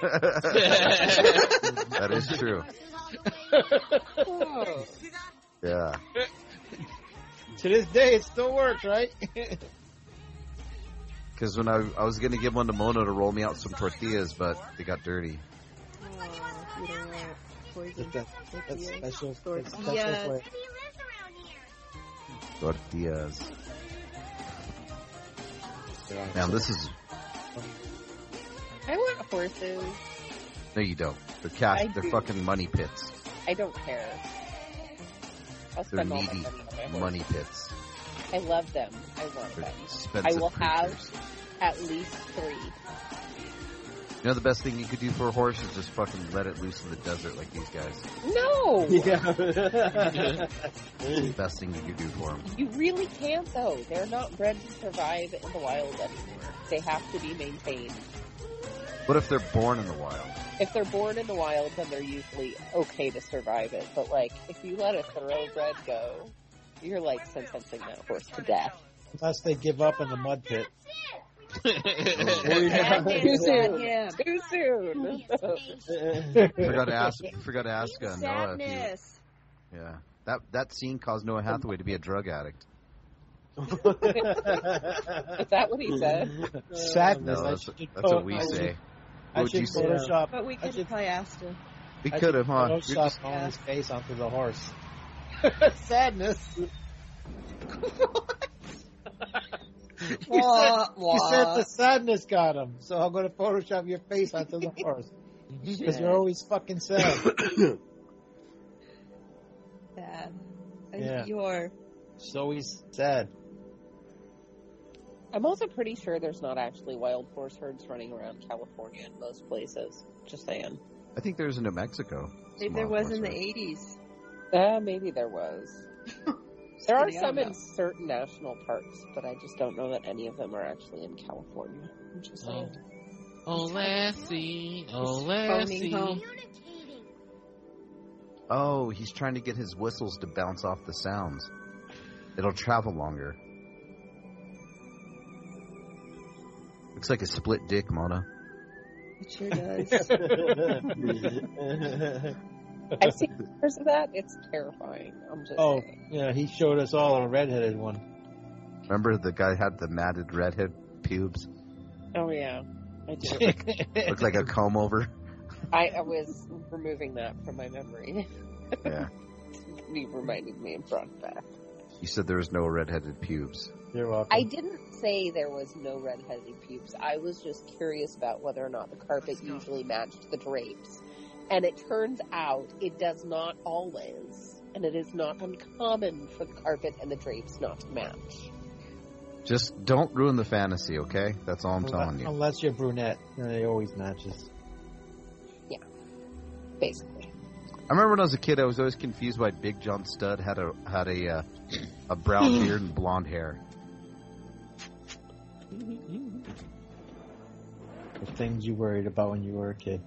[SPEAKER 9] that is true.
[SPEAKER 14] Oh.
[SPEAKER 9] Yeah.
[SPEAKER 12] to this day, it still works, right?
[SPEAKER 9] Because when I, I was going to give one to Mona to roll me out some tortillas, but they got dirty.
[SPEAKER 10] Oh, you know what? Poison.
[SPEAKER 12] That's, that- that's special. That's special
[SPEAKER 10] Yeah.
[SPEAKER 12] for
[SPEAKER 6] He lives around here.
[SPEAKER 9] Tortillas. Now, this is.
[SPEAKER 14] I want horses.
[SPEAKER 9] No, you don't. They're cash.
[SPEAKER 14] I
[SPEAKER 9] They're
[SPEAKER 14] do.
[SPEAKER 9] fucking money pits.
[SPEAKER 14] I don't care. I'll
[SPEAKER 9] They're
[SPEAKER 14] spend all my
[SPEAKER 9] needy
[SPEAKER 14] money on my
[SPEAKER 9] money
[SPEAKER 14] horse.
[SPEAKER 9] pits.
[SPEAKER 14] I love them. I want
[SPEAKER 9] They're
[SPEAKER 14] them.
[SPEAKER 9] expensive.
[SPEAKER 14] I will have-
[SPEAKER 9] creatures.
[SPEAKER 14] At least three.
[SPEAKER 9] You know, the best thing you could do for a horse is just fucking let it loose in the desert like these guys.
[SPEAKER 14] No!
[SPEAKER 23] Yeah.
[SPEAKER 9] It's the best thing you could do for them.
[SPEAKER 14] You really can't though. They're not bred to survive in the wild anymore. They have to be maintained.
[SPEAKER 9] What if they're born in the wild?
[SPEAKER 14] If they're born in the wild, then they're usually okay to survive it. But like, if you let a thoroughbred go, you're like sentencing that horse to death.
[SPEAKER 12] Unless they give up in the mud pit.
[SPEAKER 14] Too soon.
[SPEAKER 10] Yeah.
[SPEAKER 14] Too soon.
[SPEAKER 9] Forgot to ask. Forgot to ask uh, Noah. If he,
[SPEAKER 10] Sadness.
[SPEAKER 9] yeah, that that scene caused Noah Hathaway to be a drug addict.
[SPEAKER 14] Is that what he said?
[SPEAKER 12] Sadness.
[SPEAKER 9] No,
[SPEAKER 12] I
[SPEAKER 9] that's,
[SPEAKER 12] should
[SPEAKER 9] that's
[SPEAKER 12] put-
[SPEAKER 9] what we
[SPEAKER 12] Oh, I should-
[SPEAKER 9] say.
[SPEAKER 12] I
[SPEAKER 9] What'd
[SPEAKER 12] should
[SPEAKER 9] you say?
[SPEAKER 12] Photoshop.
[SPEAKER 10] But we
[SPEAKER 12] I
[SPEAKER 10] could
[SPEAKER 12] should-
[SPEAKER 10] play Asta.
[SPEAKER 9] We
[SPEAKER 12] I
[SPEAKER 9] could have,
[SPEAKER 12] should
[SPEAKER 9] huh? You're
[SPEAKER 12] Photoshop
[SPEAKER 9] just-
[SPEAKER 12] Nolan's face onto the horse.
[SPEAKER 14] Sadness.
[SPEAKER 24] You
[SPEAKER 10] Wah,
[SPEAKER 24] said, you said
[SPEAKER 10] wah.
[SPEAKER 12] Uh,
[SPEAKER 24] the sadness got him, so I'm going to Photoshop your face onto the horse. Because you're always fucking sad.
[SPEAKER 10] Sad.
[SPEAKER 24] Yeah.
[SPEAKER 10] You're.
[SPEAKER 24] She's always sad.
[SPEAKER 14] I'm also pretty sure there's not actually wild horse herds running around California in most places. Just saying.
[SPEAKER 9] I think there's in New Mexico.
[SPEAKER 10] Maybe there was in the 80s.
[SPEAKER 14] Uh, maybe there was. there are
[SPEAKER 10] Pretty
[SPEAKER 14] some
[SPEAKER 10] odd,
[SPEAKER 14] in certain national parks, but I just don't know that any of them are actually in California. I'm just
[SPEAKER 13] Oh.
[SPEAKER 14] saying.
[SPEAKER 13] Oh, Lassie. Oh,
[SPEAKER 14] He's
[SPEAKER 13] Lassie.
[SPEAKER 14] phoning home.
[SPEAKER 9] Oh, he's trying to get his whistles to bounce off the sounds. It'll travel longer. Looks like a split dick, Mona.
[SPEAKER 10] It sure does.
[SPEAKER 14] I've seen pictures of that. It's terrifying. I'm just
[SPEAKER 12] Oh,
[SPEAKER 14] saying.
[SPEAKER 12] yeah, he showed us all a redheaded one.
[SPEAKER 9] Remember the guy had the matted redhead pubes?
[SPEAKER 14] Oh yeah. I do.
[SPEAKER 9] Looked like a comb over.
[SPEAKER 14] I, I was removing that from my memory.
[SPEAKER 9] Yeah.
[SPEAKER 14] you reminded me and brought it back.
[SPEAKER 9] You said there was no redheaded pubes.
[SPEAKER 12] You're welcome.
[SPEAKER 14] I didn't say there was no redheaded pubes. I was just curious about whether or not the carpet usually matched the drapes. And it turns out it does not always. And it is not uncommon for the carpet and the drapes not to match.
[SPEAKER 9] Just don't ruin the fantasy, okay? That's all I'm telling you.
[SPEAKER 12] Unless you're brunette, then it always matches.
[SPEAKER 14] Basically.
[SPEAKER 9] I remember when I was a kid, I was always confused why Big John Stud had a had a uh, a brown beard and blonde hair.
[SPEAKER 12] The things you worried about when you were a kid.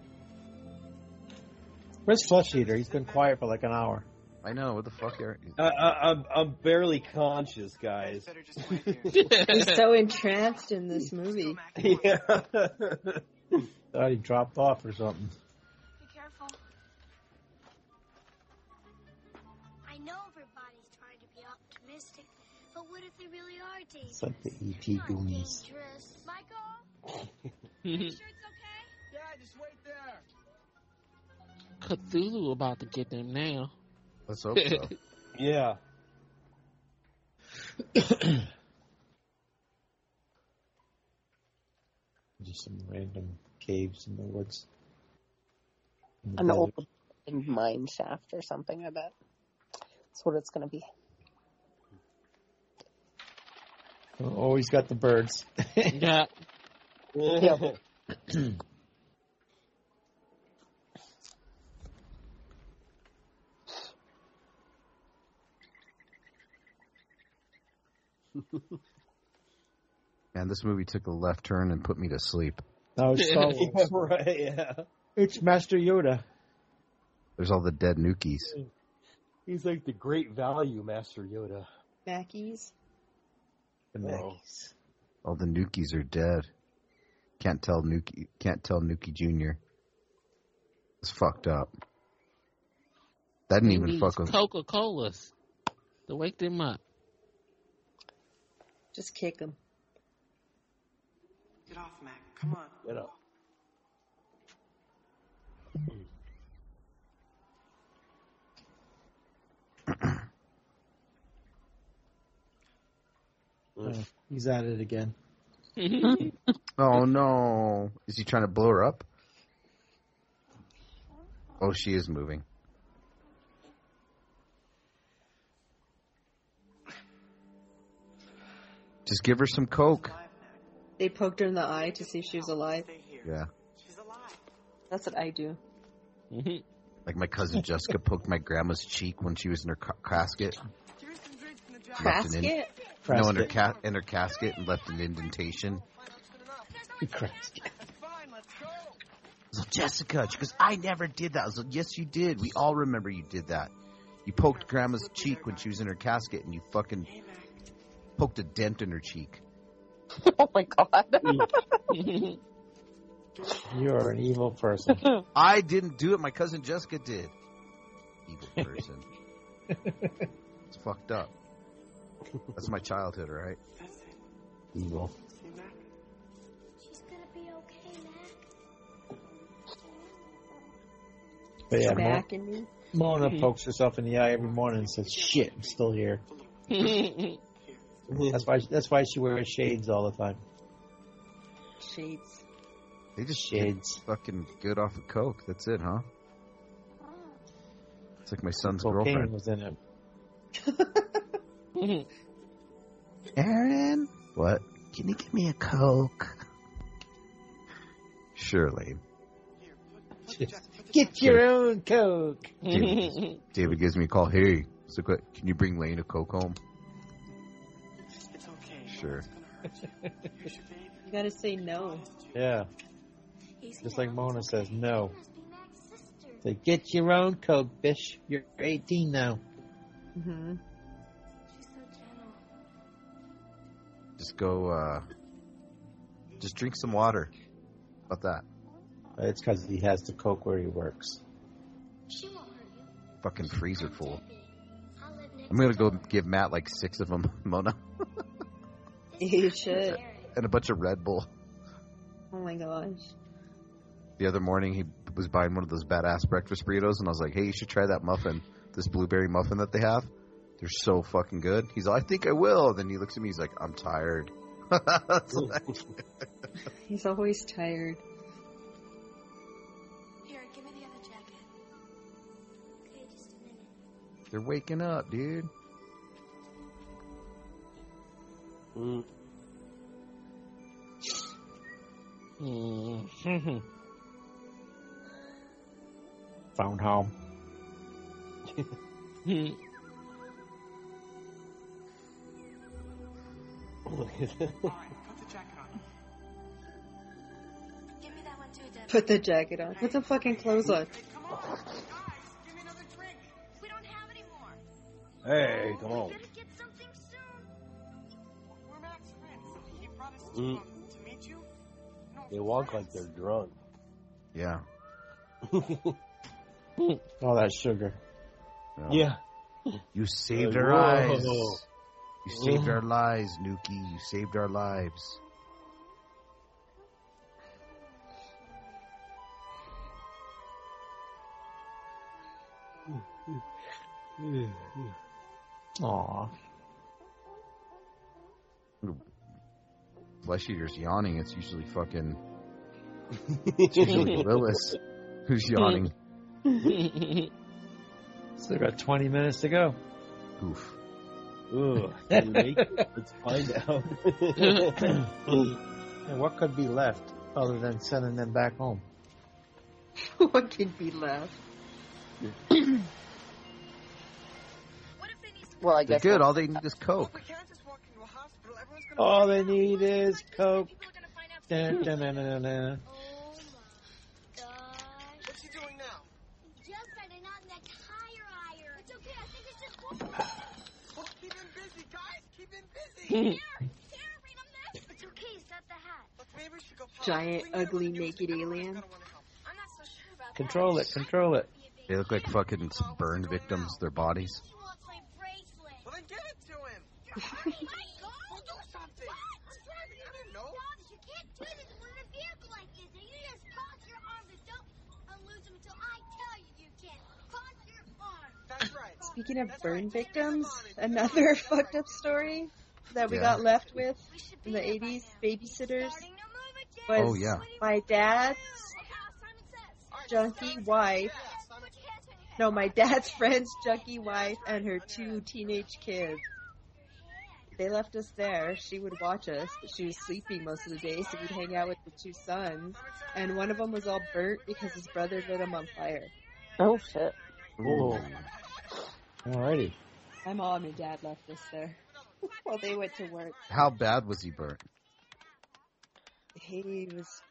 [SPEAKER 12] Where's Flesh Eater? He's been quiet for like an hour.
[SPEAKER 9] I know what the fuck are
[SPEAKER 25] I, I, Uh, I'm I'm barely conscious, guys.
[SPEAKER 10] He's so entranced in this movie.
[SPEAKER 25] yeah.
[SPEAKER 12] Thought he dropped off or something.
[SPEAKER 6] Be careful. I know everybody's trying to be optimistic, but what if they really are dangerous?
[SPEAKER 12] It's like the ET Goonies.
[SPEAKER 6] Dangerous. Michael?
[SPEAKER 26] Yeah, just wait there.
[SPEAKER 13] Cthulhu about to get them now.
[SPEAKER 9] Let's hope so.
[SPEAKER 25] yeah.
[SPEAKER 12] Just some random caves in the woods. In the
[SPEAKER 14] An
[SPEAKER 12] desert.
[SPEAKER 14] old mine shaft or something, I bet. That's what it's going to be.
[SPEAKER 12] Always Oh, got the birds.
[SPEAKER 13] yeah.
[SPEAKER 14] Yeah.
[SPEAKER 9] Man, this movie took a left turn and put me to sleep.
[SPEAKER 12] No, it's Star
[SPEAKER 25] Yeah,
[SPEAKER 12] Wars.
[SPEAKER 25] right. Yeah.
[SPEAKER 12] It's Master Yoda.
[SPEAKER 9] There's all the dead Nukies.
[SPEAKER 25] He's like the great value, Master Yoda.
[SPEAKER 10] Mackey's.
[SPEAKER 12] The Mackey's.
[SPEAKER 9] All the Nukies are dead. Can't tell Nuki. Can't tell Nuki Junior. It's fucked up. That didn't even fuck with.
[SPEAKER 13] Coca Colas to wake them up.
[SPEAKER 10] Just kick him.
[SPEAKER 26] Get off, Mac. Come on.
[SPEAKER 25] Get up.
[SPEAKER 12] Oh, he's at it again.
[SPEAKER 9] Oh no! Is he trying to blow her up? Oh, she is moving. Just give her some coke.
[SPEAKER 10] They poked her in the eye to see if she was alive.
[SPEAKER 9] Yeah,
[SPEAKER 10] That's what I do.
[SPEAKER 9] like my cousin Jessica poked my grandma's cheek when she was in her ca- casket.
[SPEAKER 26] Here's some drinks in the jar.
[SPEAKER 9] Left an in-
[SPEAKER 10] Basket.
[SPEAKER 9] No, in her,
[SPEAKER 12] Casket.
[SPEAKER 9] ca- in her casket and left an indentation.
[SPEAKER 12] Casket.
[SPEAKER 26] Fine, let's go.
[SPEAKER 9] So Jessica, she goes, I never did that. I was like, yes, you did. We all remember you did that. You poked Grandma's cheek when she was in her casket, and you fucking poked a dent in her cheek.
[SPEAKER 14] oh my god.
[SPEAKER 12] You are an evil person.
[SPEAKER 9] I didn't do it. My cousin Jessica did. Evil person. it's fucked up. That's my childhood, right?
[SPEAKER 12] evil.
[SPEAKER 26] See, Mac?
[SPEAKER 6] She's gonna be okay, Mac.
[SPEAKER 12] But yeah, Mo-
[SPEAKER 10] Mac and me.
[SPEAKER 12] Mona pokes herself in the eye every morning and says, "Shit, I'm still here."
[SPEAKER 13] That's
[SPEAKER 12] That's why. That's why she wears shades all the time.
[SPEAKER 10] Shades.
[SPEAKER 9] They just shades fucking good off of coke. That's it, huh? It's like my son's
[SPEAKER 12] Cocaine
[SPEAKER 9] girlfriend.
[SPEAKER 12] was in it.
[SPEAKER 9] Aaron, what? Can you give me a coke? Surely.
[SPEAKER 12] Get your own coke.
[SPEAKER 9] Dude. David gives me a call. Hey, so quick, can you bring Lane a coke home?
[SPEAKER 16] It's okay.
[SPEAKER 9] Sure.
[SPEAKER 10] You gotta say no.
[SPEAKER 12] yeah. Just like Mona says, no. Say, get your own coke, bitch. You're 18 now.
[SPEAKER 10] Mm-hmm.
[SPEAKER 9] Just go. uh Just drink some water. How About that.
[SPEAKER 12] It's because he has the coke where he works.
[SPEAKER 6] She won't hurt you.
[SPEAKER 9] Fucking freezer full.
[SPEAKER 6] I'll live next
[SPEAKER 9] I'm gonna go give Matt like six of them, Mona,
[SPEAKER 10] You should.
[SPEAKER 9] and a bunch of Red Bull.
[SPEAKER 10] Oh my gosh.
[SPEAKER 9] The other morning, he was buying one of those badass breakfast burritos, and I was like, "Hey, you should try that muffin, this blueberry muffin that they have. They're so fucking good." He's like, "I think I will." then he looks at me, he's like, "I'm tired." It's like,
[SPEAKER 10] He's always tired.
[SPEAKER 5] Here, give me the other jacket. Okay, just a minute.
[SPEAKER 9] They're waking up, dude.
[SPEAKER 13] Mm.
[SPEAKER 12] Phone home.
[SPEAKER 16] Put the jacket on.
[SPEAKER 5] Give me that one too, Deb.
[SPEAKER 10] Put the jacket on. Put the fucking clothes on.
[SPEAKER 5] We don't have any more.
[SPEAKER 15] Hey, come on.
[SPEAKER 6] Better get something soon.
[SPEAKER 16] We're Mac's friends. He brought us
[SPEAKER 15] Mm.
[SPEAKER 16] to, to meet you. No,
[SPEAKER 15] They walk
[SPEAKER 16] friends.
[SPEAKER 15] like they're drunk.
[SPEAKER 9] Yeah.
[SPEAKER 12] All that sugar.
[SPEAKER 15] yeah.
[SPEAKER 9] You saved
[SPEAKER 15] Like,
[SPEAKER 9] our
[SPEAKER 15] whoa.
[SPEAKER 9] lives. You saved
[SPEAKER 15] Whoa.
[SPEAKER 9] our lives, Nuki. You saved our lives.
[SPEAKER 12] Aw.
[SPEAKER 9] Flesh eaters yawning. It's usually fucking. It's usually Willis who's yawning.
[SPEAKER 12] Still got 20 minutes to go.
[SPEAKER 9] Oof.
[SPEAKER 15] Ugh. Can we make it? Let's find out.
[SPEAKER 12] And what could be left other than sending them back home?
[SPEAKER 10] what could be left?
[SPEAKER 5] What if they need some
[SPEAKER 11] Well, I
[SPEAKER 9] They're
[SPEAKER 11] guess
[SPEAKER 9] good.
[SPEAKER 11] that's-
[SPEAKER 9] All they need is
[SPEAKER 16] Well,
[SPEAKER 9] coke.
[SPEAKER 16] we can't just walk into a hospital. Everyone's gonna.
[SPEAKER 12] All they need is coke.
[SPEAKER 5] people are gonna find out.
[SPEAKER 12] Dun, dun, dun, dun, dun.
[SPEAKER 6] Oh my gosh.
[SPEAKER 16] What's he doing now?
[SPEAKER 6] Just better not in that tire iron. It's okay. I think it's important.
[SPEAKER 16] Well, keep him busy, guys. Keep him busy.
[SPEAKER 6] It's okay. It's not the hat.
[SPEAKER 16] Look, maybe we should go. pop-
[SPEAKER 10] Giant,
[SPEAKER 16] we know what
[SPEAKER 10] ugly,
[SPEAKER 16] to do.
[SPEAKER 10] naked
[SPEAKER 16] Everyone's
[SPEAKER 10] alien.
[SPEAKER 16] gonna wanna help.
[SPEAKER 5] I'm not so sure about
[SPEAKER 12] Control it, control it.
[SPEAKER 9] They look like fucking burn victims. Their bodies.
[SPEAKER 6] He wants my bracelet. Oh
[SPEAKER 16] Well, then give it to him. We'll do something. We're driving. I don't know.
[SPEAKER 6] You can't do this when in a vehicle like this. And you just cross your arms and don't unloose them until I tell you you can. Cross your arms.
[SPEAKER 16] That's right.
[SPEAKER 10] Speaking of burn victims, another fucked up story that we
[SPEAKER 9] Yeah.
[SPEAKER 10] got left with
[SPEAKER 6] We should be
[SPEAKER 10] in the
[SPEAKER 6] there by
[SPEAKER 10] 80s,
[SPEAKER 6] now.
[SPEAKER 10] babysitters,
[SPEAKER 6] Starting to move it, Jay.
[SPEAKER 10] was
[SPEAKER 9] Oh, yeah.
[SPEAKER 10] my dad's
[SPEAKER 6] Okay, I'll sign it says.
[SPEAKER 10] junkie wife.
[SPEAKER 6] Yes, put your hands on your head.
[SPEAKER 10] No, my dad's friend's junkie wife and her two teenage kids. They left us there. She would watch us, but she was sleeping most of the day, so we'd hang out with the two sons. And one of them was all burnt because his brother lit him on fire.
[SPEAKER 11] Oh shit.
[SPEAKER 12] Ooh. Alrighty.
[SPEAKER 10] My mom and dad left us there. well, they went to work.
[SPEAKER 9] How bad was he burnt?
[SPEAKER 10] He was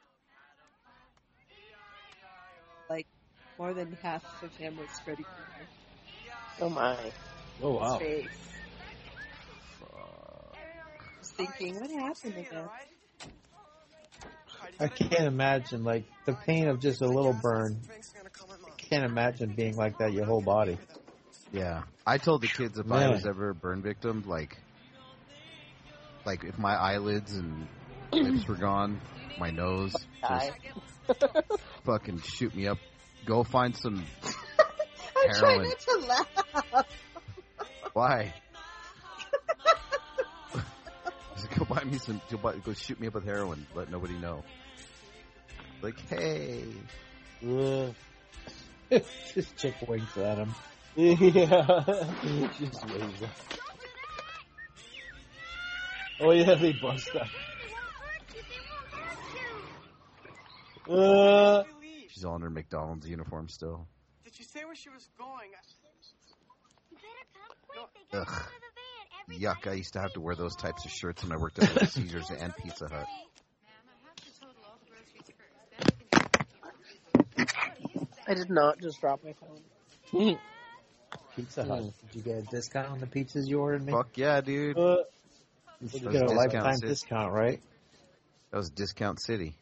[SPEAKER 10] like more than half of him was Freddy Krueger.
[SPEAKER 11] Oh my.
[SPEAKER 15] Oh wow.
[SPEAKER 10] Face. Just thinking, what happened to him?
[SPEAKER 12] I can't imagine, like, the pain of just a little burn.
[SPEAKER 16] Frank's gonna call my mom.
[SPEAKER 12] Can't imagine being like that your whole body.
[SPEAKER 9] Yeah. I told the kids if I
[SPEAKER 12] Man.
[SPEAKER 9] was ever a burn victim, like, like if my eyelids and lips were gone, my nose, just
[SPEAKER 11] Die.
[SPEAKER 9] fucking shoot me up. Go find some.
[SPEAKER 10] I'm trying
[SPEAKER 9] Heroin.
[SPEAKER 10] not to laugh.
[SPEAKER 9] Why? buy me some. You'll buy, go shoot me up with heroin. Let nobody know. Like, hey.
[SPEAKER 12] Ugh. this chick winks at him.
[SPEAKER 15] yeah. Just waves. Oh yeah, they bust that.
[SPEAKER 12] Uh,
[SPEAKER 9] She's all in her McDonald's uniform still.
[SPEAKER 16] Did you say where she was going?
[SPEAKER 9] Ugh. Yuck! I used to have to wear those types of shirts when I worked at Little Caesars and Pizza Hut.
[SPEAKER 11] I did not just drop my phone.
[SPEAKER 12] Pizza Hut. Did you get a discount on the pizzas you ordered me?
[SPEAKER 9] Fuck yeah, dude!
[SPEAKER 12] Uh,
[SPEAKER 9] Those
[SPEAKER 12] you get a
[SPEAKER 9] discount
[SPEAKER 12] lifetime
[SPEAKER 9] city-
[SPEAKER 12] discount, right?
[SPEAKER 9] That was Discount City.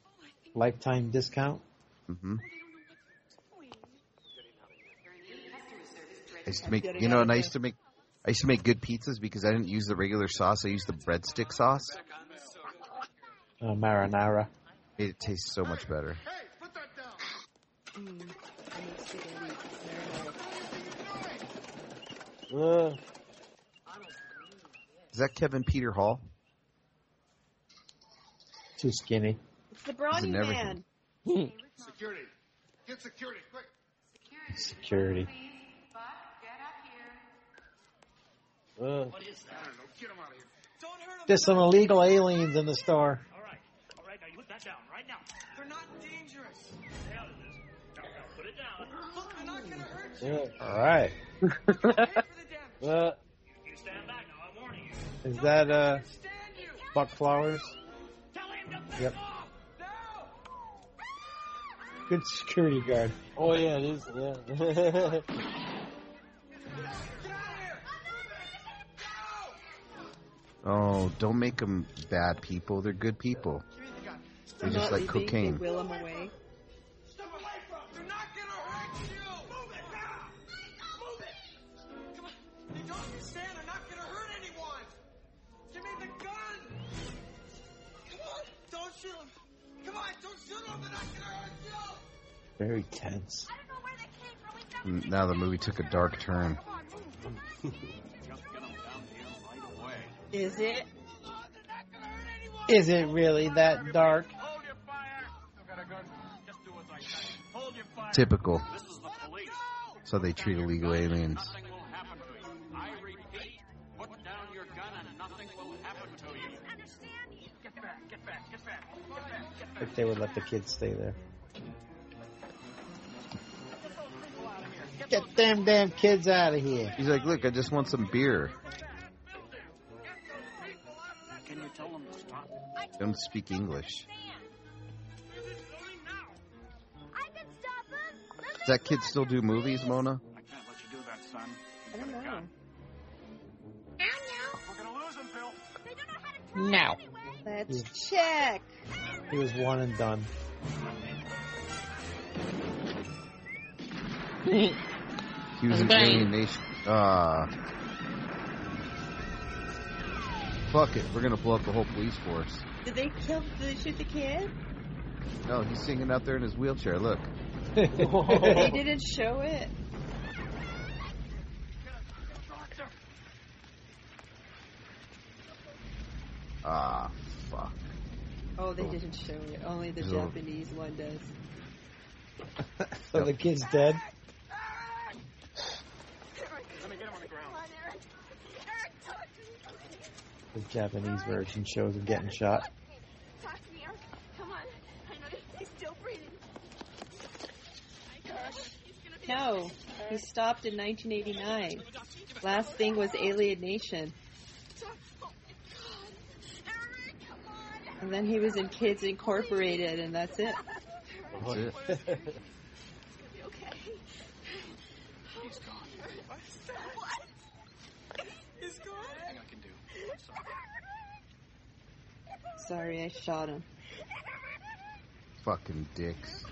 [SPEAKER 12] Lifetime discount.
[SPEAKER 9] hmm I used to make, you know, and I used to make, I used to make good pizzas because I didn't use the regular sauce. I used the breadstick sauce.
[SPEAKER 12] Uh, marinara.
[SPEAKER 9] Made it taste so much better.
[SPEAKER 12] Uh,
[SPEAKER 9] Is that Kevin Peter Hall?
[SPEAKER 12] too skinny.
[SPEAKER 10] It's the brawny
[SPEAKER 9] Isn't everything-
[SPEAKER 10] man.
[SPEAKER 20] Security. Get security, quick.
[SPEAKER 12] Security. Uh,
[SPEAKER 20] What is that? I don't know. Get him out of here. Don't hurt him.
[SPEAKER 12] there's some illegal aliens in the store.
[SPEAKER 20] All right. All right, now you put that down right now.
[SPEAKER 16] They're not dangerous.
[SPEAKER 20] Now, now, now put it down.
[SPEAKER 16] Look, they're not gonna hurt you.
[SPEAKER 12] Yeah, all right. uh,
[SPEAKER 20] You stand back now. I'm warning you.
[SPEAKER 12] is that uh, Buck Flowers? Yep. Good security guard.
[SPEAKER 15] Oh yeah, it is. Yeah.
[SPEAKER 9] Oh, don't make them bad people. They're good people. They
[SPEAKER 10] They're
[SPEAKER 9] just
[SPEAKER 10] not
[SPEAKER 9] like
[SPEAKER 10] leaving, They
[SPEAKER 9] cocaine.
[SPEAKER 10] will him away.
[SPEAKER 16] Step away from them. They're not gonna hurt you. Move it now. Move it. Come on. You don't understand. They're not gonna hurt anyone. Give me the gun. Come on. Don't shoot them. Come on. Don't shoot them. They're not gonna hurt you.
[SPEAKER 12] Very tense.
[SPEAKER 9] Mm, Now the movie took a dark turn.
[SPEAKER 10] Is it?
[SPEAKER 12] Is it really that dark?
[SPEAKER 9] Typical. So they treat illegal aliens.
[SPEAKER 12] If they would let the kids stay there. Get them damn kids out of here.
[SPEAKER 9] He's like, look, I just want some beer.
[SPEAKER 20] Can you tell them to stop?
[SPEAKER 9] Don't speak English. Does that kid still do movies, Mona?
[SPEAKER 20] I can't let you do that, son.
[SPEAKER 10] I don't know.
[SPEAKER 20] We're gonna lose him, Phil.
[SPEAKER 12] Now.
[SPEAKER 10] Let's check.
[SPEAKER 12] He was one and done.
[SPEAKER 9] He was an
[SPEAKER 13] Bang.
[SPEAKER 9] alien nation. Ah. Fuck it, we're gonna blow up the whole police force.
[SPEAKER 10] Did they kill? Did they shoot the kid?
[SPEAKER 9] No, he's singing out there in his wheelchair. Look,
[SPEAKER 12] Oh.
[SPEAKER 10] They didn't show it.
[SPEAKER 9] ah, fuck.
[SPEAKER 10] Oh, they didn't show it. Only the
[SPEAKER 9] There's a-
[SPEAKER 10] Japanese one does.
[SPEAKER 12] so the kid's dead.
[SPEAKER 20] Let me get him on the ground.
[SPEAKER 12] The Japanese version shows him getting shot.
[SPEAKER 5] Talk to me, Eric. Come on. I know he's still breathing.
[SPEAKER 10] No, he stopped in 1989. Last thing was Alien Nation, and then he was in Kids Incorporated, and that's it.
[SPEAKER 9] That's it.
[SPEAKER 20] Nothing I can do. I'm sorry.
[SPEAKER 10] Sorry, I shot him.
[SPEAKER 9] Fucking dicks.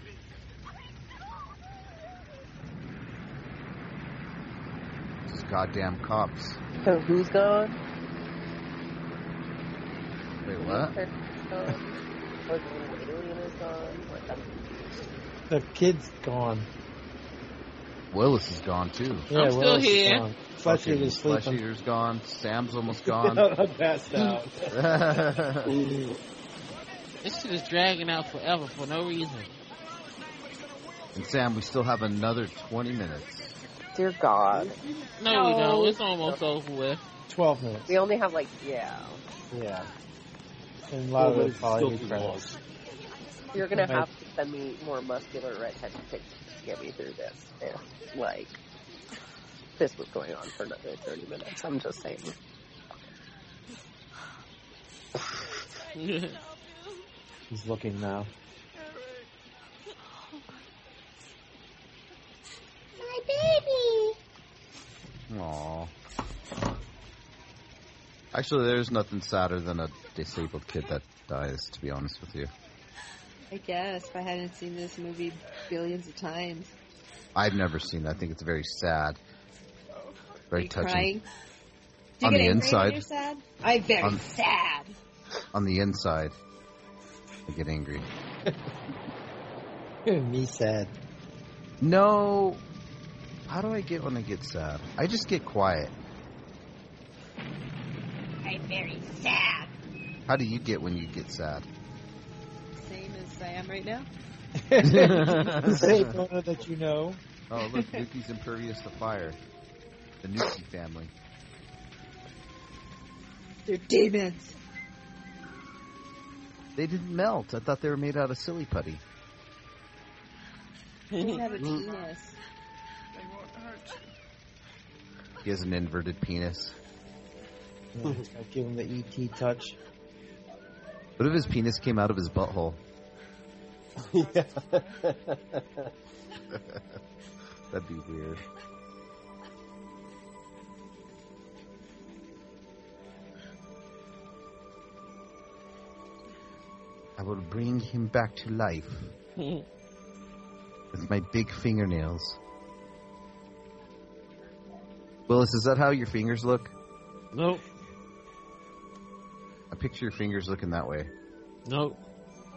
[SPEAKER 9] These goddamn cops.
[SPEAKER 11] So who's gone?
[SPEAKER 9] Wait, what?
[SPEAKER 11] Or the little alien is gone. Like, I'm-
[SPEAKER 12] The kid's gone.
[SPEAKER 9] Willis is gone too.
[SPEAKER 13] Yeah, I'm still Willis is here. gone.
[SPEAKER 12] Flesh Eater's sleeping.
[SPEAKER 9] Flesh Eater's gone. Sam's almost
[SPEAKER 12] I
[SPEAKER 9] gone.
[SPEAKER 12] passed out.
[SPEAKER 9] and
[SPEAKER 13] This shit is dragging out forever for no reason.
[SPEAKER 9] Sam, we still have another 20 minutes.
[SPEAKER 11] Dear God.
[SPEAKER 13] No, we
[SPEAKER 11] No.
[SPEAKER 13] don't. It's almost over with.
[SPEAKER 12] 12 minutes.
[SPEAKER 11] We only have like, yeah.
[SPEAKER 12] Yeah. And a lot
[SPEAKER 15] Well,
[SPEAKER 12] of
[SPEAKER 15] it's
[SPEAKER 12] it probably
[SPEAKER 15] still
[SPEAKER 12] be
[SPEAKER 15] too
[SPEAKER 12] credits.
[SPEAKER 11] You're gonna
[SPEAKER 12] Okay.
[SPEAKER 11] have to send me more muscular redheaded pictures to get me through this. If, like, this was going on for another 30 minutes. I'm just saying.
[SPEAKER 12] He's looking now.
[SPEAKER 6] My baby.
[SPEAKER 9] Aww. Actually, there's nothing sadder than a disabled kid that dies. To be honest with you,
[SPEAKER 10] I guess if I hadn't seen this movie billions of times,
[SPEAKER 9] I've never seen. it. I think it's very sad,
[SPEAKER 10] Are
[SPEAKER 9] very
[SPEAKER 10] you
[SPEAKER 9] touching
[SPEAKER 10] crying? Do you
[SPEAKER 9] On
[SPEAKER 10] get
[SPEAKER 9] the
[SPEAKER 10] angry
[SPEAKER 9] inside.
[SPEAKER 10] When you're sad? I'm very
[SPEAKER 9] On-
[SPEAKER 10] sad.
[SPEAKER 9] on the inside. I get angry.
[SPEAKER 12] Me sad.
[SPEAKER 9] No. How do I get when I get sad? I just get quiet.
[SPEAKER 10] I'm very sad.
[SPEAKER 9] How do you get when you get sad?
[SPEAKER 10] Same as I am right now.
[SPEAKER 12] Say brother that you know.
[SPEAKER 9] Oh, look, Nuki's impervious to fire. The Nuki family.
[SPEAKER 10] They're demons.
[SPEAKER 9] They didn't melt. I thought they were made out of silly putty.
[SPEAKER 10] They have a penis.
[SPEAKER 9] He has an inverted penis.
[SPEAKER 12] Yeah, he's gotta give him the ET touch.
[SPEAKER 9] What if his penis came out of his butthole? That'd be weird. I will bring him back to life with my big fingernails. Willis, is that how your fingers look?
[SPEAKER 13] nope.
[SPEAKER 9] I picture your fingers looking that way.
[SPEAKER 13] Nope.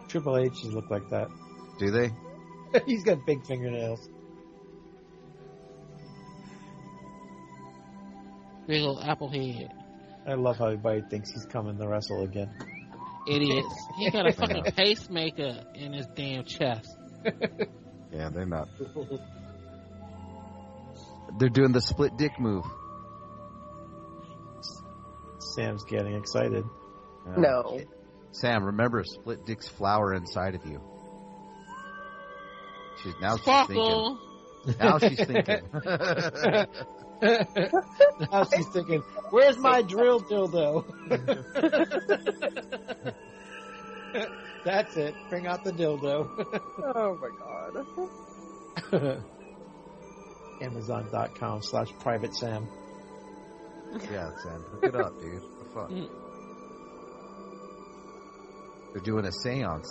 [SPEAKER 12] Triple H's look like that.
[SPEAKER 9] Do they?
[SPEAKER 12] he's got big fingernails.
[SPEAKER 13] Big old apple head.
[SPEAKER 12] I love how everybody thinks he's coming to wrestle again.
[SPEAKER 13] Idiots. He got a fucking
[SPEAKER 9] Yeah.
[SPEAKER 13] pacemaker in his damn chest.
[SPEAKER 9] Yeah, they're not. They're doing the split dick move.
[SPEAKER 12] Sam's getting excited.
[SPEAKER 9] Yeah.
[SPEAKER 11] No.
[SPEAKER 9] Sam, remember, split dick's flower inside of you. She's now she's thinking.
[SPEAKER 13] Sparkle.
[SPEAKER 9] Now she's thinking.
[SPEAKER 12] now she's thinking, where's my drill dildo? That's it. Bring out the dildo.
[SPEAKER 11] Oh my god.
[SPEAKER 12] Amazon.com slash private Sam.
[SPEAKER 9] yeah, Sam, hook it up, dude. For fun.
[SPEAKER 10] Mm.
[SPEAKER 9] They're doing a séance,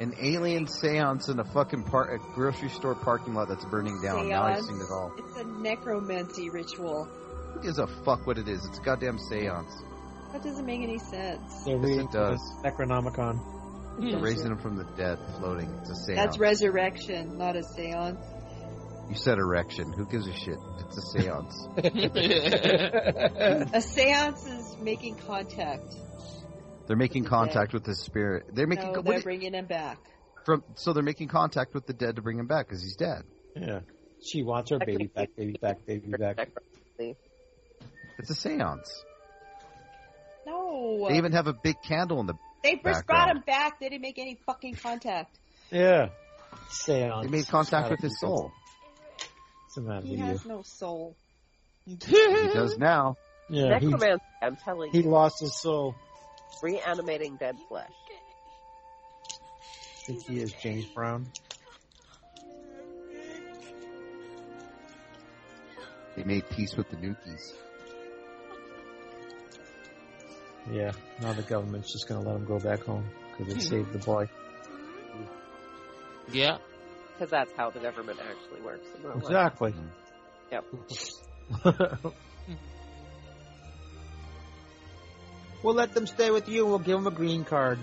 [SPEAKER 9] an alien séance in a fucking par- a grocery store parking lot that's burning down. Now I've
[SPEAKER 10] Séance.
[SPEAKER 9] seen it all.
[SPEAKER 10] It's a necromancy ritual.
[SPEAKER 9] Who gives a fuck what it is? It's a goddamn séance.
[SPEAKER 10] Hmm. That doesn't make any sense.
[SPEAKER 12] They're
[SPEAKER 9] Yes,
[SPEAKER 12] reading
[SPEAKER 9] it does.
[SPEAKER 12] from the Necronomicon.
[SPEAKER 9] They're raising them from the dead, floating. It's a séance.
[SPEAKER 10] That's resurrection, not a seance.
[SPEAKER 9] You said erection. Who gives a shit? It's a séance.
[SPEAKER 10] A seance is making contact.
[SPEAKER 9] They're making
[SPEAKER 10] the
[SPEAKER 9] contact with his spirit. They're making
[SPEAKER 10] no,
[SPEAKER 9] co-
[SPEAKER 10] they're
[SPEAKER 9] what is-
[SPEAKER 10] bringing him back.
[SPEAKER 9] from so they're making contact with the dead to bring him back because he's dead.
[SPEAKER 12] Yeah. She wants her baby back, baby back, baby back.
[SPEAKER 9] It's a séance.
[SPEAKER 10] No,
[SPEAKER 9] They even have a big candle in the.
[SPEAKER 10] They first brought
[SPEAKER 9] background.
[SPEAKER 10] him back. They didn't make any fucking contact.
[SPEAKER 12] Yeah. Seance.
[SPEAKER 9] They made contact with his soul.
[SPEAKER 12] What's the matter
[SPEAKER 10] He
[SPEAKER 12] with you?
[SPEAKER 10] has no soul.
[SPEAKER 9] He does now.
[SPEAKER 12] Yeah, he,
[SPEAKER 11] Necromancy, I'm telling
[SPEAKER 12] he
[SPEAKER 11] you.
[SPEAKER 12] lost his soul.
[SPEAKER 11] Reanimating dead flesh.
[SPEAKER 12] I think he is James Brown.
[SPEAKER 9] They made peace with the Nukies.
[SPEAKER 12] Yeah, now the government's just going to let him go back home
[SPEAKER 10] Hmm.
[SPEAKER 12] because they saved the boy.
[SPEAKER 13] yeah.
[SPEAKER 11] Because that's how the government actually works. in real life.
[SPEAKER 12] Exactly.
[SPEAKER 11] Yep.
[SPEAKER 12] we'll let them stay with you. We'll give them a green card.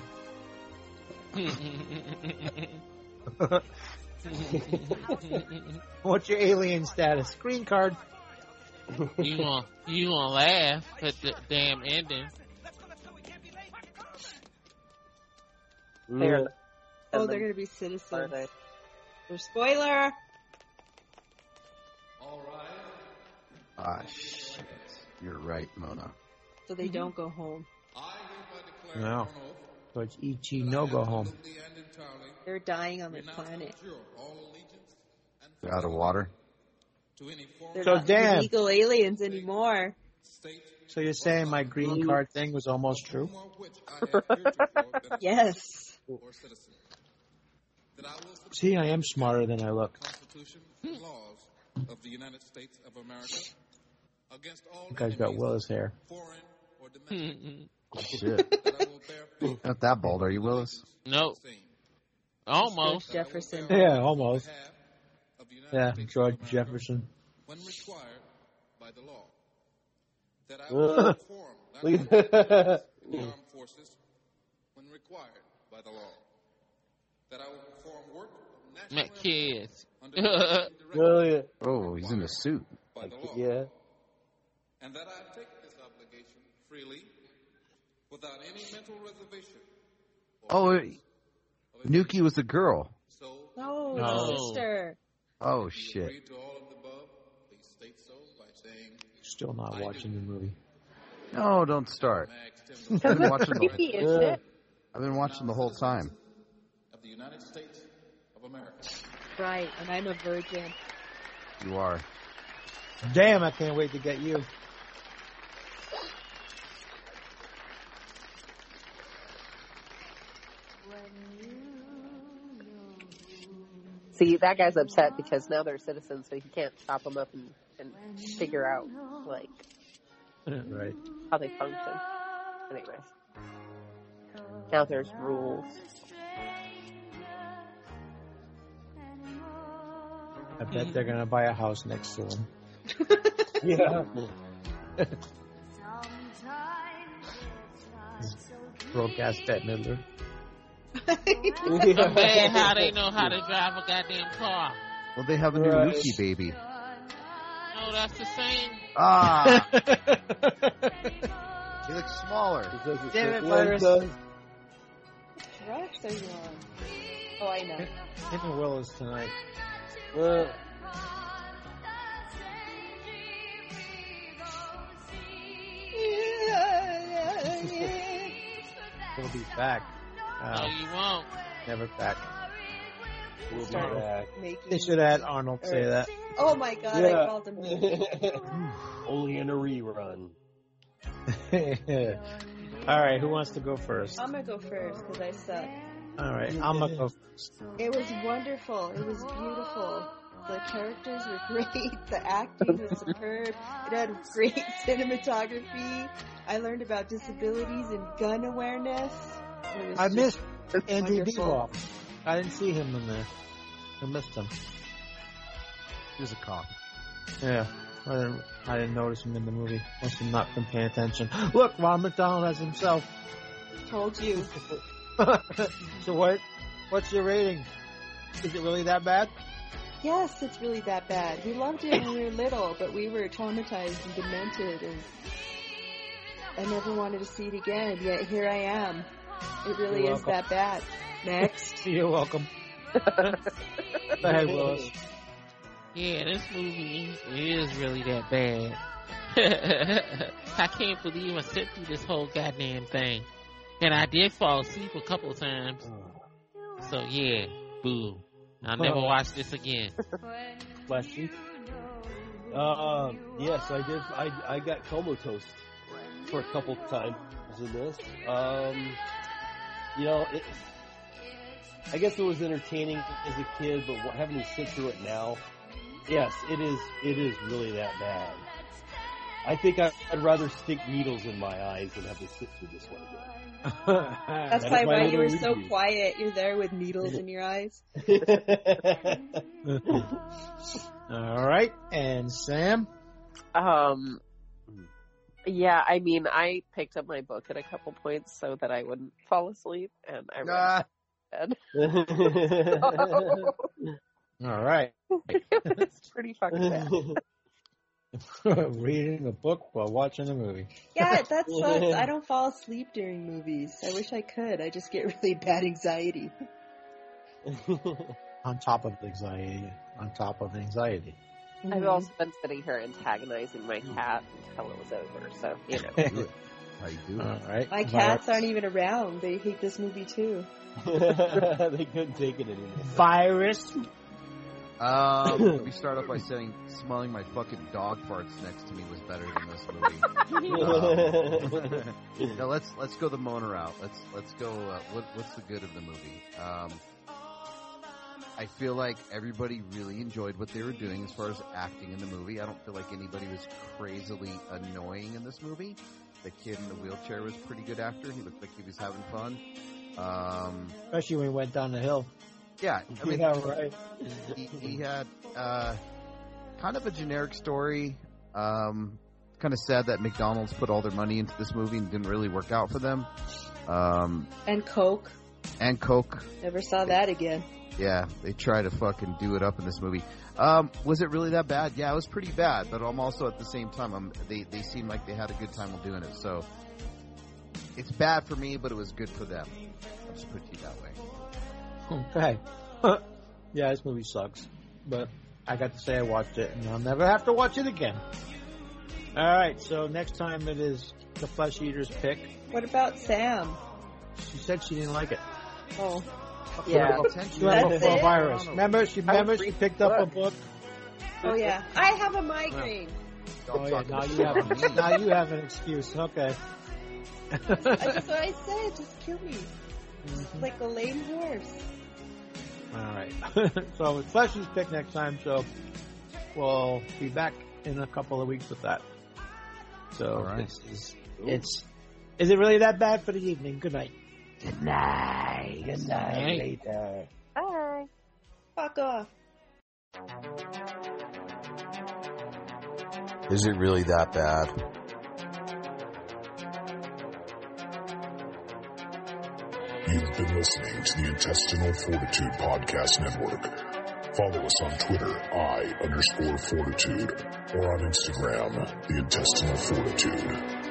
[SPEAKER 12] What's your alien status? Green card.
[SPEAKER 13] you gonna you gonna laugh at the damn ending?
[SPEAKER 11] They're- and
[SPEAKER 10] Oh, they're
[SPEAKER 11] then-
[SPEAKER 10] gonna be citizens.
[SPEAKER 11] are they?
[SPEAKER 10] They're spoiler.
[SPEAKER 9] Ah, shit. You're right, Mona.
[SPEAKER 10] So they don't go home.
[SPEAKER 12] No. So it's Ichi E no go home.
[SPEAKER 10] They're dying on their planet.
[SPEAKER 9] They're out of water.
[SPEAKER 10] They're
[SPEAKER 12] So,
[SPEAKER 10] not
[SPEAKER 12] Dan.
[SPEAKER 10] illegal aliens anymore.
[SPEAKER 12] So you're saying my green card thing was almost true?
[SPEAKER 10] yes.
[SPEAKER 12] See, I am smarter than I look.
[SPEAKER 27] Constitution and laws of the United States of America against all
[SPEAKER 12] That guy's got Willis hair.
[SPEAKER 27] foreign or domestic.
[SPEAKER 9] Shit. Not that bald, are you, Willis?
[SPEAKER 13] Nope. Almost.
[SPEAKER 10] Jefferson.
[SPEAKER 12] Yeah, almost. Yeah, George Jefferson.
[SPEAKER 27] when required by the law. That I will
[SPEAKER 12] Ugh.
[SPEAKER 27] perform that
[SPEAKER 12] Look
[SPEAKER 27] office
[SPEAKER 12] at-
[SPEAKER 27] of
[SPEAKER 13] Hmm.
[SPEAKER 27] the armed forces when required by the law. That I will perform work of national
[SPEAKER 13] Mac kids.
[SPEAKER 27] under the
[SPEAKER 9] Oh, he's in a suit.
[SPEAKER 27] by the law.
[SPEAKER 12] Yeah.
[SPEAKER 27] And that I take this obligation freely without any mental reservation.
[SPEAKER 9] Oh, it- Nuki was a girl.
[SPEAKER 10] No,
[SPEAKER 9] No.
[SPEAKER 10] sister.
[SPEAKER 9] Oh, shit.
[SPEAKER 12] Still not watching the movie.
[SPEAKER 9] No, don't start. I've
[SPEAKER 12] Because
[SPEAKER 9] been
[SPEAKER 12] it's
[SPEAKER 9] watching
[SPEAKER 12] creepy as
[SPEAKER 9] the,
[SPEAKER 12] shit.
[SPEAKER 9] I've been watching the whole time.
[SPEAKER 27] Of the United States of America.
[SPEAKER 10] Right, and I'm a virgin.
[SPEAKER 9] You are.
[SPEAKER 12] Damn, I can't wait to get you.
[SPEAKER 11] See, that guy's upset because now they're citizens, so he can't chop them up and, and figure out like
[SPEAKER 12] right.
[SPEAKER 11] how they function. Anyways, now there's rules.
[SPEAKER 12] I bet they're gonna buy a house next to him.
[SPEAKER 18] Yeah.
[SPEAKER 12] Broke ass Bette Midler.
[SPEAKER 13] I'm mad how they know how to drive a goddamn car.
[SPEAKER 9] Well, they have a new
[SPEAKER 13] Right.
[SPEAKER 9] Nuki baby.
[SPEAKER 13] No, that's the same.
[SPEAKER 9] Ah! he looks smaller.
[SPEAKER 10] Damn it,
[SPEAKER 12] Boris.
[SPEAKER 10] Rocks are you on? Oh, I know.
[SPEAKER 12] Him and Willis tonight. We'll be back.
[SPEAKER 13] No,
[SPEAKER 12] Uh,
[SPEAKER 13] you won't.
[SPEAKER 12] never back.
[SPEAKER 15] We'll
[SPEAKER 12] be
[SPEAKER 15] back.
[SPEAKER 12] They should have had Arnold say that.
[SPEAKER 10] Oh my god, I
[SPEAKER 15] Yeah.
[SPEAKER 10] called him. Making
[SPEAKER 15] Only in a rerun.
[SPEAKER 12] All right, who wants to go first?
[SPEAKER 10] I'm gonna go first because I suck.
[SPEAKER 12] All right, I'm gonna go.
[SPEAKER 10] It was wonderful. It was beautiful. The characters were great. The acting was superb. It had great cinematography. I learned about disabilities and gun awareness. It was
[SPEAKER 12] I
[SPEAKER 10] just
[SPEAKER 12] missed Andy
[SPEAKER 10] wonderful.
[SPEAKER 12] Bebop. I didn't see him in there. I missed him.
[SPEAKER 9] He's a cop.
[SPEAKER 12] Yeah. I didn't, I didn't notice him in the movie. Must have not been paying attention. Look, Ron McDonald as himself.
[SPEAKER 10] Told you.
[SPEAKER 12] so what? What's your rating? Is it really that bad?
[SPEAKER 10] Yes, it's really that bad. We loved it when we were little, but we were traumatized and demented, and I never wanted to see it again. Yet here I am. It really
[SPEAKER 12] You're
[SPEAKER 10] is
[SPEAKER 12] welcome.
[SPEAKER 10] that bad. Next.
[SPEAKER 12] You're welcome. Go ahead, Willis.
[SPEAKER 13] Yeah, this movie is really that bad. I can't believe I sit through this whole goddamn thing. And I did fall asleep a couple times. So yeah, boo. I'll never
[SPEAKER 15] Huh.
[SPEAKER 13] watch this again.
[SPEAKER 15] Last week. Uh, yes, I did. I, I got comatose for a couple times in this. Um, you know, it, I guess it was entertaining as a kid, but what- having to sit through it now, yes, it is. It is really that bad. I think I, I'd rather stick needles in my eyes than have to sit through this one again.
[SPEAKER 10] That's
[SPEAKER 15] That's my
[SPEAKER 10] probably why you
[SPEAKER 15] little
[SPEAKER 10] were so
[SPEAKER 15] review.
[SPEAKER 10] quiet. You're there with needles in your eyes.
[SPEAKER 12] All right, and Sam.
[SPEAKER 11] Um, yeah, I mean, I picked up my book at a couple points so that I wouldn't fall asleep, and I read. it.
[SPEAKER 12] All right.
[SPEAKER 11] it's pretty fucking bad.
[SPEAKER 12] Reading a book while watching a movie.
[SPEAKER 10] Yeah, that sucks. I don't fall asleep during movies. I wish I could. I just get really bad anxiety.
[SPEAKER 12] on top of anxiety, on top of anxiety.
[SPEAKER 11] I've also been sitting here antagonizing my cat until it was over, so, you know.
[SPEAKER 9] I do.
[SPEAKER 12] All right.
[SPEAKER 10] My cats aren't even around. They hate this movie too.
[SPEAKER 15] they couldn't take it anymore.
[SPEAKER 12] Virus.
[SPEAKER 9] Um, let me start off by saying smelling my fucking dog farts next to me was better than this movie. Um, now let's let's go the moaner out. Let's let's go. Uh, what, what's the good of the movie? Um, I feel like everybody really enjoyed what they were doing as far as acting in the movie. I don't feel like anybody was crazily annoying in this movie. The kid in the wheelchair was pretty good actor. He looked like he was having fun. Um,
[SPEAKER 12] Especially when we went down the hill.
[SPEAKER 9] yeah, I mean,
[SPEAKER 12] yeah, right.
[SPEAKER 9] he, he had uh, kind of a generic story. Um, kind of sad that McDonald's put all their money into this movie and didn't really work out for them. Um,
[SPEAKER 10] And Coke.
[SPEAKER 9] and Coke,
[SPEAKER 10] Never saw that again.
[SPEAKER 9] yeah, they try to fucking do it up in this movie. Um, was it really that bad? Yeah, it was pretty bad, but I'm also at the same time, I'm, they they seem like they had a good time while doing it. So it's bad for me, but it was good for them. I'll just put it to you that way.
[SPEAKER 12] Okay. yeah, this movie sucks, but I got to say I watched it, and I'll never have to watch it again. All right, so next time it is the Flesh Eater's pick.
[SPEAKER 10] What about Sam?
[SPEAKER 12] She said she didn't like it.
[SPEAKER 10] Oh,
[SPEAKER 11] Yeah.
[SPEAKER 12] She went
[SPEAKER 10] That's
[SPEAKER 12] before
[SPEAKER 10] it?
[SPEAKER 12] virus. Remember, she remember she picked up a book.
[SPEAKER 10] oh yeah. I have a migraine.
[SPEAKER 12] Oh yeah, now you have
[SPEAKER 9] shit.
[SPEAKER 12] now you have an excuse. Okay.
[SPEAKER 10] That's what I said. Just kill me. Just like a lame horse.
[SPEAKER 12] All right. so it's Flesh's pick next time. So we'll be back in a couple of weeks with that. So
[SPEAKER 9] All right.
[SPEAKER 12] this is it's is it really that bad for the evening? Good night. Good night. Good
[SPEAKER 13] Night.
[SPEAKER 12] Later.
[SPEAKER 11] Bye.
[SPEAKER 10] Fuck off.
[SPEAKER 8] Is it really that bad?
[SPEAKER 1] You've been listening to the Intestinal Fortitude Podcast Network. Follow us on Twitter, I underscore fortitude, or on Instagram, the Intestinal Fortitude.